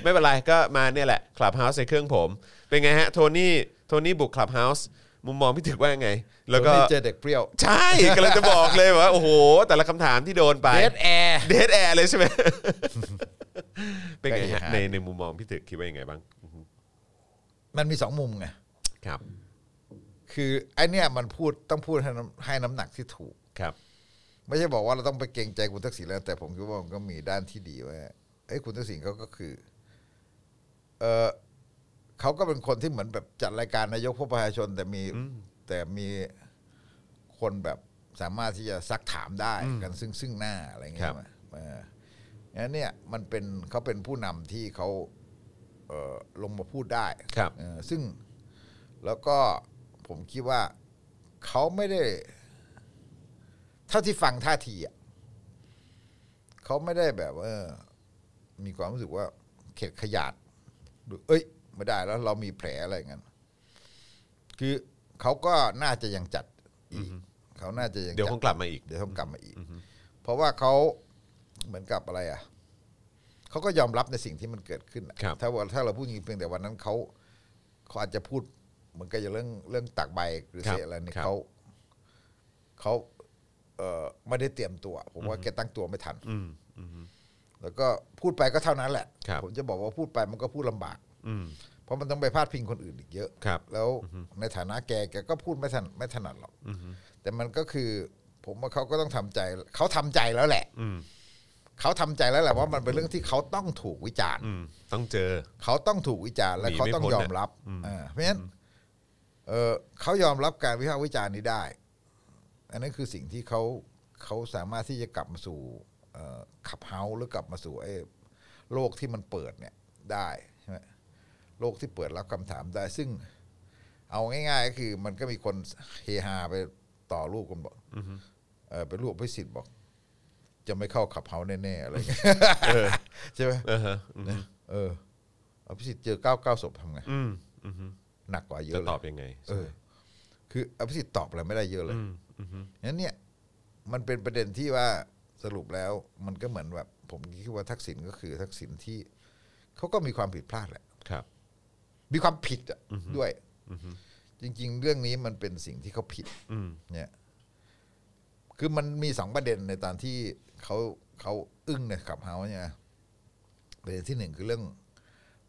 [SPEAKER 2] ไม่เป็นไรก็มาเนี่ยแหละคลับเฮาส์ในเครื่องผม เป็นไงฮะโทนี่โทนี่บุกคลับเฮาส์มุมมองพี่ถึกว่าไง แล้วก็
[SPEAKER 3] ผมไม่เจอเด็กเปรี้ยว
[SPEAKER 2] ใช่กำลังจะบอกเลยว่าโอ้โห แต่ละคำถามที่โดนไป
[SPEAKER 3] เดดแอร์
[SPEAKER 2] เดทแอร์เลยใช่ไหม เป็นไง
[SPEAKER 3] ก็เฮ
[SPEAKER 2] ฮะ
[SPEAKER 3] ฮา
[SPEAKER 2] ในในมุมมองพี่ตึกคิดว่ายังไงบ้าง
[SPEAKER 3] มันมีสองมุมไง
[SPEAKER 2] ครับ
[SPEAKER 3] คือไอเนี้ยมันพูดต้องพูดให้น้ำให้น้ำหนักที่ถูก
[SPEAKER 2] ครับ
[SPEAKER 3] ไม่ใช่บอกว่าเราต้องไปเกรงใจคุณทักษิณแล้วแต่ผมคิดว่ามันก็มีด้านที่ดีว่าเอ้ยคุณทักษิณเขาก็คือ เออเขาก็เป็นคนที่เหมือนแบบจัดรายการนายกพบประชาชน แต่มีแต่มีคนแบบสามารถที่จะซักถามได้กันซึ่งซึ่งหน้าอะไรเงี้
[SPEAKER 2] ครั
[SPEAKER 3] ย
[SPEAKER 2] บ
[SPEAKER 3] เอองั้นเนี่ยมันเป็นเขาเป็นผู้นำที่เขาเออลงมาพูดได้
[SPEAKER 2] ครับ
[SPEAKER 3] เอ่อซึ่งแล้วก็ผมคิดว่าเขาไม่ได้ เท่าที่ฟังท่าทีอ่ะเขาไม่ได้แบบเออมีความรู้สึกว่า เข็ดขยาดหรือเอ้ย ไม่ได้แล้วเรามีแผลอะไรอย่างนั้นคือเขาก็น่าจะยังจัดอีกเขาน่าจะยัง
[SPEAKER 2] เดี๋ยว
[SPEAKER 3] จั
[SPEAKER 2] คงกลับมาอีก
[SPEAKER 3] เดี๋ยวต้องกลับมาอีก เพราะว่าเขาเหมือนกับอะไรอ่ะเขาก็ยอมรับในสิ่งที่มันเกิดขึ้นอะ
[SPEAKER 2] ครับ
[SPEAKER 3] ถ้าว่าถ้าเราพูดจริงๆเพียงแต่วันนั้นเขาเขาอาจจะพูดเหมือนกับอย่างเรื่องเรื่องตักใบหรือ
[SPEAKER 2] ครับ
[SPEAKER 3] เสียอะไรเนี่ย
[SPEAKER 2] ครับ
[SPEAKER 3] เขาเขาเอ่อไม่ได้เตรียมตัว ผมว่าแกตั้งตัวไม่ทัน
[SPEAKER 2] อืมอืม
[SPEAKER 3] แล้วก็พูดไปก็เท่านั้นแหละ
[SPEAKER 2] ครับ
[SPEAKER 3] ผมจะบอกว่าพูดไปมันก็พูดลำบาก
[SPEAKER 2] อืม
[SPEAKER 3] เพราะมันต้องไปพาดพิงคนอื่นอีกเยอะ
[SPEAKER 2] ครับ
[SPEAKER 3] แล้วในฐานะแกแกก็พูดไม่ถนัดไม่ถนัดหรอกแต่มันก็คือ ผมว่าเขาก็ต้องทำใจเขาทำใจแล้วแหละ
[SPEAKER 2] อืม
[SPEAKER 3] เขาทำใจแล้วแหละว่ามันเป็นเรื่องที่เขาต้องถูกวิจารณ์
[SPEAKER 2] อืมต้องเจอ
[SPEAKER 3] เขาต้องถูกวิจารณ์และ
[SPEAKER 2] หนี
[SPEAKER 3] เขา
[SPEAKER 2] ไม่
[SPEAKER 3] ต้อง
[SPEAKER 2] พ้น
[SPEAKER 3] ยอม
[SPEAKER 2] น่ะ
[SPEAKER 3] รับอ่าเพราะฉะนั้นเออเขายอมรับการวิพากษ์วิจารณ์นี้ได้ อันนั้นคือสิ่งที่เขาเขาสามารถที่จะกลับมาสู่ขับเฮาหรือกลับมาสู่ไอ้โลกที่มันเปิดเนี่ยได้ใช่ไหมโลกที่เปิดรับคำถามได้ ซึ่ง เอาง่ายๆก็คือ มันก็มีคนเฮฮาไปต่อรูปกันบอกเออไปรูปพิสิทธิ์บอก จะไม่เข้าขับเฮาแน่ๆอะไรเงี้ย ใช่ไหม
[SPEAKER 2] เออฮะอืม
[SPEAKER 3] นะเอออภิสิทธิ์เจอเก้าเก้าศพทำไง
[SPEAKER 2] อืมอืมฮึ
[SPEAKER 3] หนักกว่าเย
[SPEAKER 2] จะ
[SPEAKER 3] อะเล
[SPEAKER 2] ต
[SPEAKER 3] ย
[SPEAKER 2] อบยังไง
[SPEAKER 3] เออ คืออภิสิทธิ์ตอบอะไรไม่ได้เยอะเลย
[SPEAKER 2] อืมอืมฮึ
[SPEAKER 3] งั้นเนี่ยมันเป็นประเด็นที่ว่าสรุปแล้วมันก็เหมือนแบบ ผมคิดว่าทักษิณก็คือทักษิณที่เขาก็มีความผิดพลาดแหละ
[SPEAKER 2] ครับ
[SPEAKER 3] มีความผิดอะด้วยจริง ๆ เรื่องนี้มันเป็นสิ่งที่เขาผิด
[SPEAKER 2] อืม
[SPEAKER 3] เนี่ยคือมันมีสองประเด็นในตอนที่เขาเขาอึ้งในขับเฮาเนี่ยนะประเด็นที่หนึ่งคือเรื่อง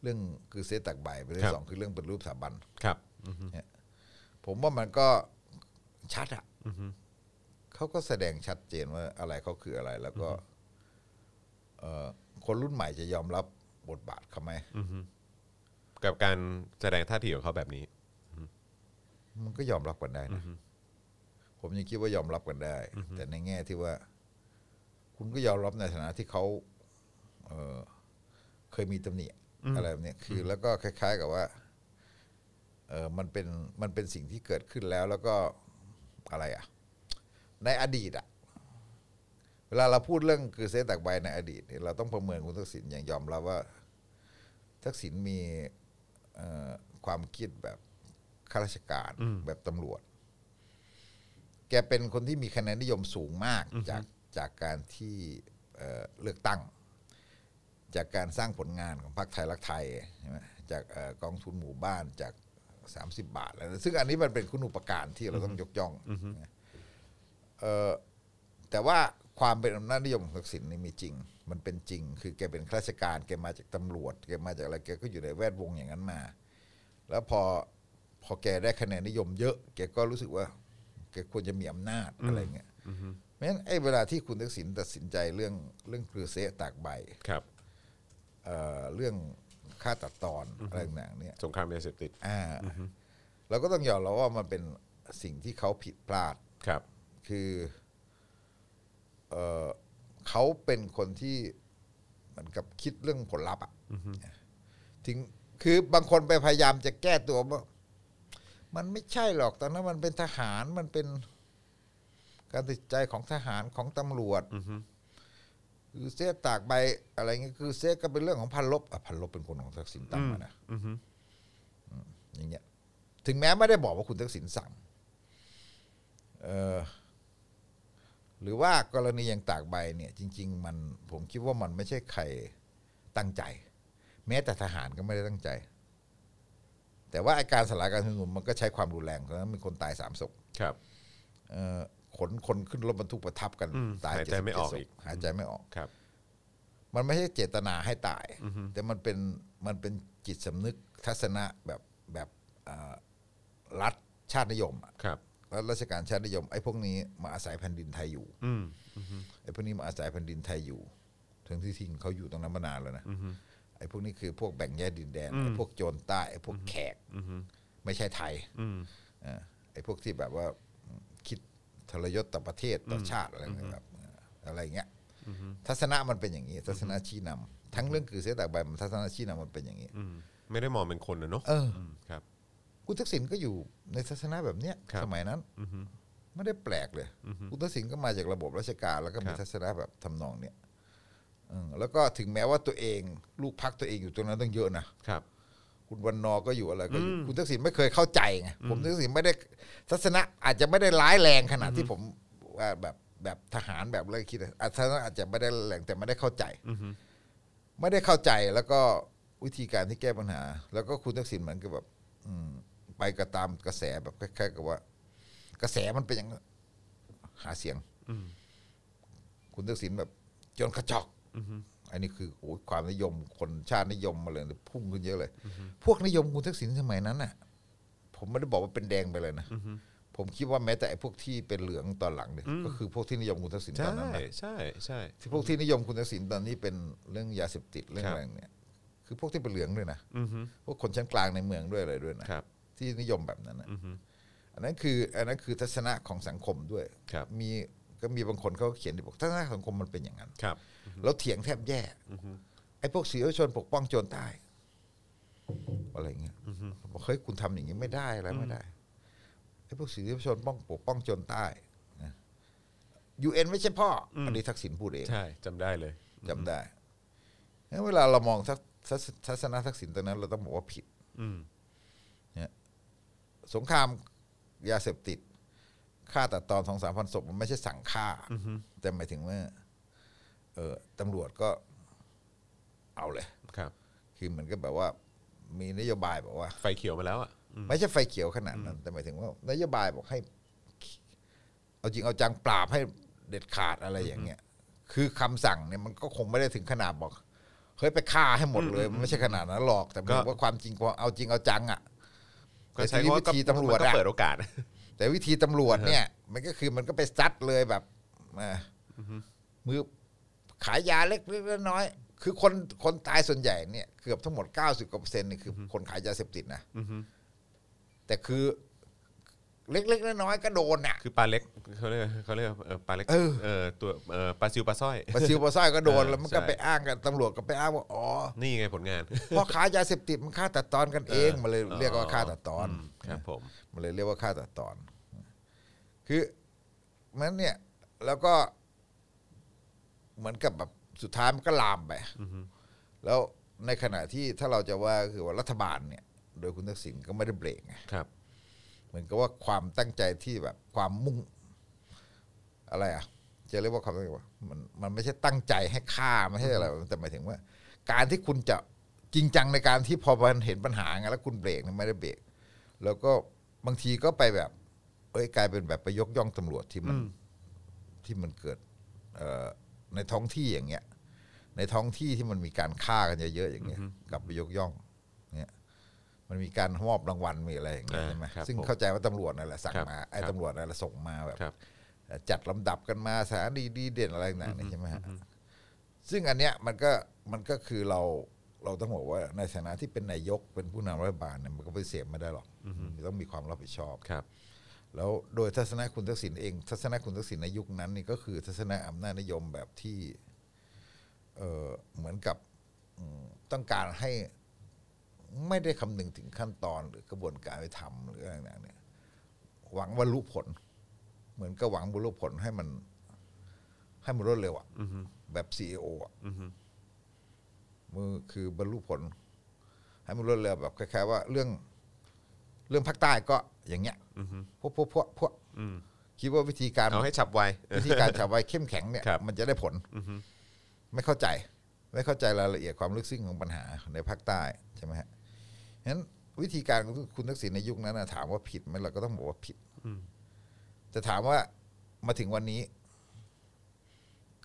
[SPEAKER 3] เรื่องคือเซตักใบประเด็นที่สองคือเรื่องเป็นรูปสถาบัน
[SPEAKER 2] ครับอืมฮึ
[SPEAKER 3] ผมว่ามันก็ชัดอะเขาก็แสดงชัดเจนว่าอะไรเขาคืออะไร แล้วก็ เออคนรุ่นใหม่จะยอมรับบทบาทเขาไหม
[SPEAKER 2] กับการแสดงท่าทีของเขาแบบนี้
[SPEAKER 3] มันก็ยอมรับกันได้นะผมยังคิดว่ายอมรับกันได้ แต่ในแง่ที่ว่า คุณก็ยอมรับในฐานะที่เขาเออเคยมีตำหนิอะไรแบบเนี้ยคือ แล้วก็คล้าย ๆ กับว่า เออมันเป็นมันเป็นสิ่งที่เกิดขึ้นแล้ว แล้วก็อะไรอ่ะ ในอดีตอ่ะ เวลาเราพูดเรื่องคือเซตักใบในอดีตเนี่ยเราต้องประเมินคุณทักษิณอย่างยอมรับว่า ทักษิณมีเอ่อความคิดแบบข้าราชการแบบตำรวจ แกเป็นคนที่มีคะแนนนิยมสูงมากจากจากการที่เอ่อเลือกตั้ง จากการสร้างผลงานของพรรคไทยรักไทยใช่ไหม จากเอ่อกองทุนหมู่บ้านจาก 30 บาทแล้วซึ่งอันนี้มันเป็นคุณอุปการที่เราต้องยกย่องนะเอ่อแต่ว่าความเป็นอำนาจนิยมของทักษิณนี่มีจริง มันเป็นจริง คือแกเป็นข้าราชการแกมาจากตำรวจแกมาจากอะไรแกก็อยู่ในแวดวงอย่างนั้นมา แล้วพอพอแกได้คะแนนนิยมเยอะ แกก็รู้สึกว่า แกควรจะมีอำนาจอะไรเงี้ยเพราะฉะนั้นไอ้เวลาที่คุณทักษิณตัดสินใจเรื่องเรื่องคือเสะตากใบ
[SPEAKER 2] ครับ
[SPEAKER 3] เอ่อเรื่องค่าตัดตอนอะไรต่างๆเนี่ย
[SPEAKER 2] สงครามยาเสพติด
[SPEAKER 3] อ่าเราก็ต้องยอมรับว่ามันเป็นสิ่งที่เขาผิดพลาด
[SPEAKER 2] ครับ
[SPEAKER 3] คือเอ่อเขาเป็นคนที่เหมือนกับคิดเรื่องผลลัพธ์อะถึงคือบางคนไปพยายามจะแก้ตัวว่ามันไม่ใช่หรอกตอนนั้นมันเป็นทหารมันเป็นการตัดสินใจของทหารของตำรวจ
[SPEAKER 2] อือฮึ
[SPEAKER 3] คือเซฟตากใบอะไรเงี้ยคือเซฟก็เป็นเรื่องของพันลบอ่ะพันลบเป็นคนของทักษิณตั้งมานะ
[SPEAKER 2] อือฮึ
[SPEAKER 3] อย่างเงี้ย ถึงแม้ไม่ได้บอกว่าคุณทักษิณสั่งเออหรือว่ากรณีอย่างตากใบเนี่ย จริง ๆ มันผมคิดว่ามันไม่ใช่ใครตั้งใจ แม้แต่ทหารก็ไม่ได้ตั้งใจ แต่ว่าไอาการสลายการชุมนุมมันก็ใช้ความรุนแรงเพราะฉะนั้นมีคนตายสามศพ
[SPEAKER 2] ครับ
[SPEAKER 3] เอ่อขนคนขึ้นรถบรรทุกประทับกัน
[SPEAKER 2] อืม
[SPEAKER 3] ตาย
[SPEAKER 2] หายใจไม่ออก
[SPEAKER 3] 77ศพ
[SPEAKER 2] อีก
[SPEAKER 3] หายใจไม่ออก
[SPEAKER 2] ครับ
[SPEAKER 3] มันไม่ใช่เจตนาให้ตาย แต่มันเป็นมันเป็นจิตสำนึกทัศนะแบบแบบเอ่อรัฐชาตินิยมอะ
[SPEAKER 2] ครับ
[SPEAKER 3] รัฐราชการชาตินิยมไอ้พวกนี้มาอาศัยแผ่นดินไทยอยู่
[SPEAKER 2] อืม
[SPEAKER 3] ไอ้พวกนี้มาอาศัยแผ่นดินไทยอยู่ถึงที่ทิ้งเขาอยู่ตรงนั้นมานานแล้วนะไอ้พวกนี้คือพวกแบ่งแยกดินแดนไอ้พวกโจรใต้ไอ้พวกแขกไม่ใช่ไทยเอ่อไอ้พวกที่แบบว่าคิดทรยศต่อประเทศต่อชาติอะไรแบบเอ่ออะไรอย่างเงี้ย ทัศนะมันเป็นอย่างนี้ ทัศนะชี้นำทั้งเรื่องคือเสียแต่ใบมันทัศนะชี้นำมันเป็นอย่างนี้
[SPEAKER 2] อืมไม่ได้มองเป็นคนนะเนาะ
[SPEAKER 3] เออ
[SPEAKER 2] มครับ
[SPEAKER 3] คุณทักษิณก็อยู่ในทัศนะแบบเนี้ย
[SPEAKER 2] ครับ
[SPEAKER 3] สมัยนั้นไม่ได้แปลกเลยคุณทักษิณก็มาจากระบบราชการ แล้วก็
[SPEAKER 2] ค
[SPEAKER 3] มี
[SPEAKER 2] รับ
[SPEAKER 3] ทัศนะแบบทำนองเนี้ยเออแล้วก็ถึงแม้ว่าตัวเองลูกพักตัวเองอยู่ตรงนั้นตั้งเยอะนะครับ คุณวันนอร์ก็อยู่อะไรก็อยู่คุณทักษิณไม่เคยเข้าใจไงผมทักษิณไม่ได้ทัศนะอาจจะไม่ได้ร้ายแรงขนาดที่ผมว่าแบบแบบทหารแบบอะไรคิดนะอ่ะทัศนะอาจจะไม่ได้แรงแต่ไม่ได้เข้าใจ
[SPEAKER 2] อือฮึ
[SPEAKER 3] ไม่ได้เข้าใจแล้วก็วิธีการที่แก้ปัญหา แล้วก็คุณทักษิณเหมือนกับแบบ อืมไปกระตามกระแสแบบคล้ายๆกับว่า กระแสมันเป็นอย่างนั้นหาเสียงคุณทักษิณแบบจนกระจอกอันนี้คือโอ้ยความนิยมคนชาตินิยมมาเลยพุ่งขึ้นเยอะเลย พวกนิยมคุณทักษิณสมัยนั้นน่ะ ผมไม่ได้บอกว่าเป็นแดงไปเลยนะผมคิดว่าแม้แต่ไอ้พวกที่เป็นเหลืองตอนหลังเนี่ยก็คือพวกที่นิยมคุณทักษิณต
[SPEAKER 2] ใช่
[SPEAKER 3] อนนั้นนะ
[SPEAKER 2] ใช่ใช่
[SPEAKER 3] ที่พวกที่นิยมคุณทักษิณตอนนี้เป็นเรื่องยาเสพติดเรื่อง
[SPEAKER 2] ครับ
[SPEAKER 3] อะไรเนี่ย คือพวกที่เป็นเหลืองด้วยนะ
[SPEAKER 2] อือฮึ
[SPEAKER 3] พวกคนชั้นกลางในเมืองด้วยอะไรด้วยนะครับ ที่นิยมแบบนั้นนะอันนั้นคือ อันนั้นคือทัศนะของสังคมด้วย
[SPEAKER 2] ครับ
[SPEAKER 3] มีก็มีบางคนเขาเขียนที่บอกทัศนะของสังคมมันเป็นอย่างนั้น
[SPEAKER 2] ครับ
[SPEAKER 3] แล้วเถียงแทบแย่ไอ้พวกสีเยาวชนปกป้องโจรตายอะไรเงี้ยบอกเฮ้ยคุณทำอย่างนี้ไม่ได้อะไรไม่ได้ไอ้พวกสีเยาวชนป้องปกป้องโจรตายนะยูเอ็นไม่ใช่พ่ออ
[SPEAKER 2] ม
[SPEAKER 3] อันนี้ทักษิณพูดเอง
[SPEAKER 2] ใช่จำได้เลย
[SPEAKER 3] จำได้งั้นเวลาเรามองทัศทัศทัศนทักษิณตอนนั้น เราต้องบอกว่าผิด
[SPEAKER 2] อืม
[SPEAKER 3] สงครามยาเสพติดฆ่าตัดตอนสองสามพันศพมันไม่ใช่สั่งฆ่า แต่หมายถึงว่า เออตำรวจก็เอาเลย
[SPEAKER 2] ครับ
[SPEAKER 3] คือเหมือนกับแบบว่า มีนโยบายบอกว่า
[SPEAKER 2] ไฟเขียวมาแล้วอ่ะอืม
[SPEAKER 3] ไม่ใช่ไฟเขียวขนาดนั้น แต่หมายถึงว่า นโยบายบอกให้ เอาจริงเอาจังปราบให้เด็ดขาดอะไรอย่างเงี้ย คือคำสั่งเนี่ยมันก็คงไม่ได้ถึงขนาดบอกเฮ้ยไปฆ่าให้หมดเลย มันไม่ใช่ขนาดนั้นหรอก แต่หมายถึงว่าความจริงความเอาจริงเอาจังอ่ะ
[SPEAKER 2] ก็ใช้คำว่า
[SPEAKER 3] แต่ทีนี้วิธีตำรวจอะ
[SPEAKER 2] มันก็เปิดโอกาส
[SPEAKER 3] แต่วิธีตำรวจเนี่ย มันก็คือมันก็ไปซัดเลยแบบเอ่ออมือขายยาเล็กๆน้อยๆคือคนคนตายส่วนใหญ่เนี่ยเกือบทั้งหมด 90กว่าเปอร์เซ็นต์นี่คืออคนขายยาเสพติดนะแต่คือเล็กๆน้อยๆก็โดนน่ะ
[SPEAKER 2] คือปลาเล็กเขาเรียกเขาเรียกเออปลาเล็ก
[SPEAKER 3] เออ
[SPEAKER 2] เออตัวเออปลาซิวปลาสร้อย
[SPEAKER 3] ปลาซิวปลาสร้อยก็โดน
[SPEAKER 2] เออ
[SPEAKER 3] แล้วมันก็
[SPEAKER 2] ใช่
[SPEAKER 3] ไปอ้างกันตำรวจก็ไปอ้างว่าอ๋อ
[SPEAKER 2] นี่ไงผลงาน
[SPEAKER 3] พ่อค้ายาเสพติดมันฆ่าตัดตอนกันเองมันเลยเรียกว่าฆ่าตัดตอน
[SPEAKER 2] มครับผม
[SPEAKER 3] มันเลยเรียกว่าฆ่าตัดตอน คือมันเนี่ย แล้วก็เหมือนกับแบบสุดท้ายมันก็ลามไป แล้วในขณะที่ถ้าเราจะว่าก็คือว่ารัฐบาลเนี่ย โดยคุณทักษิณก็ไม่ได้เบรกไง
[SPEAKER 2] ครับ
[SPEAKER 3] เหมือนกับว่าความตั้งใจที่แบบความมุ่ง อะไรอ่ะ จะเรียกว่าความตั้งใจว่ามันมันไม่ใช่ตั้งใจให้ฆ่าไม่ใช่อะไรแต่หมายถึงว่า การที่คุณจะ จริงจังในการที่พอมันเห็นปัญหาไงแล้วคุณเบรกเนี่ยไม่ได้เบรกแล้วก็บางทีก็ไปแบบ เอ้ยกลายเป็นแบบไปยกย่องตำรวจที่มันที่มันเกิดเอ่อในท้องที่อย่างเงี้ย ในท้องที่ที่มันมีการฆ่ากันเยอะๆอย่างเงี้ยกลับไปยกย่อง เนี่ย มันมีการมอบรางวัลมีอะไรอย่างเงี้ย
[SPEAKER 2] อ่า
[SPEAKER 3] ใช่ไหม
[SPEAKER 2] ครับ
[SPEAKER 3] ซึ่ง
[SPEAKER 2] ผม
[SPEAKER 3] เข้าใจว่าตำรวจนั่นแหละสั่ง
[SPEAKER 2] ครับ
[SPEAKER 3] มาไอ้
[SPEAKER 2] ครับ
[SPEAKER 3] ตำรวจนั่นแหละส่งมาแบบ
[SPEAKER 2] ครับ
[SPEAKER 3] เอ่อจัดลำดับกันมาสถารดีดีเด่นอะไรต่างๆเนี่ยใช่ไหมฮะซึ่งอันเนี้ยมันก็มันก็คือเราเราต้องบอกว่าในฐานะที่เป็นนายกเป็นผู้นำรัฐบาลเนี่ยมันก็ไปฏิเสียไม่ได้หรอกมันต้องมีความรับผิดชอบ
[SPEAKER 2] ครับ
[SPEAKER 3] แล้วโดยทัศนะคุณทักษิณเอง ทัศนะคุณทักษิณในยุคนั้นนี่ก็คือทัศนะอำนาจนิยมแบบที่ เออเหมือนกับอืมต้องการให้ไม่ได้คำนึงถึงขั้นตอนหรือกระบวนการไปทำหรืออะไรต่างๆเนี่ย หวังว่ารู้ผล เหมือนกับหวังบรรลุผลให้มัน ให้มันรวดเร็วอะแบบซีอโออะมือคือบรรลุผล ให้มันรวดเร็วแบบคล้ายๆว่าเรื่อง เรื่องภาคใต้ก็อย่างเงี้ยพวกพวกพวกพวกคิดว่าวิธีการ
[SPEAKER 2] เอาให้ฉับไว
[SPEAKER 3] วิธีการชาวไวเข้มแข็งเนี่ย
[SPEAKER 2] ครับ
[SPEAKER 3] มันจะได้ผลไม่เข้าใจ ไม่เข้าใจรายละเอียดความลึกซึ้งของปัญหาในภาคใต้ใช่ไหมฮะฉะนั้นวิธีการของคุณทักษิณในยุคนั้นนะถามว่าผิดไหมเราก็ต้องบอกว่าผิดแต่ถามว่ามาถึงวันนี้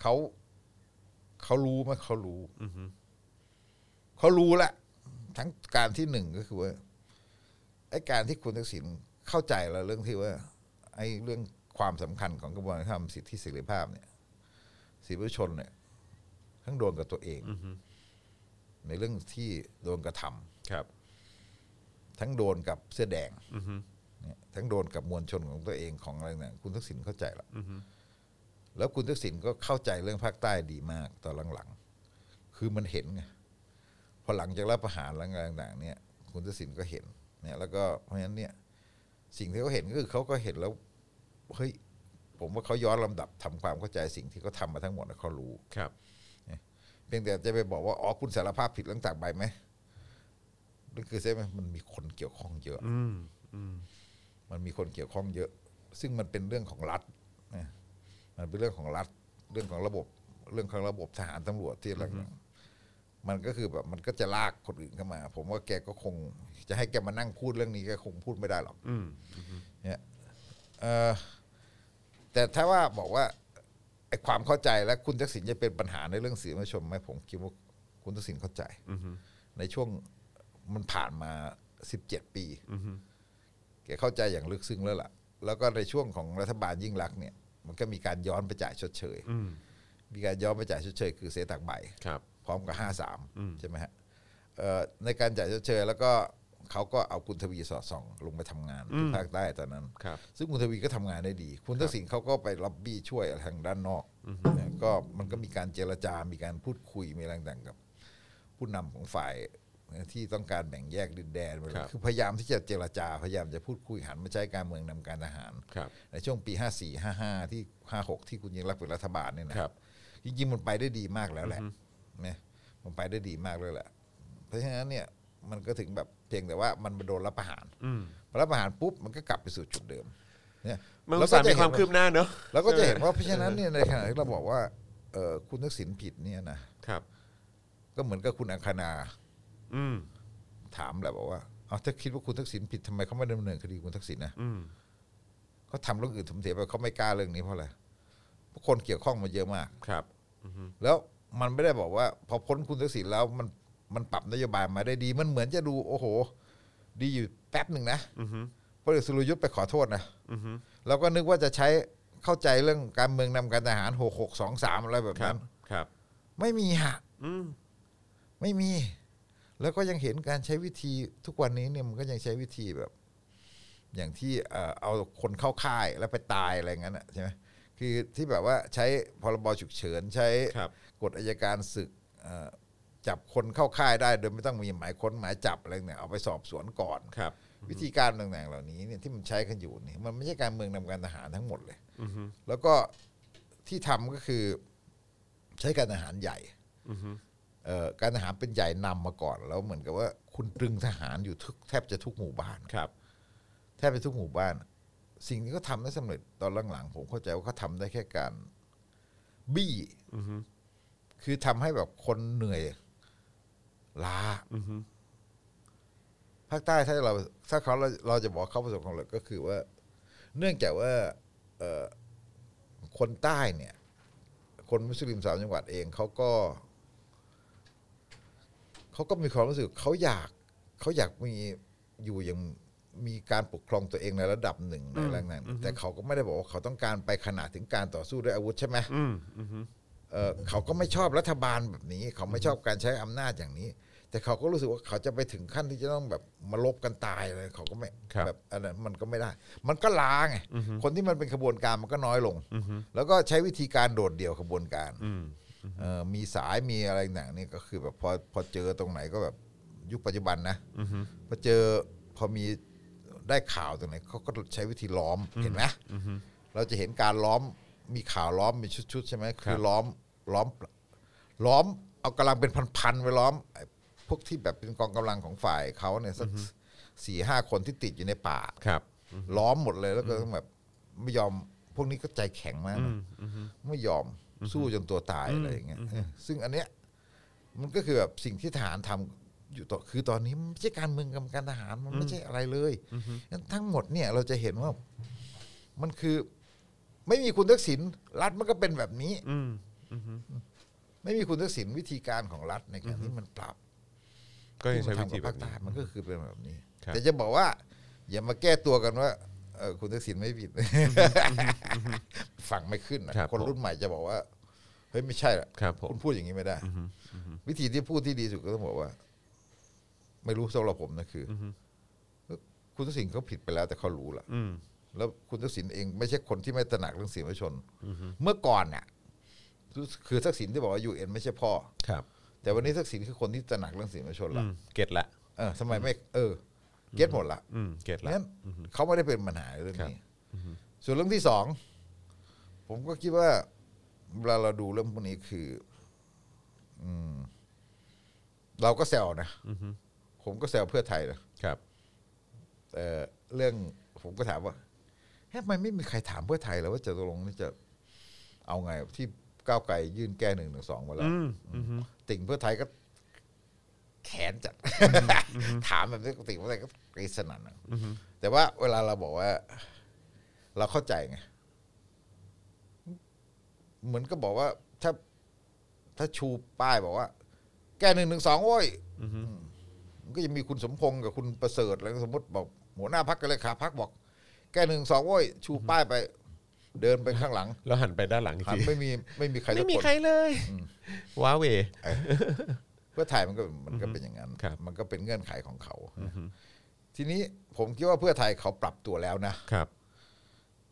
[SPEAKER 3] เขาเขารู้ไหมเขารู้เขารู้แหละทั้งการที่หนึ่งก็คือว่าไอ้การที่คุณทักษิณเข้าใจแล้วเรื่องที่ว่า ไอ้เรื่องความสำคัญของกระบวนการทำสิทธิเสรีภาพเนี่ยสิทธิมนุษยชนเนี่ยทั้งโดนกับตัวเองในเรื่องที่โดนกระทำ
[SPEAKER 2] ครับ
[SPEAKER 3] ทั้งโดนกับเสื้อแดงเนี่ยทั้งโดนกับมวลชนของตัวเองของอะไรเนี่ยคุณทักษิณเข้าใจละแล้วคุณทักษิณก็เข้าใจเรื่องภาคใต้ดีมากตอนหลังๆ คือมันเห็นไงพอหลังจากรัฐประหารแล้วอะไรต่างๆเนี่ย คุณทักษิณก็เห็น เนี่ย แล้วก็เพราะฉะนั้นเนี่ย สิ่งที่เขาเห็นก็คือเขาก็เห็นแล้ว เฮ้ยผมว่าเขาย้อนลำดับทำความเข้าใจสิ่งที่เขาทำมาทั้งหมดนะเขารู้
[SPEAKER 2] ครับ
[SPEAKER 3] เพียงแต่จะไปบอกว่าอ๋อคุณสารภาพผิดหลังจากใบไหมนั่นคือใช่ไหมมันมีคนเกี่ยวข้องเยอะ
[SPEAKER 2] อืมอืม
[SPEAKER 3] มันมีคนเกี่ยวข้องเยอะ ซึ่งมันเป็นเรื่องของรัฐนะมันเป็นเรื่องของรัฐ เรื่องของระบบ เรื่องของระบบทหารตำรวจที่อะไรต่างๆมันก็คือแบบมันก็จะลากคนอื่นเข้ามา ผมว่าแกก็คง จะให้แกมานั่งพูดเรื่องนี้แกคงพูดไม่ได้หรอก
[SPEAKER 2] อืม
[SPEAKER 3] เนี่ยเอ่อแต่ถ้าว่าบอกว่าไอ้ความเข้าใจและคุณทักษิณจะเป็นปัญหาในเรื่องสื่อมวลชนไหมผมคิดว่าคุณทักษิณเข้าใจ
[SPEAKER 2] อืมฮึ
[SPEAKER 3] ในช่วงมันผ่านมาสิบเจ็ดปี
[SPEAKER 2] อืมฮึ
[SPEAKER 3] แกเข้าใจอย่างลึกซึ้งแล้วล่ะ แล้วก็ในช่วงของรัฐบาลยิ่งรักษณ์เนี่ย มันก็มีการย้อนไปจ่ายชดเชย
[SPEAKER 2] อืม
[SPEAKER 3] มีการย้อนไปจ่ายชดเชย คือเสตักใบ
[SPEAKER 2] ครับ
[SPEAKER 3] พร้อมกับห้าสาม
[SPEAKER 2] อืม
[SPEAKER 3] ใช่ไหมฮะเอ่อในการจ่ายชดเชย แล้วก็เขาก็เอาคุณทวีสอดส่องลงไปทำงานที่ภาคใต้ตอนนั้น
[SPEAKER 2] ครับ
[SPEAKER 3] ซึ่งคุณทวีก็ทำงานได้ดี คุณทักษิณเขาก็ไปล็อบบี้ช่วยทางด้านนอกนะก็มันก็มีการเจรจา มีการพูดคุย มีอะไรต่างๆกับ ผู้นำของฝ่ายนะที่ต้องการแบ่งแยกดินแดนไปเลยคือพยายามที่จะเจรจา พยายามจะพูดคุยหันมาใช้การเมืองนำการทหาร
[SPEAKER 2] ครับ
[SPEAKER 3] ในช่วงปี 54 55 ที่ 56 ที่คุณยิ่งรักษณ์เป็นรัฐบาลเนี่ยนะครับ จริงๆมันไปได้ดีมากแล้วแหละนะมันไปได้ดีมากเลยแหละ เพราะฉะนั้นเนี่ยมันก็ถึงแบบเพียงแต่ว่ามันมาโดนรับประหาร
[SPEAKER 2] อืม
[SPEAKER 3] พอรับประหารปุ๊บมันก็กลับไปสู่จุดเดิมเนี่ย
[SPEAKER 2] มัน
[SPEAKER 3] เรา
[SPEAKER 2] อุตสาห์มีความคืบหน้าเนอะ
[SPEAKER 3] เราก็จะเห็นว่าเพราะฉะนั้นเนี่ยในขณะที่เราบอกว่าเอ่อคุณทักษิณผิดเนี่ยนะครับ ก็เหมือนกับคุณอังคณา
[SPEAKER 2] อืม
[SPEAKER 3] ถามแหละบอกว่าเอาถ้าคิดว่าคุณทักษิณผิดทำไมเขาไม่ดำเนินคดีคุณทักษิณนะ
[SPEAKER 2] อืม
[SPEAKER 3] เขาทำเรื่องอื่นถมเถียงไปเขาไม่กล้าเรื่องนี้เพราะอะไรเพราะคนเกี่ยวข้องมาเยอะมาก
[SPEAKER 2] ครับ
[SPEAKER 3] แล้วมันไม่ได้บอกว่า พอพ้นคุณทักษิณแล้วมันมันปรับนโยบายมาได้ดี มันเหมือนจะดูโอ้โห ดีอยู่แป๊บหนึ่งนะ
[SPEAKER 2] อืมฮึ
[SPEAKER 3] พลเอกสุรยุทธ์ไปขอโทษนะ
[SPEAKER 2] อืมฮึ
[SPEAKER 3] เราก็นึกว่าจะใช้เข้าใจเรื่องการเมืองนำการทหารหกหกสองสามอะไรแบบ
[SPEAKER 2] ครั
[SPEAKER 3] นั้
[SPEAKER 2] บ
[SPEAKER 3] น
[SPEAKER 2] ครับ
[SPEAKER 3] ไม่มีฮะ
[SPEAKER 2] อืม
[SPEAKER 3] ไม่มี แล้วก็ยังเห็นการใช้วิธีทุกวันนี้เนี่ยมันก็ยังใช้วิธีแบบ อย่างที่เอ่อเอาคนเข้าค่ายแล้วไปตายอะไรงั้นอะใช่ไหมคือที่แบบว่าใช้พรบฉุกเฉินใช้
[SPEAKER 2] ครับ
[SPEAKER 3] กฎอายการศึกเอ่อจับคนเข้าค่ายได้โดยไม่ต้องมีหมายค้นหมายจับอะไรเนี่ยเอาไปสอบสวนก่อน
[SPEAKER 2] ครับ
[SPEAKER 3] วิธีการต่างๆเหล่านี้เนี่ยที่มันใช้กันอยู่เนี่ยมันไม่ใช่การเมืองนำการทหารทั้งหมดเลย
[SPEAKER 2] อืมฮึ
[SPEAKER 3] แล้วก็ที่ทำก็คือใช้การทหารใหญ่
[SPEAKER 2] อืมฮึ
[SPEAKER 3] เอ่อการทหารเป็นใหญ่นำมาก่อน แล้วเหมือนกับว่าคุณตรึงทหารอยู่ทุกแทบจะทุกหมู่บ้าน
[SPEAKER 2] ครับ
[SPEAKER 3] แทบจะทุกหมู่บ้าน สิ่งที่เขาทำได้สำเร็จตอนหลังๆผมเข้าใจว่าเขาทำได้แค่การบี้
[SPEAKER 2] อืมฮึ
[SPEAKER 3] คือทำให้แบบคนเหนื่อย ล้า
[SPEAKER 2] อือฮึ
[SPEAKER 3] ภาคใต้ถ้าเราถ้าเขาเราเราจะบอกเขาประสบความสำเร็จก็คือว่า เนื่องจากว่าเอ่อคนใต้เนี่ย คนมุสลิมสามจังหวัดเองเขาก็เขาก็มีความรู้สึกเขาอยากเขาอยากมีอยู่อย่างมีการปกครองตัวเองในระดับหนึ่งในแรงนั้นแต่เขาก็ไม่ได้บอกว่าเขาต้องการไปขนาดถึงการต่อสู้ด้วยอาวุธใช่ไหม
[SPEAKER 2] อืมอือฮึ
[SPEAKER 3] เอ่อเขาก็ไม่ชอบรัฐบาลแบบนี้ เขาไม่ชอบการใช้อำนาจอย่างนี้ แต่เขาก็รู้สึกว่าเขาจะไปถึงขั้นที่จะต้องแบบมาลบกันตายเลยเขาก็ไม่แบบอันนั้นมันก็ไม่ได้ มันก็ล้าไงคนที่มันเป็นขบวนการมันก็น้อยลง แล้วก็ใช้วิธีการโดดเดี่ยวขบวนการ
[SPEAKER 2] อืม
[SPEAKER 3] เอ่อมีสายมีอะไรหนังนี่ก็คือแบบพอพอเจอตรงไหนก็แบบยุคปัจจุบันนะ
[SPEAKER 2] อือฮึ
[SPEAKER 3] พอเจอพอมีได้ข่าวตรงไหนเขาก็ใช้วิธีล้อมเห็นไหม
[SPEAKER 2] อือฮึ
[SPEAKER 3] เราจะเห็นการล้อมมีข่าวล้อมมีชุดๆใช่ไหม
[SPEAKER 2] ครั
[SPEAKER 3] คื
[SPEAKER 2] บ
[SPEAKER 3] อล้อมล้อม ล้อมเอากำลังเป็นพันๆไปล้อมไอ้พวกที่แบบเป็นกองกำลังของฝ่ายเขาเนี่ยสักสี่ห้าคนที่ติดอยู่ในป่า
[SPEAKER 2] ครับ
[SPEAKER 3] ล้อมหมดเลยแล้วก็ต้องแบบไม่ยอมพวกนี้ก็ใจแข็งมากนะไม่ยอมสู้จนตัวตายอะไรอย่างเงี้ยเออซึ่งอันเนี้ยมันก็คือแบบสิ่งที่ทหารทำอยู่ต่อคือตอนนี้มันไม่ใช่การเมืองกับการทหารมันไม่ใช่อะไรเลยงั้นทั้งหมดเนี่ยเราจะเห็นว่ามันคือไม่มีคุณทักษิณรัฐมันก็เป็นแบบนี้
[SPEAKER 2] อืม
[SPEAKER 3] ไม่มีคุณทักษิณวิธีการของรัฐในการที่มันปรับ
[SPEAKER 2] ก็ยังใช้วิธี
[SPEAKER 3] ที่มันทำ
[SPEAKER 2] แบ
[SPEAKER 3] กัภา
[SPEAKER 2] บ
[SPEAKER 3] ค
[SPEAKER 2] นี้
[SPEAKER 3] ใต้มันก็คือเป็นแบบนี้
[SPEAKER 2] ครับ
[SPEAKER 3] แต่จะบอกว่า อย่ามาแก้ตัวกันว่าเอ่อคุณทักษิณไม่ผิด ฟังไม่ขึ้นนะครับ คน
[SPEAKER 2] ผม
[SPEAKER 3] รุ่นใหม่จะบอกว่าเฮ้ยไม่ใช่ละ
[SPEAKER 2] ครับผม
[SPEAKER 3] คุณพูดอย่างนี้ไม่ได้ วิธีที่พูดที่ดีสุดก็ต้องบอกว่า ไม่รู้สำหรับผมนะคืออคุณทักษิณเขาผิดไปแล้ว แต่เขารู้ละ
[SPEAKER 2] อืม
[SPEAKER 3] แล้วคุณทักษิณเองไม่ใช่คนที่ไม่ตระหนักเรื่องสิ่งประชาชนเมื่อก่อนน่ะคือทักษิณที่บอกว่ายูเอ็นไม่ใช่พ่อ
[SPEAKER 2] ครับ
[SPEAKER 3] แต่วันนี้ทักษิณคือคนที่ตระหนักเรื่องสิ่งประชาชน
[SPEAKER 2] อื
[SPEAKER 3] ละ
[SPEAKER 2] มเก็ตละ
[SPEAKER 3] เออทำไมไม่เออ เก็ตหมดละ
[SPEAKER 2] อืมเก็ตละ
[SPEAKER 3] งั้นเขาไม่ได้เป็นปัญหาเรื่องนี้ ส่วนเรื่องที่สอง ผมก็คิดว่าเวลาเราดูเรื่องพวกนี้คือ อืม เราก็แซวนะผมก็แซวเพื่อไทยนะครับ แต่เรื่องผมก็ถามว่าเฮ้ยทำไมไม่มีใครถามเพื่อไทยแล้วว่าจะตกลงนี่จะเอาไงที่ก้าวไกลยื่นแก้หนึ่งหนึ่งสองมาแล้ว
[SPEAKER 2] อืมอือฮึ
[SPEAKER 3] ติ่งเพื่อไทยก็แขนจัด ถามแบบนี้ติ่งเพื่อไทยก็กรีดสนั่นอะแต่ว่าเวลาเราบอกว่า เราเข้าใจไงเหมือนก็บอกว่า ถ้าถ้าชูป้ายบอกว่า แกหนึ่งหนึ่งสองโว้ยมันก็จะมีคุณสมพงศ์กับคุณประเสริฐแล้วสมมติบอกหัวหน้าพักกันเลยขาพักบอก แกหนึ่งสองโว้ยชูป้ายไป เดินไปข้างหลัง
[SPEAKER 2] แล้วหันไปด้านหลังอีก
[SPEAKER 3] หัน
[SPEAKER 2] ที
[SPEAKER 3] ไม่มีไม่มีใครสัก
[SPEAKER 2] ไม่มี
[SPEAKER 3] คน
[SPEAKER 2] ใครเลยว้าเหว
[SPEAKER 3] เพื่อไทยมันก็มันก็เป็นอย่างนั้น
[SPEAKER 2] ครับ
[SPEAKER 3] มันก็เป็นเงื่อนไขของเขา ทีนี้ผมคิดว่าเพื่อไทยเขาปรับตัวแล้วนะ
[SPEAKER 2] ครับ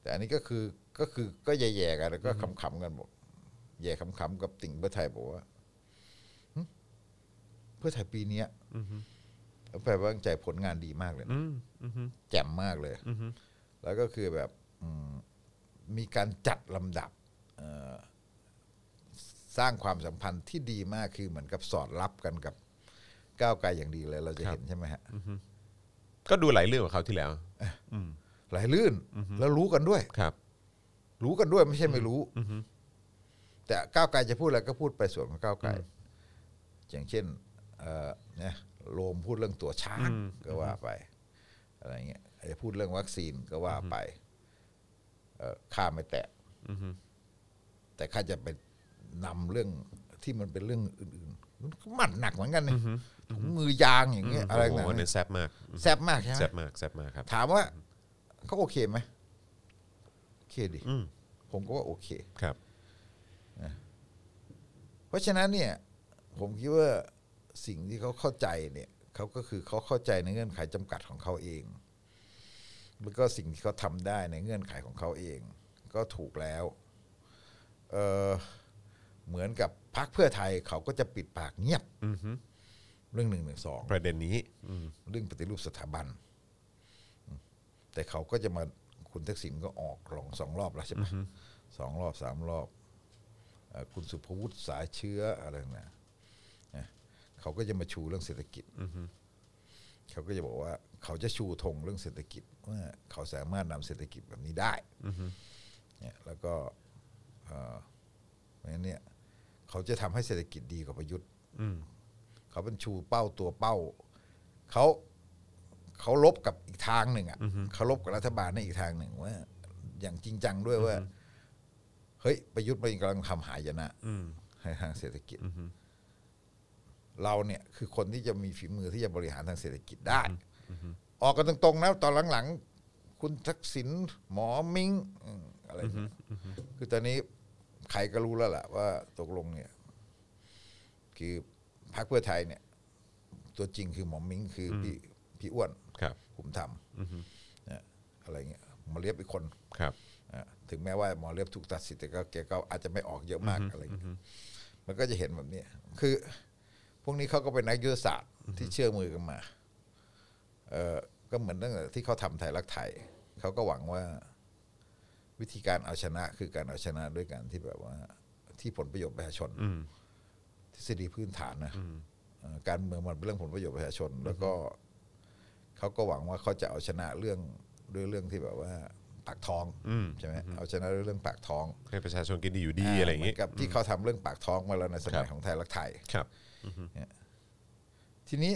[SPEAKER 3] แต่อันนี้ก็คือก็คือก็แย่ๆกันแล้วก็ขำๆกันบอกแย่ขำๆกับติ่งเพื่อไทยบอกว่าหึเพื่อไทยปีเนี้ยแปลว่าตั้งใจผลงานดีมากเลยนะ
[SPEAKER 2] อืมอือฮึ
[SPEAKER 3] แจ่มมากเลย
[SPEAKER 2] อือฮึ
[SPEAKER 3] แล้วก็คือแบบอืมมีการจัดลำดับเอ่อสร้างความสัมพันธ์ที่ดีมากคือเหมือนกับสอดรับกันกับก้าวไกลอย่างดีเลยเราจะเห็นใช่ไหมฮะ
[SPEAKER 2] ก็ดูหลายเรื่องของเขาวที่แล้ว อืม
[SPEAKER 3] ไหลลื่น แล้วรู้กันด้วย
[SPEAKER 2] ครับ
[SPEAKER 3] รู้กันด้วยไม่ใช่ไม่รู้ แต่ก้าวไกลจะพูดอะไรก็พูดไปส่วนของก้าวไกลอย่างเช่น เอ่อเนี่ยโรมพูดเรื่องตัวช้างก็ว่าไป อะไรเงี้ยไอ้พูดเรื่องวัคซีนก็ว่าไป เอ่อข้าไม่แตะ
[SPEAKER 2] อือฮึ
[SPEAKER 3] แต่ข้าจะไปนำเรื่องที่มันเป็นเรื่องอื่นๆมันก็หมัดหนักเหมือนกันนะถุงมือยางอย่างเงี้ยอะไร
[SPEAKER 2] โโห
[SPEAKER 3] ต่างๆ
[SPEAKER 2] เนี่
[SPEAKER 3] เนี่ย ย
[SPEAKER 2] แซบมาก
[SPEAKER 3] แซบมากใช่ไหม
[SPEAKER 2] แซบมากแซบมากครับ
[SPEAKER 3] ถามว่าเขาโอเคไหมโอเคดิ
[SPEAKER 2] อืม
[SPEAKER 3] ผมก็ว่าโอเค
[SPEAKER 2] ครับ
[SPEAKER 3] เพราะฉะนั้นเนี่ย ผมคิดว่าสิ่งที่เขาเข้าใจเนี่ยเขาก็คือเขาเข้าใจในเงื่อนไขจำกัดของเขาเองแล้วก็สิ่งที่เขาทำได้ในเงื่อนไขของเขาเอง ก็ถูกแล้วเออเหมือนกับพักเพื่อไทยเขาก็จะปิดปากเงียบ
[SPEAKER 2] อือฮึ
[SPEAKER 3] เรื่องหนึ่งหนึ่งสอง
[SPEAKER 2] ประเด็นนี้ อืม
[SPEAKER 3] เรื่องปฏิรูปสถาบัน แต่เขาก็จะมาคุณทักษิณก็ออกรองสองรอบแล้วใช่ไหมสองรอบสามรอบเอ่อคุณสุภวุฒิสายเชื้ออะไรนะนะเขาก็จะมาชูเรื่องเศรษฐกิจเขาก็จะบอกว่าเขาจะชูธงเรื่องเศรษฐกิจว่าเขาสามารถนำเศรษฐกิจแบบนี้ได้เนี่ยแล้วก็เอ่อเพราะฉะนั้นเนี่ยเขาจะทำให้เศรษฐกิจดีกว่าประยุทธ์ เขาเป็นชูเป้าตัวเป้าเขาเขาลบกับอีกทางหนึ่งอ่ะเขาลบกับรัฐบาลในอีกทางหนึ่งว่า อย่างจริงจังด้วยว่าเฮ้ยประยุทธ์มันกำลังทำหายนะในทางเศรษฐกิจ เราเนี่ยคือคนที่จะมีฝีมือที่จะบริหารทางเศรษฐกิจได้ ออกกันตรงๆนะตอนหลังๆ คุณทักษิณหมอมิงอืมอะไรเนี่ยคือตอนนี้ใครก็รู้แล้วล่ะว่าตกลงเนี่ย คือพรรคเพื่อไทยเนี่ย ตัวจริงคือหมอมิงคืออพี่พี่อ้วน
[SPEAKER 2] ครับ
[SPEAKER 3] ผมทำนะอะไรเงี้ยหมอเลียบอีกคน
[SPEAKER 2] ครับ
[SPEAKER 3] อ่ะถึงแม้ว่าหมอเลียบถูกตัดสิทธิ์แต่ก็แกก็อาจจะไม่ออกเยอะมากอะไรอย่างเงี้ยมันก็จะเห็นแบบเนี้ยคือ พวกนี้เขาก็เป็นนักยุทธศาสตร์ที่เชื่อมือกันมา เออก็เหมือนตั้งแต่ที่เขาทำไทยรักไทย เขาก็หวังว่า วิธีการเอาชนะ คือการเอาชนะด้วยการที่แบบว่า ที่ผลประโยชน์ประชาชนทฤษฎีพื้นฐานนะเอ่อการเมืองมันเป็นเรื่องผลประโยชน์ประชาชน แล้วก็ เขาก็หวังว่าเขาจะเอาชนะเรื่องด้วยเรื่องที่แบบว่าปากท้องใช่ไหมเอาชนะด้วยเรื่องปากท้อง
[SPEAKER 2] ให้ประชาชนกินดีอยู่ดีอะไรอย่าง
[SPEAKER 3] เหมื
[SPEAKER 2] งี้
[SPEAKER 3] นกับที่เขาทำเรื่องปากท้องมาแล้วในสมั
[SPEAKER 2] ครั
[SPEAKER 3] ย
[SPEAKER 2] บ
[SPEAKER 3] ของไทยรักไทย
[SPEAKER 2] ครับ
[SPEAKER 3] ทีนี้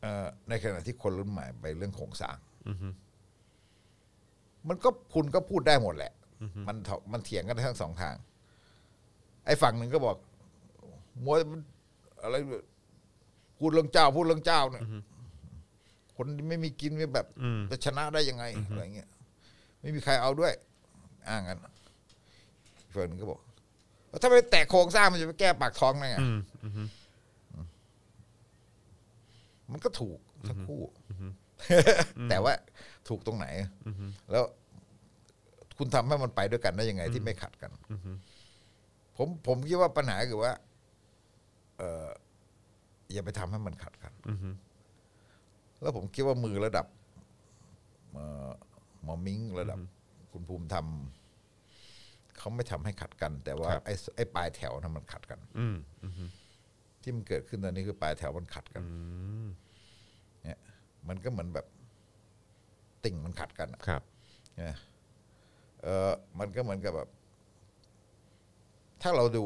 [SPEAKER 3] เอ่อในขณะที่คนรุ่นใหม่ไปเรื่องโครงสร้างมันก็คุณก็พูดได้หมดแหละ มันเถมันเถียงกันทั้งสองทาง ไอ้ฝั่งหนึ่งก็บอกมัวอะไรพูดเรื่องเจ้า พูดเรื่องเจ้าเนี่ยคนที่ไม่มีกินเนี่ยแบบจะชนะได้ยังไงอะไรเงี้ยไม่มีใครเอาด้วย อ้างกันอีกฝั่งหนึ่งก็บอกว่าถ้าไปแตะโครงสร้างมันจะไปแก้ปากท้องได้ไง มันก็ถูกทั้งคู่ แต่ว่าถูกตรงไหน แล้วคุณทำให้มันไปด้วยกันได้ยังไงที่ไม่ขัดกัน ผมผมคิดว่าปัญหาคือว่า เอออย่าไปทำให้มันขัดกัน แล้วผมคิดว่ามือระดับเอ่อหมอมิงระดับ คุณภูมิทำเขาไม่ทำให้ขัดกัน แต่ว่า
[SPEAKER 2] ครับ
[SPEAKER 3] ไอ้ไอ้ปลายแถวนั้นมันขัดกัน
[SPEAKER 2] อืม
[SPEAKER 3] ที่มันเกิดขึ้นตอนนี้คือปลายแถวมันขัดกันเนี่ยมันก็เหมือนแบบ ติ่งมันขัดกันอะ
[SPEAKER 2] ครับ
[SPEAKER 3] เนี่ยเออมันก็เหมือนกับแบบ ถ้าเราดู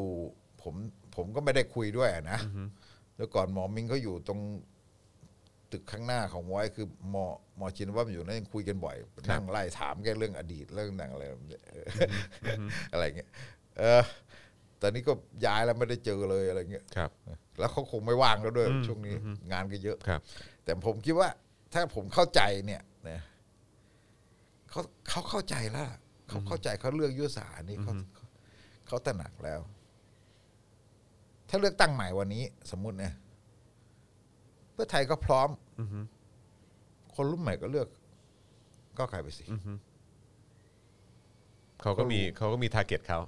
[SPEAKER 3] ผมผมก็ไม่ได้คุยด้วยอะนะแล้วก่อนหมอมิงเขาอยู่ตรงตึกข้างหน้าของไว้คือหมอหมอชินว่ามันอยู่นั่นยังคุยกันบ่อยนั่งไล่ถามแกเรื่องอดีตเรื่องหนังอะไรแบบเนี้ยเอออ อะไรเงี้ยเออตอนนี้ก็ย้ายแล้วไม่ได้เจอเลยอะไรเงี้ย
[SPEAKER 2] ครับ
[SPEAKER 3] แล้วเขาคงไม่ว่างแล้วด้วยช่วงนี้งานก็เยอะ
[SPEAKER 2] ครับ
[SPEAKER 3] แต่ผมคิดว่า ถ้าผมเข้าใจเนี่ยนะเขาเขาเข้าใจแล้วล่ะเขาเข้าใจเขาเลือกยุทธศาสตร์นี่เขาเขาเขาตระหนักแล้ว ถ้าเลือกตั้งใหม่วันนี้ สมมุติเนี่ยเพื่อไทยก็พร้อมคนรุ่นใหม่ก็เลือก ก็ไกลไปสิ
[SPEAKER 2] เขาก็มีเขาก็มีทาร์เก็ตเขา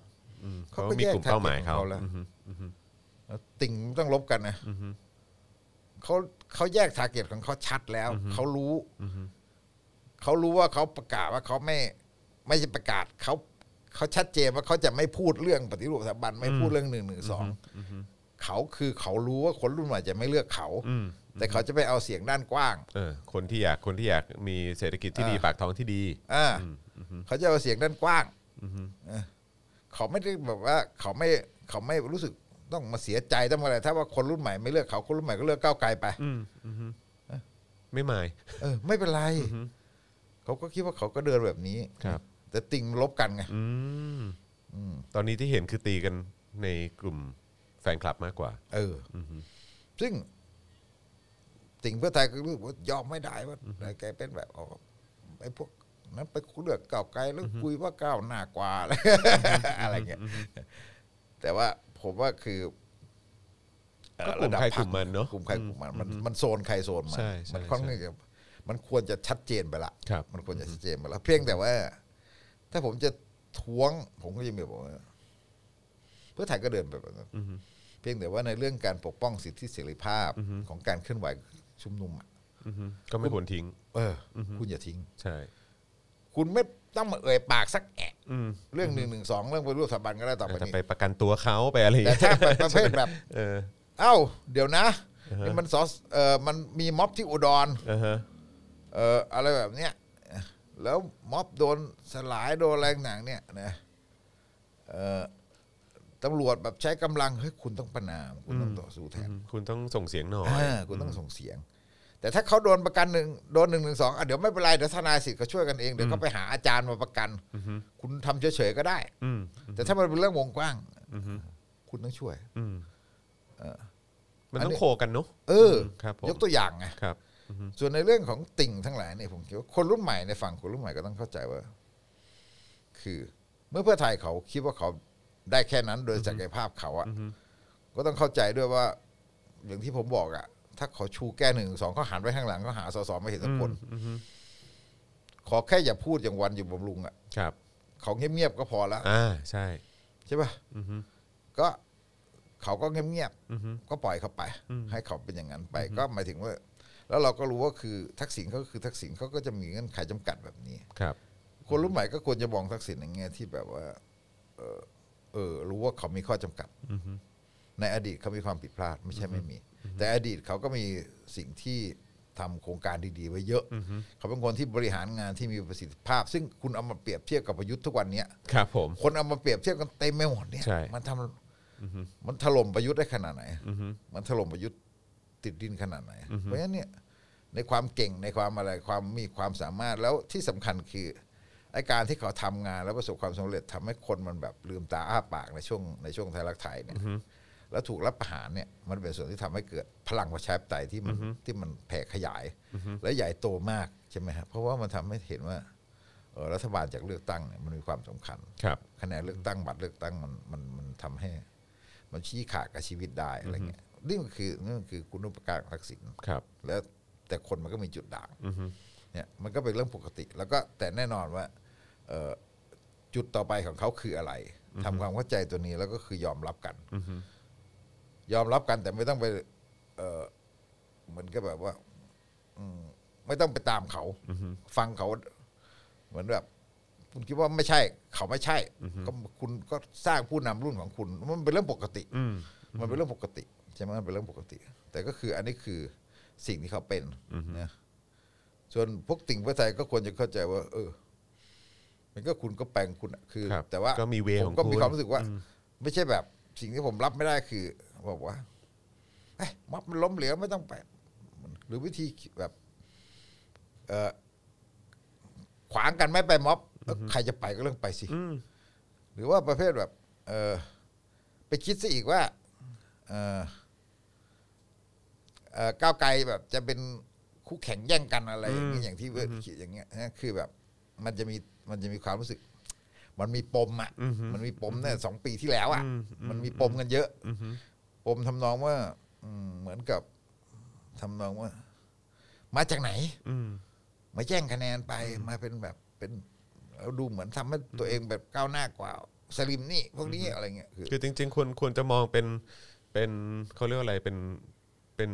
[SPEAKER 2] อืมเขาก็มีกลุ่มเป้าหมายเขา
[SPEAKER 3] เขาก็แยก target ของเขาแล้ว ติ่งไม่ต้องลบกันนะเขาเขาแยกทาร์เก็ตของเขาชัดแล้ว เขารู้ เขารู้ว่าเขาประกาศว่าเขาไม่ ไม่ใช่ประกาศเขาเขาชัดเจนว่าเขาจะไม่พูดเรื่องปฏิรูปสถาบันไม่พูดเรื่องหนึ่งหนึ่งสองเขาคือเขารู้ว่าคนรุ่นใหม่จะไม่เลือกเขา แต่เขาจะไปเอาเสียงด้านกว้าง
[SPEAKER 2] เออคนที่อยากคนที่อยากมีเศรษฐกิจที่ดี
[SPEAKER 3] อ่า
[SPEAKER 2] ปากท้องที่ดี
[SPEAKER 3] อ่าเขาจะเอาเสียงด้านกว้างเออเขาไม่ได้แบบว่า เขาไม่เขาไม่รู้สึกต้องมาเสียใจต้องมาอะไร ถ้าว่าคนรุ่นใหม่ไม่เลือกเขาคนรุ่นใหม่ก็เลือกก้าวไกลไป
[SPEAKER 2] ไม่หมาย
[SPEAKER 3] เออไม่เป็นไรเขาก็คิดว่าเขาก็เดินแบบนี้
[SPEAKER 2] ครับ
[SPEAKER 3] แต่ติ่งมันลบกันไง
[SPEAKER 2] อืมตอนนี้ที่เห็นคือตีกันในกลุ่มแฟนคลับมากกว่า
[SPEAKER 3] เอออซึ่ง ติ่งเพื่อไทยก็รู้สึกว่ายอมไม่ได้ว่าแกเป็นแบบออกไอ้พวกนั้นไปเลือกก้าวไกลแล้วคุยว่าก้าวหน้ากว่า อะไรเงี้ยแต่ว่าผมว่าคือเอ่อ
[SPEAKER 2] ก็กลุ่มใคร
[SPEAKER 3] พ
[SPEAKER 2] กลุ่มมันเนอะ
[SPEAKER 3] กลุ่มใครกลุ่มมันมันมันโซนใครโซนมัน
[SPEAKER 2] ใช่ใช่
[SPEAKER 3] มันค่อนข้างจะมันควรจะชัดเจนไปละ
[SPEAKER 2] ครับ
[SPEAKER 3] มันควรจะชัดเจนไปละเพียงแต่ว่า ถ้าผมจะท้วง ผมก็ยังมีบอกว่า เพื่อไทยก็เดินไปแบบนั้นเพียงแต่ว่าในเรื่องการปกป้องสิทธิเสรีภาพของการเคลื่อนไหวชุมนุมอะ
[SPEAKER 2] ก็ไม่ควรทิ้ง
[SPEAKER 3] เอออคุณอย่าทิ้ง
[SPEAKER 2] ใช่
[SPEAKER 3] คุณไม่ต้องมาเอ่ยปากสักแอะเรื่องหนึ่งหนึ่งสองเรื่องไปรูปสถาบันก็ได้ต่อไป
[SPEAKER 2] อาจจะ
[SPEAKER 3] นี้
[SPEAKER 2] ไปประกันตัวเขาไปอะไรอย่าง
[SPEAKER 3] แต่
[SPEAKER 2] เงี้ย
[SPEAKER 3] ถ้าแบบประเภทแบบ
[SPEAKER 2] เออ
[SPEAKER 3] เอ้า เดี๋ยวนะนี่มันสอสเออมันมีม็อบที่อุดร
[SPEAKER 2] อ่าฮะ
[SPEAKER 3] เอ่ออะไรแบบเนี้ยแล้วม็อบโดนสลายโดนแรงหนังเนี่ยนะเอ่อ ตำรวจแบบใช้กำลังเฮ้ยคุณต้องประนาม คุณต้องต่อสู้แทน
[SPEAKER 2] คุณต้องส่งเสียงหน่อย
[SPEAKER 3] อ่าคุณต้องส่งเสียง แต่ถ้าเขาโดนประกันหนึ่งโดนหนึ่งหนึ่งสองอ่ะเดี๋ยวไม่เป็นไรเดี๋ยวทนายสิทธิ์ก็ช่วยกันเองเดี๋ยวก็ไปหาอาจารย์มาประกัน คุณทำเฉยๆก็ได้
[SPEAKER 2] อืม
[SPEAKER 3] แต่ถ้ามันเป็นเรื่องวงกว้างคุณต้องช่วย
[SPEAKER 2] อืมมัน
[SPEAKER 3] อัน
[SPEAKER 2] ต้อ
[SPEAKER 3] นี้
[SPEAKER 2] งโคกันเนาะ
[SPEAKER 3] เออ
[SPEAKER 2] ครับผม
[SPEAKER 3] ยกตัวอย่างไง
[SPEAKER 2] ครับ
[SPEAKER 3] ส่วนในเรื่องของติ่งทั้งหลายเนี่ยผมคิดว่าคนรุ่นใหม่ในฝั่งคนรุ่นใหม่ก็ต้องเข้าใจว่า คือ เมื่อเพื่อไทยเขาคิดว่าเขาได้แค่นั้นโดยศักยภาพเขาอะก็ต้องเข้าใจด้วยว่า อย่างที่ผมบอกอะถ้าเขาชูแก้หนึ่งสองเขาหันไปข้างหลังเขาหาสสไม่เห็นสักคน
[SPEAKER 2] อืมอืม
[SPEAKER 3] ขอแค่อย่าพูดอย่างวันอยู่บำรุงอ่ะ
[SPEAKER 2] ครับ
[SPEAKER 3] เขาเงียบๆก็พอละ
[SPEAKER 2] อ่าใช่
[SPEAKER 3] ใช่ป่ะ
[SPEAKER 2] อือฮึ
[SPEAKER 3] ก็เขาก็เงียบ
[SPEAKER 2] อือฮึ
[SPEAKER 3] ๆก็ปล่อยเขาไป
[SPEAKER 2] อืม
[SPEAKER 3] ให้เขาเป็นอย่างนั้นไป ก็หมายถึงว่า แล้วเราก็รู้ว่าคือทักษิณเขาก็คือทักษิณเขาก็จะมีเงื่อนไขจำกัดแบบนี้
[SPEAKER 2] ครับ
[SPEAKER 3] คนรุ่นใหม่ก็ควรจะมองทักษิณในแง่ที่แบบว่า เออเออ รู้ว่าเขามีข้อจำกัด
[SPEAKER 2] อือฮึ
[SPEAKER 3] ในอดีตเขามีความผิดพลาด ไม่ใช่ไม่มี แต่อดีตเขาก็มีสิ่งที่ทำโครงการดีๆไว้เยอะ เขาเป็นคนที่บริหารงานที่มีประสิทธิภาพ ซึ่งคุณเอามาเปรียบเทียบกับประยุทธ์ทุกวันเนี้ย
[SPEAKER 2] ครับผม
[SPEAKER 3] คนเอามาเปรียบเทียบกันเต็มไปหมดเนี่ย
[SPEAKER 2] ใช่
[SPEAKER 3] มันทำมันถล่มประยุทธ์ได้ขนาดไหน มันถล่มประยุทธ์ติดดินขนาดไหน เพราะฉะนั้นเนี่ยในความเก่งในความอะไรความมีความสามารถแล้วที่สำคัญคือไอการที่เขาทำงานแล้วประสบความสำเร็จทำให้คนมันแบบลืมตาอ้าปากในช่วงในช่วงไทยรักไทยเนี่ยแล้วถูกรับประหารเนี่ยมันเป็นส่วนที่ทำให้เกิดพลังประชาธิปไตยที่มันที่มันแผ่ขยาย และใหญ่โตมากใช่ไหมฮะเพราะว่ามันทำให้เห็นว่าเอ่อรัฐบาลจากเลือกตั้งเนี่ยมันมีความสำคัญ
[SPEAKER 2] ครับ
[SPEAKER 3] คะแนนเลือกตั้งบัตรเลือกตั้งมันมันมันทำให้ มันชี้ขาดกับชีวิตได้อะไรเงี้ยนี่มันคือนี่มันคือคุณุปการของทักษิณ
[SPEAKER 2] ครับ
[SPEAKER 3] แล้วแต่คนมันก็มีจุดด่าง
[SPEAKER 2] อือฮึ
[SPEAKER 3] เนี่ยมันก็เป็นเรื่องปกติ แล้วก็แต่แน่นอนว่าเอ่อจุดต่อไปของเขาคืออะไรทำความเข้าใจตัวนี้แล้วก็คือยอมรับกัน
[SPEAKER 2] อือฮึ
[SPEAKER 3] ยอมรับกันแต่ไม่ต้องไปเอ่อเหมือนก็แบบว่าอืมไม่ต้องไปตามเขา
[SPEAKER 2] อือฮึ
[SPEAKER 3] ฟังเขาเหมือนแบบคุณคิดว่าไม่ใช่เขาไม่ใช่ก็คุณก็สร้างผู้นำรุ่นของคุณ มันเป็นเรื่องปกติ
[SPEAKER 2] อืม
[SPEAKER 3] มันเป็นเรื่องปกติใช่ไหมมันเป็นเรื่องปกติ แต่ก็คืออันนี้คือสิ่งที่เขาเป็นนะส่วนพวกติ่งพระไทยก็ควรจะเข้าใจว่า เออ มันก็คุณก็แปลงคุณอะคือ
[SPEAKER 2] ครับ
[SPEAKER 3] แต่ว่า
[SPEAKER 2] ก็มี way
[SPEAKER 3] ผ
[SPEAKER 2] ของ
[SPEAKER 3] ก็มี
[SPEAKER 2] คุณ
[SPEAKER 3] ความรู้สึกว่า ไม่ใช่แบบ สิ่งที่ผมรับไม่ได้คือบอกว่าเอ้ยม็อบมันล้มเหลวไม่ต้องไปหรือวิธีแบบ เออขวางกันไม่ไปม็อบเอ้ยใครจะไปก็เรื่องไปสิ
[SPEAKER 2] อืม
[SPEAKER 3] หรือว่าประเภทแบบ เออไปคิดซะอีกว่า เออเออก้าวไกลแบบจะเป็นคู่แข่งแย่งกันอะไรอย่างเงี้ยอย่างที่เวิร์ดคิดอย่างเงี้ยนะคือแบบ มันจะมีมันจะมีความรู้สึก มันมีปมอ่ะมันมีปมเนี่ยสองปีที่แล้วอ่ะมันมีปมกันเยอะปมทำนองว่าอืมเหมือนกับทำนองว่า มาจากไหน
[SPEAKER 2] อืม
[SPEAKER 3] มาแย่งคะแนนไปมาเป็นแบบเป็นแล้วดูเหมือนทำให้ตัวเองแบบก้าวหน้ากว่า สลิมนี่ พวกนี้อะไรเงี้ยคือ
[SPEAKER 2] คือจริง ๆ ควรควรจะมองเป็นเป็นเขาเรียกว่าอะไรเป็นเป็น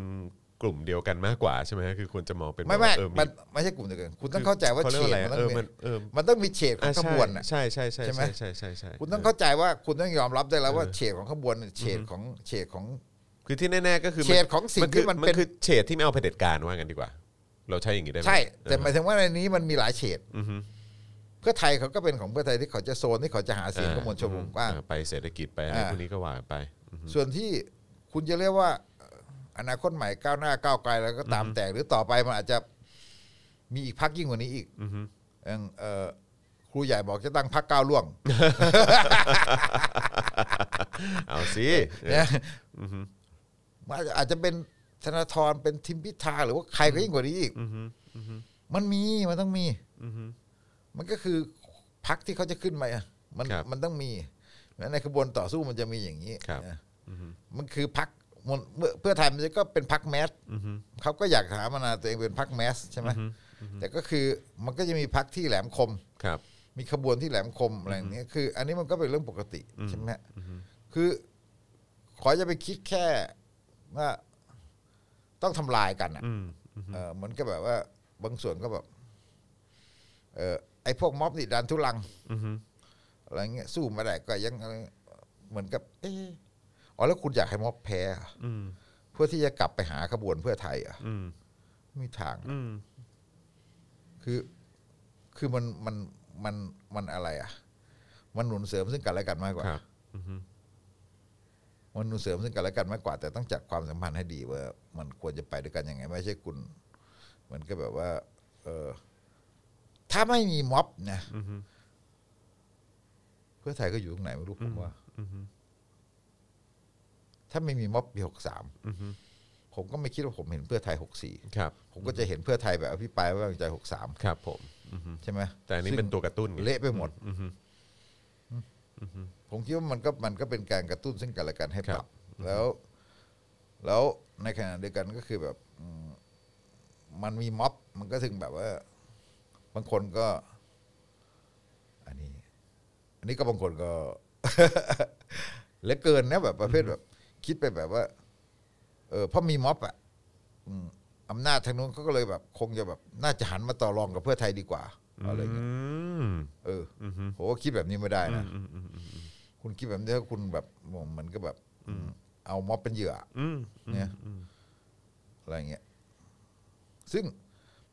[SPEAKER 2] กลุ่มเดียวกันมากกว่าใช่ไหมฮะคือควรจะมองเป็น
[SPEAKER 3] ไม่ไม่
[SPEAKER 2] เออ
[SPEAKER 3] มันไม่ใช่กลุ่มเดียวกันคุณต้องเข้าใจว่า
[SPEAKER 2] เขา
[SPEAKER 3] เฉ
[SPEAKER 2] เรียก
[SPEAKER 3] ด
[SPEAKER 2] อะไร
[SPEAKER 3] มัน
[SPEAKER 2] เอ
[SPEAKER 3] ต้อง
[SPEAKER 2] อ
[SPEAKER 3] มี
[SPEAKER 2] มันเออ
[SPEAKER 3] มันต้องมีเฉดขอ
[SPEAKER 2] อ่าง
[SPEAKER 3] ข
[SPEAKER 2] ใช่
[SPEAKER 3] บวนอ่ะ
[SPEAKER 2] ใช่ใช่ใช่
[SPEAKER 3] ใช่ไหม
[SPEAKER 2] ใช่ใช่ใช่ใช่
[SPEAKER 3] คุณต้องเข้าใจว่าคุณต้องยอมรับได้แล้วว่าเฉดของขบวนเนี่ยเฉดของเฉดของ
[SPEAKER 2] คือที่แน่ๆก็คือ
[SPEAKER 3] เฉดของสิ่ง
[SPEAKER 2] มัคื
[SPEAKER 3] ที่มัน
[SPEAKER 2] มัน
[SPEAKER 3] เป็น
[SPEAKER 2] คือเฉดที่ไม่เอาเผด็จการว่ากันดีกว่า เราใช้อย่างนี้ได้ไหม
[SPEAKER 3] ใช่
[SPEAKER 2] เออ
[SPEAKER 3] แต่หมายถึงว่าในนี้มันมีหลายเฉด
[SPEAKER 2] อือฮึ
[SPEAKER 3] เพื่อไทยเขาก็เป็นของเพื่อไทยที่เขาจะโซนที่เขาจะหาเสียง
[SPEAKER 2] อ่า
[SPEAKER 3] กับมวลชนวงกว้าง
[SPEAKER 2] อ่ไปเศรษฐกิจไปอะไร
[SPEAKER 3] อ่า
[SPEAKER 2] พวกนี้ก็ว่าไป
[SPEAKER 3] ส่วนที่คุณจะเรียกว่าเอ่ออนาคตใหม่ก้าวหน้าก้าวไกลแล้วก็ตามแต่หรือต่อไปมันอาจจะมีอีกพักยิ่งกว่านี้อีกเอิ่มเอ่อครูใหญ่บอกจะตั้งพักก้าวล่วง
[SPEAKER 2] เอาสิเออ
[SPEAKER 3] เนี่ยมันอาจจะอาจจะเป็นธนาธรเป็นทิมพิธาหรือว่าใครก็ยิ่งกว่านี้อีกมันมีมันต้องมีมันก็คือพักที่เขาจะขึ้นมาอะมัน
[SPEAKER 2] ครับ
[SPEAKER 3] มันต้องมีและในขบวนต่อสู้มันจะมีอย่างนี้
[SPEAKER 2] ครับ
[SPEAKER 3] นะมันคือพักเพื่อไทยมันก็เป็นพักแมส
[SPEAKER 2] อือฮึ
[SPEAKER 3] เขาก็อยากหามานาตัวเองเป็นพักแมสใช่ไหมแต่ก็คือมันก็จะมีพักที่แหลมคม
[SPEAKER 2] ครับ
[SPEAKER 3] มีขบวนที่แหลมคมอะไรอย่างเนี้ยคือ อันนี้มันก็เป็นเรื่องปกติใช่ไหมคือ ขอจะไปคิดแค่ว่าต้องทำลายกันอ่ะ
[SPEAKER 2] อืม
[SPEAKER 3] เออเหมือนกับแบบว่า บางส่วนก็แบบ เออไอ้พวกม็อบนี่ดันทุลัง
[SPEAKER 2] อือฮึ
[SPEAKER 3] อะไรเงี้ยสู้ไม่ได้ก็ยังอะไรเหมือนกับ เอออ๋อแล้วคุณอยากให้ม็อบแพ้เหรอ
[SPEAKER 2] อืม
[SPEAKER 3] เพื่อที่จะกลับไปหาขบวนเพื่อไทยเหรอ่ะ
[SPEAKER 2] อืม
[SPEAKER 3] ไม่มีทาง
[SPEAKER 2] อืม
[SPEAKER 3] คือคือมันมันมันมันอะไรอ่ะ มันหนุนเสริมซึ่งกันและกันมากกว่า
[SPEAKER 2] ครับอือฮึ
[SPEAKER 3] มันหนุนเสริมซึ่งกันและกันมากกว่าแต่ต้องจัดความสัมพันธ์ให้ดีว่า มันควรจะไปด้วยกันยังไง ไม่ใช่คุณเหมือนก็แบบว่า เออ ถ้าไม่มีม็อบนะเพื่อไทยก็อยู่ตรงไหนไม่รู้ผมว่า ถ้าไม่มีม็อบปีหกสามผมก็ไม่คิดว่าผมเห็นเพื่อไทยหกสี่
[SPEAKER 2] ครับ
[SPEAKER 3] ผมก็จะเห็นเพื่อไทยแบบอภิปรายไม่ไว้วางใจหกสาม
[SPEAKER 2] ครับผม
[SPEAKER 3] ใช่ไหม
[SPEAKER 2] แต่อันนี้เป็นตัวกระตุ้นไง
[SPEAKER 3] เละไปหมดผมคิดว่ามันก็มันก็เป็นการกระตุ้นซึ่งกันและกันให้ปรับ แล้ว แล้วในขณะเดียวกันก็คือแบบอืมมันมีม็อบ มันก็ถึงแบบว่า บางคนก็ อันนี้ อันนี้ก็บางคนก็ เหลือเกินนะแบบประเภทแบบ คิดไปแบบว่า เออเพราะมีม็อบอ่ะอืมอำนาจทางนู้นเขาก็เลยแบบ คงจะแบบ น่าจะหันมาต่อรองกับเพื่อไทยดีกว่าอะไรอย่าง
[SPEAKER 2] อื
[SPEAKER 3] เงี้ย
[SPEAKER 2] ม
[SPEAKER 3] เอออผมว่าคิดแบบนี้ไม่ได้นะคุณคิดแบบนี้ถ้าคุณแบบเหมือนก็แบบ เอาม็อบเป็นเหยื่ออะ
[SPEAKER 2] อืม
[SPEAKER 3] เนี่ยอะไรอย่างเงี้ยซึ่ง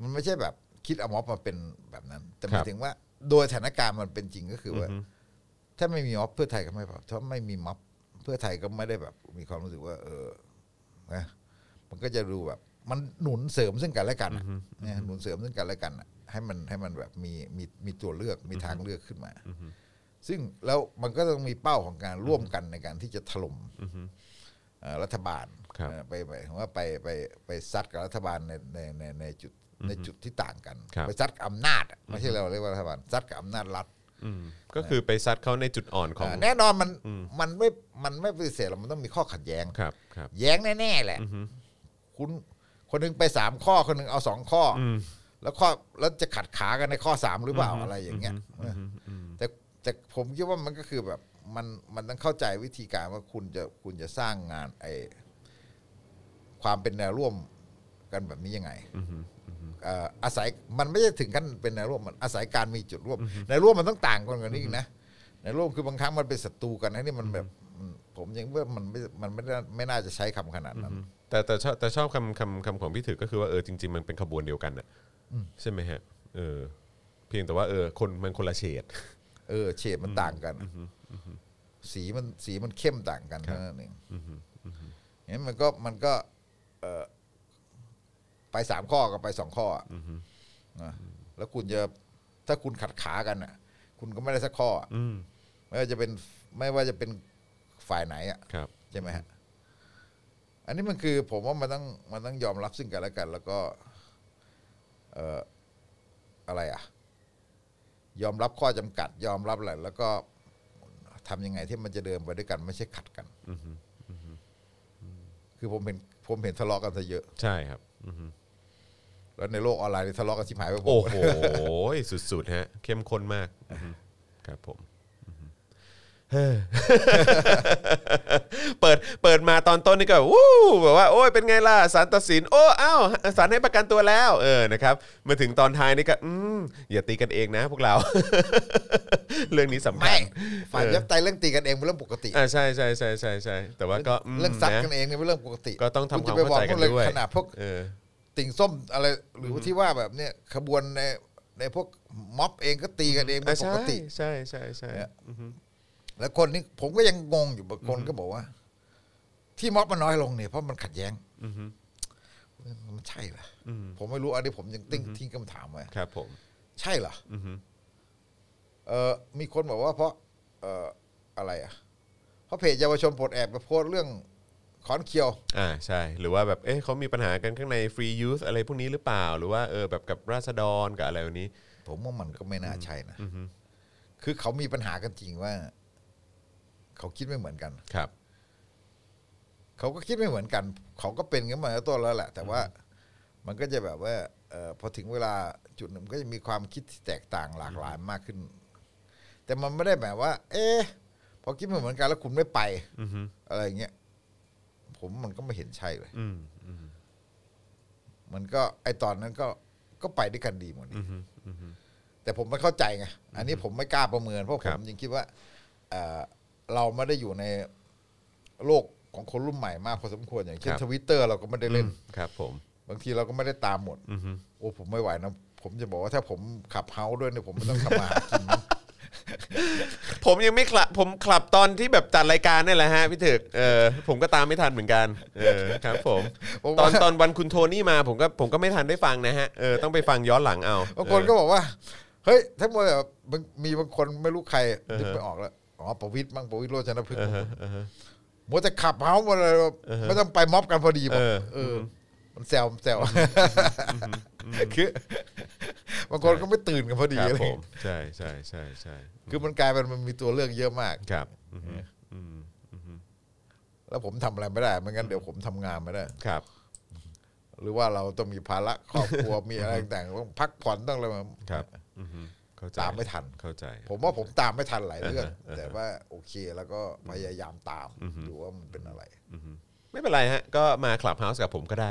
[SPEAKER 3] มันไม่ใช่แบบ คิดเอาม็อบมาเป็นแบบนั้น แต่หมายถึงว่า โดยสถานการณ์มันเป็นจริงก็คือว่า ถ้าไม่มีม็อบเพื่อไทยก็ไม่ปรับถ้าไม่มีม็อบเพื่อไทยก็ไม่ได้แบบ มีความรู้สึกว่า เออนะมันก็จะดูแบบ มันหนุนเสริมซึ่งกันและกันอะนะหนุนเสริมซึ่งกันและกันอะให้มันให้มันแบบมีมีมีตัวเลือกมีทางเลือกขึ้นมาซึ่งแล้วมันก็ต้องมีเป้าของการร่วมกันในการที่จะถล่มเอ่อรัฐบาลเอ่อไปไปถึงว่าไปไปไปซัดกับรัฐบาลในในในในจุดในจุดที่ต่างกัน ไปซัดกับอำนาจอะไม่ใช่เราเรียกว่ารัฐบาลซัดกับอำนาจรัฐ
[SPEAKER 2] อืมก็คือไปซัดเขาในจุดอ่อนของ
[SPEAKER 3] อ่าแน่นอนมันมันไม่มันไม่ปฏิเสธหรอกมันต้องมีข้อขัดแย้ง
[SPEAKER 2] ครับครับ
[SPEAKER 3] แย้งแน่ๆแหละ คุณคนหนึงไปสามข้อคนหนึงเอาสองข้ออแล้วข้อแล้วจะขัดขากันในข้อสามหรือเปล่าอะไรอย่างเงี้ยแต่แต่ผมคิดว่ามันก็คือแบบมันมันต้องเข้าใจวิธีการว่าคุณจะคุณจะสร้างงานไอความเป็นแนวร่วมกันแบบนี้ยังไงเอ่ออาศัยมันไม่ใช่ถึงขั้นเป็นแนวร่วมมันอาศัยการมีจุดร่วมแนวร่วมมันต้องต่างกันกว่านี้อีกนะแนวร่วมคือบางครั้งมันเป็นศัตรูกันนะนี่มันแบบมันผมยังว่ามันไม่มันไม่ได้ไม่น่าจะใช้คำขนาดนั้น
[SPEAKER 2] แต่แต่ชอบแต่ชอบคำคำคำของพี่ถือก็คือว่าเออจริง ๆ มันเป็นขบวนเดียวกันน่ะใช่ไหมฮะเออเพียงแต่ว่าเออคนมันคนละเฉด
[SPEAKER 3] เออเฉดมันต่างกัน สีมันสีมันเข้มต่างกันเท่านั้นเองงั้นมันก็มันก็ เออไปสามข้อกับไปสองข้ออะนะแล้วคุณจะถ้าคุณขัดขากันอ่ะ คุณก็ไม่ได้สักข้ออะไม่ว่าจะเป็น ไม่ว่าจะเป็นฝ่ายไหนอ่ะ
[SPEAKER 2] ครับ
[SPEAKER 3] ใช่ไหมฮะ อันนี้มันคือผมว่ามันต้องมันต้องยอมรับซึ่งกันและกัน แล้วก็ เอ่ออะไรอ่ะ ยอมรับข้อจำกัด ยอมรับแหละแล้วก็ทำยังไงที่มันจะเดินไปด้วยกันไม่ใช่ขัดกันคือผมเห็นผมเห็นทะเลาะกันซะเยอะ
[SPEAKER 2] ใช่ครับ
[SPEAKER 3] แล้วในโลกออนไลน์นี่ทะเลาะกันชิบหายไปหมด
[SPEAKER 2] โอ้โห สุดๆฮะ เข้มข้นมากอือฮึครับผมอือฮึเฮ้อ เปิดเปิดมาตอนต้นนี่ก็วู้แบบว่าโอ้ยเป็นไงล่ะสารตัดสิน โอ้อ้าวสารให้ประกันตัวแล้วเออนะครับมาถึงตอนท้ายนี่ก็อืมอย่าตีกันเองนะพวกเรา เรื่องนี้สำคั
[SPEAKER 3] ไม่
[SPEAKER 2] ญ
[SPEAKER 3] ฝ่ายยับไตยเรื่องตีกันเองเป็นเรื่องปกติ
[SPEAKER 2] อ่าใช่ใช่ใช่ใช่ใช่แต่ว่าก็ม
[SPEAKER 3] เรื่องซัดกัน
[SPEAKER 2] นะ
[SPEAKER 3] เองเนี่ยเป็นเรื่องปกติ
[SPEAKER 2] ก็ต้องทำ
[SPEAKER 3] ณจะ
[SPEAKER 2] ความ
[SPEAKER 3] ไป
[SPEAKER 2] เข้าใจกัน
[SPEAKER 3] บอพเลย
[SPEAKER 2] ด้วย
[SPEAKER 3] ขนาดพวก
[SPEAKER 2] เออ
[SPEAKER 3] ติ่งส้มอะไรหรืออที่ว่าแบบเนี่ยขบวนในในพวกม็อบเองก็ตีกันเองเป็นปกติ
[SPEAKER 2] ใช่ใช่ใช่
[SPEAKER 3] เนี่ย
[SPEAKER 2] ใช่อือฮึ
[SPEAKER 3] แล้วคนนี้ผมก็ยังงงอยู่บางคนก็บอกว่า ที่ม็อบมันน้อยลงเนี่ยเพราะมันขัดแย้ง
[SPEAKER 2] อือฮึ
[SPEAKER 3] มันใช่เหรอ
[SPEAKER 2] อือฮึ
[SPEAKER 3] ผมไม่รู้อันนี้ผมยังติ้งทิ้งคำถามไว้
[SPEAKER 2] ครับผม
[SPEAKER 3] ใช่เหรอ
[SPEAKER 2] อือฮึ
[SPEAKER 3] เออมีคนบอกว่าเพราะ เอออะไรอ่ะ เพราะเพจเยาวชนปลดแอบไปโพสต์เรื่องขอนเคียว
[SPEAKER 2] อ่าใช่ หรือว่าแบบเอ๊ะเขามีปัญหากันข้างใน free use อะไรพวกนี้หรือเปล่า หรือว่าเออแบบกับราษฎรกับอะไรวันนี้
[SPEAKER 3] ผมว่ามันก็ไม่น่าใช่นะ
[SPEAKER 2] อือฮึ
[SPEAKER 3] คือเขามีปัญหากันจริงว่า เขาคิดไม่เหมือนกัน
[SPEAKER 2] ครับ
[SPEAKER 3] เขาก็คิดไม่เหมือนกัน เขาก็เป็นกันมาตั้งแต่ต้นแล้วแหละ แต่ว่ามันก็จะแบบว่าเอ่อพอถึงเวลาจุดหนึ่งมันก็จะมีความคิดที่แตกต่างหลากหลายมากขึ้น แต่มันไม่ได้แบบว่า เอ๊ะพอคิดไม่เหมือนกันแล้วคุณไม่ไปอะไรอย่างเงี้ยผมมันก็ไม่เห็นใช่เลย
[SPEAKER 2] อืม
[SPEAKER 3] มันก็ไอตอนนั้นก็ก็ไปด้วยกันดีหมดนี่แต่ผมไม่เข้าใจไงอันนี้ผมไม่กล้าประเมินเพราะผมยังคิดว่าเอ่อเราไม่ได้อยู่ในโลกของคนรุ่นใหม่มากพอสมควรอย่างเช่นทวิตเตอร์เราก็ไม่ได้เล่น
[SPEAKER 2] ครับผม
[SPEAKER 3] บางทีเราก็ไม่ได้ตามหมดโอ้ผมไม่ไหวนะ ผมจะบอกว่าถ้าผมขับเฮาส์ด้วยเนี่ยผมไม่ต้องทำมาหากิน
[SPEAKER 2] ผมยังไม่คลับผมคลับตอนที่แบบจัดรายการนี่แหละฮะพี่ถึกเออผมก็ตามไม่ทันเหมือนกันเออครับ ผม
[SPEAKER 3] ผม
[SPEAKER 2] ตอ
[SPEAKER 3] ว่า
[SPEAKER 2] นตอนวันคุณโทนี่มาผมก็ผมก็ไม่ทันได้ฟังนะฮะเออต้องไปฟังย้อนหลังเอา
[SPEAKER 3] บางคนก็
[SPEAKER 2] เออ
[SPEAKER 3] บอกว่า เฮ้ยทั้งหมดแบบมันมีบางคนไม่รู้ใคร
[SPEAKER 2] อือฮะ
[SPEAKER 3] นึกไปออกแล้วอ๋อประวิตรบ้างประวิตรโรจนพฤกษ์หมดแต่ขับเฮาหมดเลยแบบไม่ต้องไปม็อบกันพอดีบอก
[SPEAKER 2] เออ
[SPEAKER 3] เออ มันแซวมันแซวคือบางคนก็ไม่ตื่นกันพอดี
[SPEAKER 2] ครับ
[SPEAKER 3] อะไร
[SPEAKER 2] ผมใช่ใช่ใช่ใช่
[SPEAKER 3] คือมันกลายเป็นมันมีตัวเลือกเยอะมาก
[SPEAKER 2] ครับอือฮึ
[SPEAKER 3] แล้วผมทำอะไรไม่ได้ไม่งั้นเดี๋ยวผมทำงานไม่ได้
[SPEAKER 2] ครับ
[SPEAKER 3] หรือว่าเราต้องมีภาระครอบ ครัว มีอะไรต่างๆต้องพักผ่อนต้องอะไรมา
[SPEAKER 2] ครับอือฮึเข้าใจ
[SPEAKER 3] ตามไม่ทัน
[SPEAKER 2] เข้าใจ
[SPEAKER 3] ผมว่าผมตามไม่ทันหลายเรื่อง
[SPEAKER 2] อ่าฮะอ่าฮะ
[SPEAKER 3] แต่ว่าโอเคแล้วก็พยายามตามดูว่ามันเป็นอะไร
[SPEAKER 2] ไม่เป็นไรฮะ ก็มาคลับเฮาส์กับผมก็ได้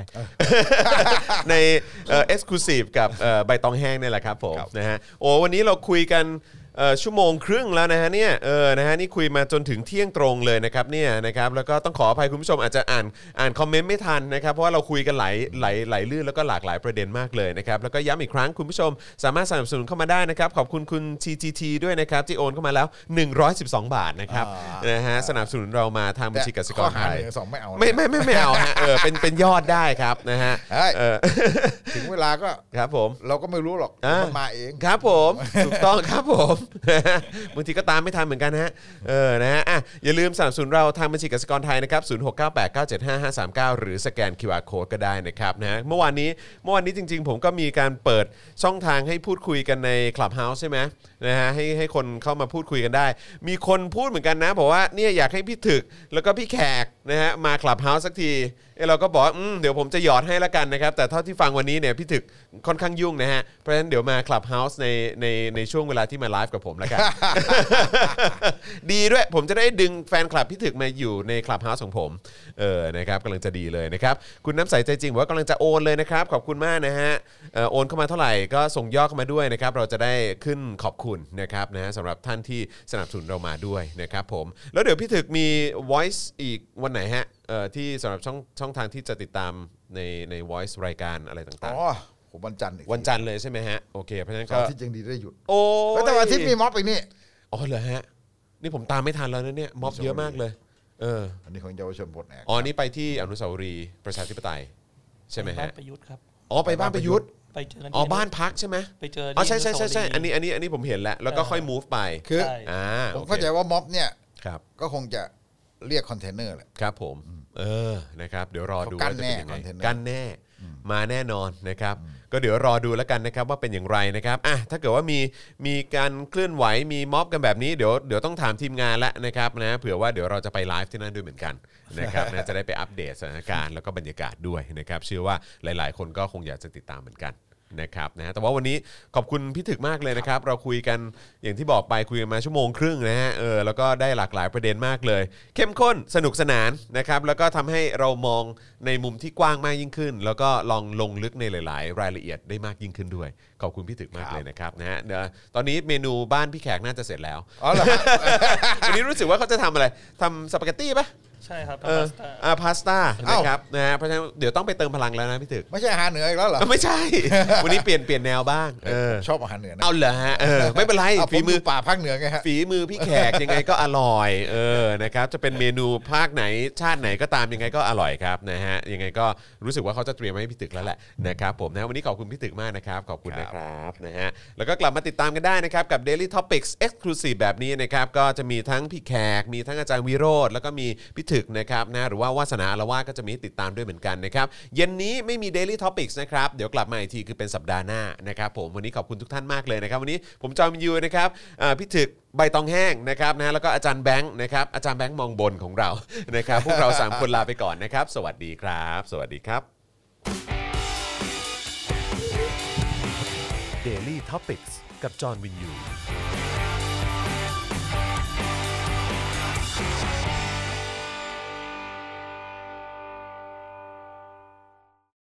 [SPEAKER 2] ในเอ่อ็กซ์คลูซีฟกับเอ่อใบตองแห้งเนี่ยแหละครับผม
[SPEAKER 3] ครับ
[SPEAKER 2] นะฮะโอ้วันนี้เราคุยกันเอ่อชั่วโมงครึ่งแล้วนะฮะเนี่ยเออนะฮะนี่คุยมาจนถึงเที่ยงตรงเลยนะครับเนี่ยนะครับแล้วก็ต้องขออภัยคุณผู้ชมอาจจะอ่านอ่านคอมเมนต์ไม่ทันนะครับเพราะว่าเราคุยกันหลายหลายหลายลื่นแล้วก็หลากหลายประเด็นมากเลยนะครับแล้วก็ย้ำอีกครั้งคุณผู้ชม สามารถสนับสนุนเข้ามาได้นะครับขอบคุณคุณ TTT ด้วยนะครับที่โอนเข้ามาแล้ว 112 บาทนะครับนะฮะสนับสนุนเรามาทางบัญชีกสิก
[SPEAKER 3] ข้อ
[SPEAKER 2] ร
[SPEAKER 3] หา
[SPEAKER 2] ไท
[SPEAKER 3] ห
[SPEAKER 2] ย
[SPEAKER 3] นึ่งสองไม่เอานะ
[SPEAKER 2] ไม่ไม่ไม่ไม่เอาฮะเออเป็นเป็นยอดได้ครับนะฮะ
[SPEAKER 3] เฮ้ย
[SPEAKER 2] เออ
[SPEAKER 3] ถึงเวลาก็
[SPEAKER 2] ครับผม
[SPEAKER 3] เราก็ไม่รู้หรอก
[SPEAKER 2] อ่ามั
[SPEAKER 3] มันมาเอง
[SPEAKER 2] ครับผมถูกต้องครับผม นะฮะบางทีก็ตามไม่ทันเหมือนกันนะฮะเออนะฮะอ่ะอย่าลืมสนับสนุนเราทางบัญชีกสิกรไทยนะครับ0698975539 หรือสแกน QR Code ก็ได้นะครับนะฮะเมื่อวานนี้เมื่อวานนี้จริง ๆ ผมก็มีการเปิดช่องทางให้พูดคุยกันใน Clubhouse ใช่ไหมนะฮะให้ให้คนเข้ามาพูดคุยกันได้ มีคนพูดเหมือนกันนะบอกว่าเนี่ยอยากให้พี่ถึกแล้วก็พี่แขกนะฮะมา Clubhouse สักทีเอ้ยเราก็บอกว่าอืมเดี๋ยวผมจะหยอดให้ละกันนะครับ แต่เท่าที่ฟังวันนี้เนี่ยพี่ถึกค่อนข้างยุ่งนะฮะเพราะฉะนั้นเดี๋ยวมา Clubhouse ในในในช่วงเวลาที่มาไลฟ์กับผมละกัน ดีด้วยผมจะได้ดึงแฟนคลับพี่ถึกมาอยู่ในคลับเฮาส์ของผมเออนะครับกำลังจะดีเลยนะครับ คุณน้ำใสใจจริงบอกว่ากำลังจะโอนเลยนะครับ ขอบคุณมากนะฮะเอ่อโอนเข้ามาเท่าไหร่ก็ส่งยอดเข้ามาด้วยนะครับ เราจะได้ขึ้นขอบคุณนะครับนะฮะสำหรับท่านที่สนับสนุนเรามาด้วยนะครับผม แล้วเดี๋ยวพี่ถึกมี voice อีกวันไหนฮะเอ่อที่สำหรับช่องช่องทางที่จะติดตามในใน voice รายการอะไร
[SPEAKER 3] อ๋
[SPEAKER 2] ต่า
[SPEAKER 3] อง ผมวันจันทร์อีก
[SPEAKER 2] ๆ วันจันทร์เลยใช่ไหมฮะโอเคเพราะฉะนั้น
[SPEAKER 3] เสา
[SPEAKER 2] ก็
[SPEAKER 3] ร์อาทิตย์ยังดีได้หยุด
[SPEAKER 2] โอ้
[SPEAKER 3] เฮ้ยแต่วันอาทิตย์มีม็อบอีกนี่
[SPEAKER 2] อ๋อเหรอฮะนี่ผมตามไม่ทันแล้วนะเนี่ยม็อบเยอะมากเลย เออ
[SPEAKER 3] อันนี้ของเยาวชนปลดแอก
[SPEAKER 2] อ๋อ นี่ไปที่อนุสาวรีย์ประชาธิปไตย ใช่ไหม
[SPEAKER 4] บ้า
[SPEAKER 2] ฮะ
[SPEAKER 4] นประยุทธ์ครับ
[SPEAKER 2] อ๋อ ไปบ้านประยุทธ์
[SPEAKER 4] ไปเจอกันที่
[SPEAKER 2] อ๋อ บ้านพักใช่ไหม
[SPEAKER 4] ไปเจอ
[SPEAKER 2] อ๋อ
[SPEAKER 4] ที่
[SPEAKER 2] ใช่ใช่ใช่ใช่
[SPEAKER 4] สาวรีย์
[SPEAKER 2] อันนี้ อันนี้ อันนี้ผมเห็นแล้ว แล้วก็ค่อย move ไป
[SPEAKER 3] คือ
[SPEAKER 4] ใช่
[SPEAKER 2] อ่า
[SPEAKER 3] ผม
[SPEAKER 2] โอค
[SPEAKER 3] เข้าใจว่าม็อบเนี่ย
[SPEAKER 2] ครับ
[SPEAKER 3] ก็คงจะเรียกคอนเทนเนอร์แหละ
[SPEAKER 2] ครับผม เออ นะครับ เดี๋ยวรอดู
[SPEAKER 3] เขากั้
[SPEAKER 2] ว่าน จะเป็นยังไง
[SPEAKER 3] แน่คอนเทนเนอร์
[SPEAKER 2] กันแน่ มาแน่นอนนะครับ ก็เดี๋ยวรอดูแล้วกันนะครับว่าเป็นอย่างไรนะครับ อ่ะ ถ้าเกิดว่ามี มีการเคลื่อนไหว มีม็อบกันแบบนี้ เดี๋ยว เดี๋ยวต้องถามทีมงานละนะครับนะ เผื่อว่าเดี๋ยวเราจะไปไลฟ์ที่นั่นด้วยเหมือนกันนะครับนะจะได้ไปอัปเดตสถานการณ์แล้วก็บรรยากาศด้วยนะครับ เชื่อว่าหลาย ๆ คนก็คงอยากจะติดตามเหมือนกัน นะครับนะแต่ว่าวันนี้ขอบคุณพี่ถึกมากเลยนะครับ เราคุยกันอย่างที่บอกไปคุยกันมาชั่วโมงครึ่งนะฮะเออแล้วก็ได้หลากหลายประเด็นมากเลย เข้มข้นสนุกสนานนะครับ แล้วก็ทำให้เรามองในมุมที่กว้างมากยิ่งขึ้น แล้วก็ลองลงลึกในหลาย ๆ รายละเอียดได้มากยิ่งขึ้นด้วย ขอบคุณพี่ถึกมากเลยนะครับนะฮะเดี๋ยวตอนนี้เมนูบ้านพี่แขกน่าจะเสร็จแล้ว
[SPEAKER 3] อ๋อเหรอฮะ
[SPEAKER 2] วันนี้รู้สึกว่าเขาจะทำอะไรทำสปาเกตตี้ปะ
[SPEAKER 4] ใช่ครับ
[SPEAKER 2] เออ
[SPEAKER 4] พาสต้า
[SPEAKER 2] อ่าพาสต้า
[SPEAKER 3] เอ้า
[SPEAKER 2] นะครับนะฮะเพราะฉะนั้นเดี๋ยวต้องไปเติมพลังแล้วนะพี่ถึก
[SPEAKER 3] ไม่ใช่อาหารเหนืออีกแล้วเหรอ
[SPEAKER 2] ไม่ใช่ วันนี้เปลี่ยนเปลี่ยนแนวบ้างเออ
[SPEAKER 3] ชอบอาหารเหนือนะ
[SPEAKER 2] เอาเหรอฮะเออไม่เป็นไร
[SPEAKER 3] เอาผ
[SPEAKER 2] ฝี
[SPEAKER 3] ม
[SPEAKER 2] มื
[SPEAKER 3] มื
[SPEAKER 2] อ
[SPEAKER 3] อป่าภาคเหนือไงฮะ
[SPEAKER 2] ฝีมือพี่แขกยังไงก็อร่อยเออนะครับจะเป็นเมนูภาคไหนชาติไหนก็ตามยังไงก็อร่อยครับนะฮะยังไงก็รู้สึกว่าเขาจะเตรียมไว้ให้พี่ตึกแล้วแหละนะครับผมนะวันนี้ขอบคุณพี่ตึกมากนะครับขอบคุณนะครับนะฮะแล้วก็กลับมาติดตามกันได้นะครับกับ Daily Topics Exclusive แบบนี้นะครับก็จะมีทั้งพี่แขกมีทั้งอาจารย์วิโรธแล้วก็มีพี่ถึกนะครับนะหรือว่าวาสนาละว่าดก็จะมีให้ติดตามด้วยเหมือนกันนะครับเย็นนี้ไม่มี Daily Topics นะครับเดี๋ยวกลับมาอีกทีคือเป็นสัปดาห์หน้านะครับผมวันนี้ขอบคุณทุกท่านมากเลยนะครับวันนี้ผมจอมยูนะครับอ่าพี่ถึก ใบตองแห้งนะครับนะแล้วก็อาจารย์แบงค์นะครับอาจารย์แบงค์มองบนของเรา นะครับพวกเรา 3 คนลาไปก่อนนะครับ สวัสดีครับ สวัสดีครับ
[SPEAKER 1] Daily t o p i c กกับจอห์นวินยู